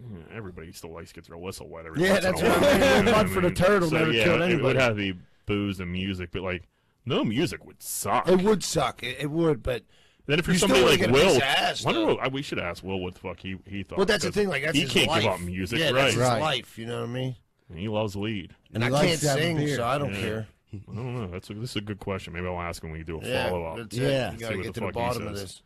S1: Yeah, Everybody still likes to get their whistle wet. Every
S4: Yeah,
S1: once in a
S4: that's what
S1: while,
S4: I mean.
S1: you know
S4: Mud for the turtle
S1: so,
S4: never
S1: yeah,
S4: killed
S1: It would
S4: anybody.
S1: have to be booze and music, but like no music would suck.
S4: It would suck. It, it would, but
S1: Then if you're
S4: You still
S1: somebody
S4: wanna
S1: like
S4: get a piece
S1: Will,
S4: of ass,
S1: wonder
S4: though.
S1: what, I- we should ask Will what the fuck he, he thought.
S4: well, that's the
S1: because
S4: thing. Like that's
S1: he
S4: his
S1: can't
S4: life.
S1: give up music,
S4: Yeah,
S1: right?
S4: that's his
S2: Right.
S4: life. You know what I mean?
S1: And he loves weed.
S4: And
S2: He
S4: I
S2: likes
S4: can't
S2: to have a
S4: sing,
S2: beer.
S4: so I don't
S1: Yeah.
S4: care.
S1: I don't know. That's a, this is a good question. Maybe I'll ask him when we do a
S4: Yeah,
S1: follow up.
S4: that's
S2: Yeah.
S4: it. You
S1: See
S4: gotta
S1: what
S4: get
S1: the
S4: to the
S1: fuck he
S4: bottom of
S1: says.
S4: this.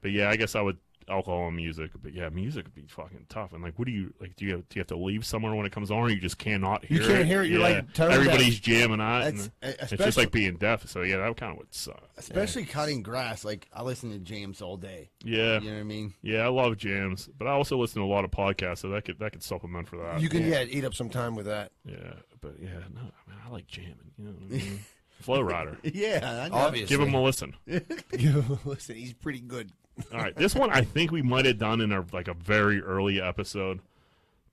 S1: But yeah, I guess I would alcohol and music. But yeah, music would be fucking tough. And like, what do you like? Do you have, do you have to leave somewhere when it comes on, or you just cannot
S4: You
S1: hear?
S4: can't
S1: it?
S4: hear it, you're, like,
S1: Yeah.
S4: tone deaf. eh,
S1: everybody's jamming out. and
S2: That's- uh,
S1: it's just
S2: especially-
S1: like being deaf. So yeah, that kind of would suck.
S2: Especially cutting grass. Like I listen to jams all day.
S1: Yeah,
S2: You know what I mean?
S1: yeah, I love jams, but I also listen to a lot of podcasts, so that could that could supplement for that.
S4: You can yeah. eat up some time with that.
S1: yeah, but yeah, no, I mean, I like jamming. You know, what I mean? Flow Rider.
S2: Yeah, I know.
S4: Obviously,
S1: Give him a listen.
S4: listen. He's pretty good.
S1: All right, this one I think we might have done in our like a very early episode,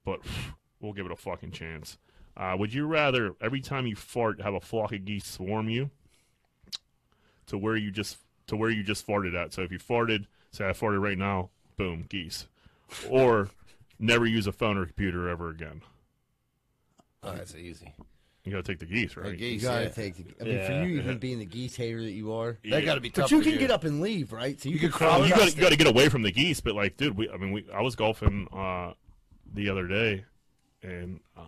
S1: but we'll give it a fucking chance. Uh, would you rather every time you fart have a flock of geese swarm you to where you just to where you just farted at? So if you farted, say I farted right now, boom, geese, or never use a phone or computer ever again.
S4: Oh, that's easy.
S1: You gotta take the geese, right?
S2: You
S4: geese,
S2: gotta
S4: yeah.
S2: take. The, I mean,
S3: Yeah.
S2: for you even being the geese hater that you are,
S1: Yeah.
S4: That got to be tough.
S2: but you
S4: for
S2: can get up and leave, right? So you,
S4: can
S2: can
S4: crawl
S1: you
S4: up.
S1: gotta, you gotta get away from the geese but like dude we i mean we i was golfing uh the other day and uh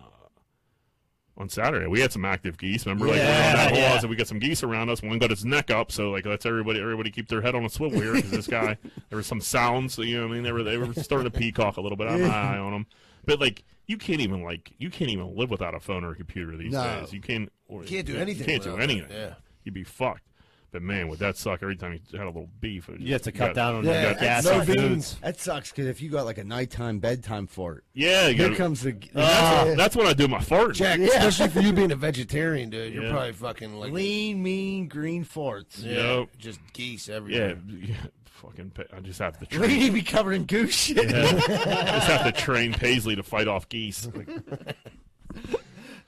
S1: on saturday we had some active geese remember like we were on that hole, I said, we got some geese around us one got its neck up so like let's everybody everybody keep their head on a swivel here because this guy there was some sounds so, you know what i mean they were they were starting to peacock a little bit i had my eye on them but like you can't even like you can't even live without a phone or a computer these
S2: No.
S1: days you can't or,
S4: Can't do anything
S1: you can't do
S4: without it,
S1: anything
S4: yeah.
S1: you'd be fucked but man, would that suck every time you had a little beef? it was
S3: You have
S1: just-
S3: to cut
S1: got-
S3: down on
S4: Yeah,
S3: your gas
S4: no
S3: and foods.
S4: beans.
S2: That sucks because if you got like a nighttime bedtime fart,
S1: Yeah, you
S2: here
S1: gotta-
S2: comes the.
S1: That's,
S2: Ah,
S1: that's when I do my fart.
S4: Jack,
S2: Yeah.
S4: especially for you being a vegetarian, dude. You're
S1: Yeah.
S4: probably fucking like
S2: lean, mean, green farts.
S4: Yeah,
S1: Yep.
S4: just geese
S1: Yeah,
S4: everywhere.
S1: yeah, fucking. Pa- I just have to train.
S2: Lady be covered in goose shit.
S1: I just have to train Paisley to fight off geese. Like,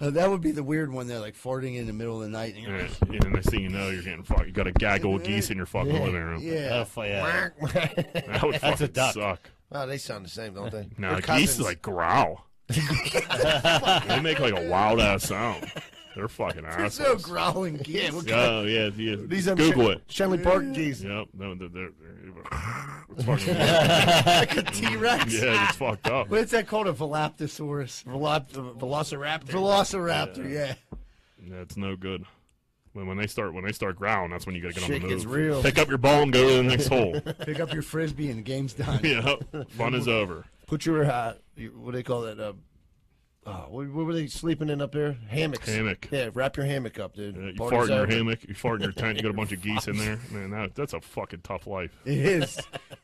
S2: Uh, that would be the weird one. They're like farting in the middle of the night. And you're,
S1: yeah, and the next thing you know, you're getting fucked. You got a gaggle of geese in your fucking living room.
S2: yeah,
S3: Oh, fu- yeah.
S1: That would
S3: That's a
S1: fucking
S3: duck.
S1: suck.
S4: Wow, they sound the same, don't they?
S1: No,
S4: They're
S1: geese
S4: cousins.
S1: like growl. they make like a wild ass sound. They're fucking assholes.
S2: so growling geese. Yeah,
S1: oh yeah, yeah.
S4: these um,
S1: Google
S4: Shen-
S1: it.
S4: Shenley Park geese.
S1: Yep. No, they're, they're, they're- it's fucking, yeah,
S2: T Rex.
S1: it's fucked up.
S2: What's that called? A Velaptosaurus.
S4: Velop- Velociraptor.
S2: Velociraptor. Yeah.
S1: That's no good. When, when they start when they start growling, that's when you gotta get
S4: Shit
S1: on the move.
S4: gets real.
S1: Pick up your ball and go to the next hole.
S2: Pick up your frisbee and game's done.
S1: yeah, fun is over.
S4: Put your uh, your- what do they call that? Uh, oh, what, what were they sleeping in up there? Hammocks.
S1: Hammock.
S4: Yeah, wrap your hammock up, dude.
S1: Uh, you
S4: Party's
S1: fart in your
S4: over.
S1: hammock, you fart in your tent, you got a bunch of geese in there. Man, that, that's a fucking tough life.
S2: It is.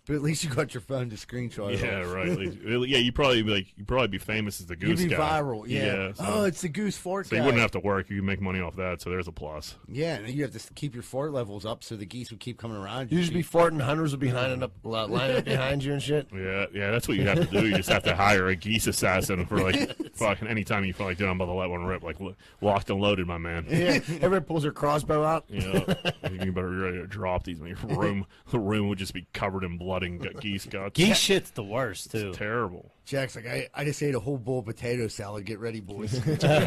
S2: But at least you got your phone to screenshot. it
S1: Yeah,
S2: all.
S1: right. At least- Yeah, you probably be like you probably be famous as the
S2: You'd
S1: goose
S2: be
S1: guy.
S2: viral. Yeah.
S1: so,
S2: oh, it's the goose fart
S1: so
S2: guy.
S1: you wouldn't have to work. You could make money off that. So there's a plus.
S2: Yeah, and you have to s- keep your fart levels up so the geese would keep coming around.
S4: You just be farting. Hunters will be lining up, li- lining up behind you and shit.
S1: Yeah, yeah. That's what you have to do. You just have to hire a geese assassin for like fucking anytime you feel like, dude, I'm about to let one rip, like lo- locked and loaded, my man.
S4: Yeah, everyone pulls their crossbow out.
S1: You know, you better be ready to drop these. in Your room, the room would just be covered in blood and gu- geese guts.
S3: Geese shit's the worst too.
S1: Terrible.
S2: Jack's like, I, I just ate a whole bowl of potato salad. Get ready, boys. Well,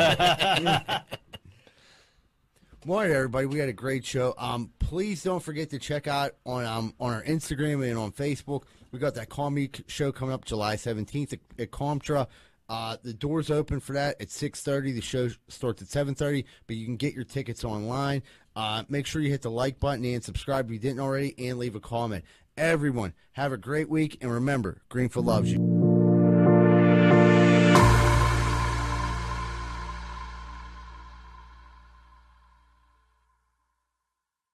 S2: all right, everybody, we had a great show. Um, please don't forget to check out on um, on our Instagram and on Facebook. We got that Calm Me show coming up July seventeenth at, at Comtra. Uh, the doors open for that at six thirty. The show starts at seven thirty, but you can get your tickets online. Uh, make sure you hit the like button and subscribe if you didn't already, and leave a comment. Everyone, have a great week, and remember, Greenfield loves you.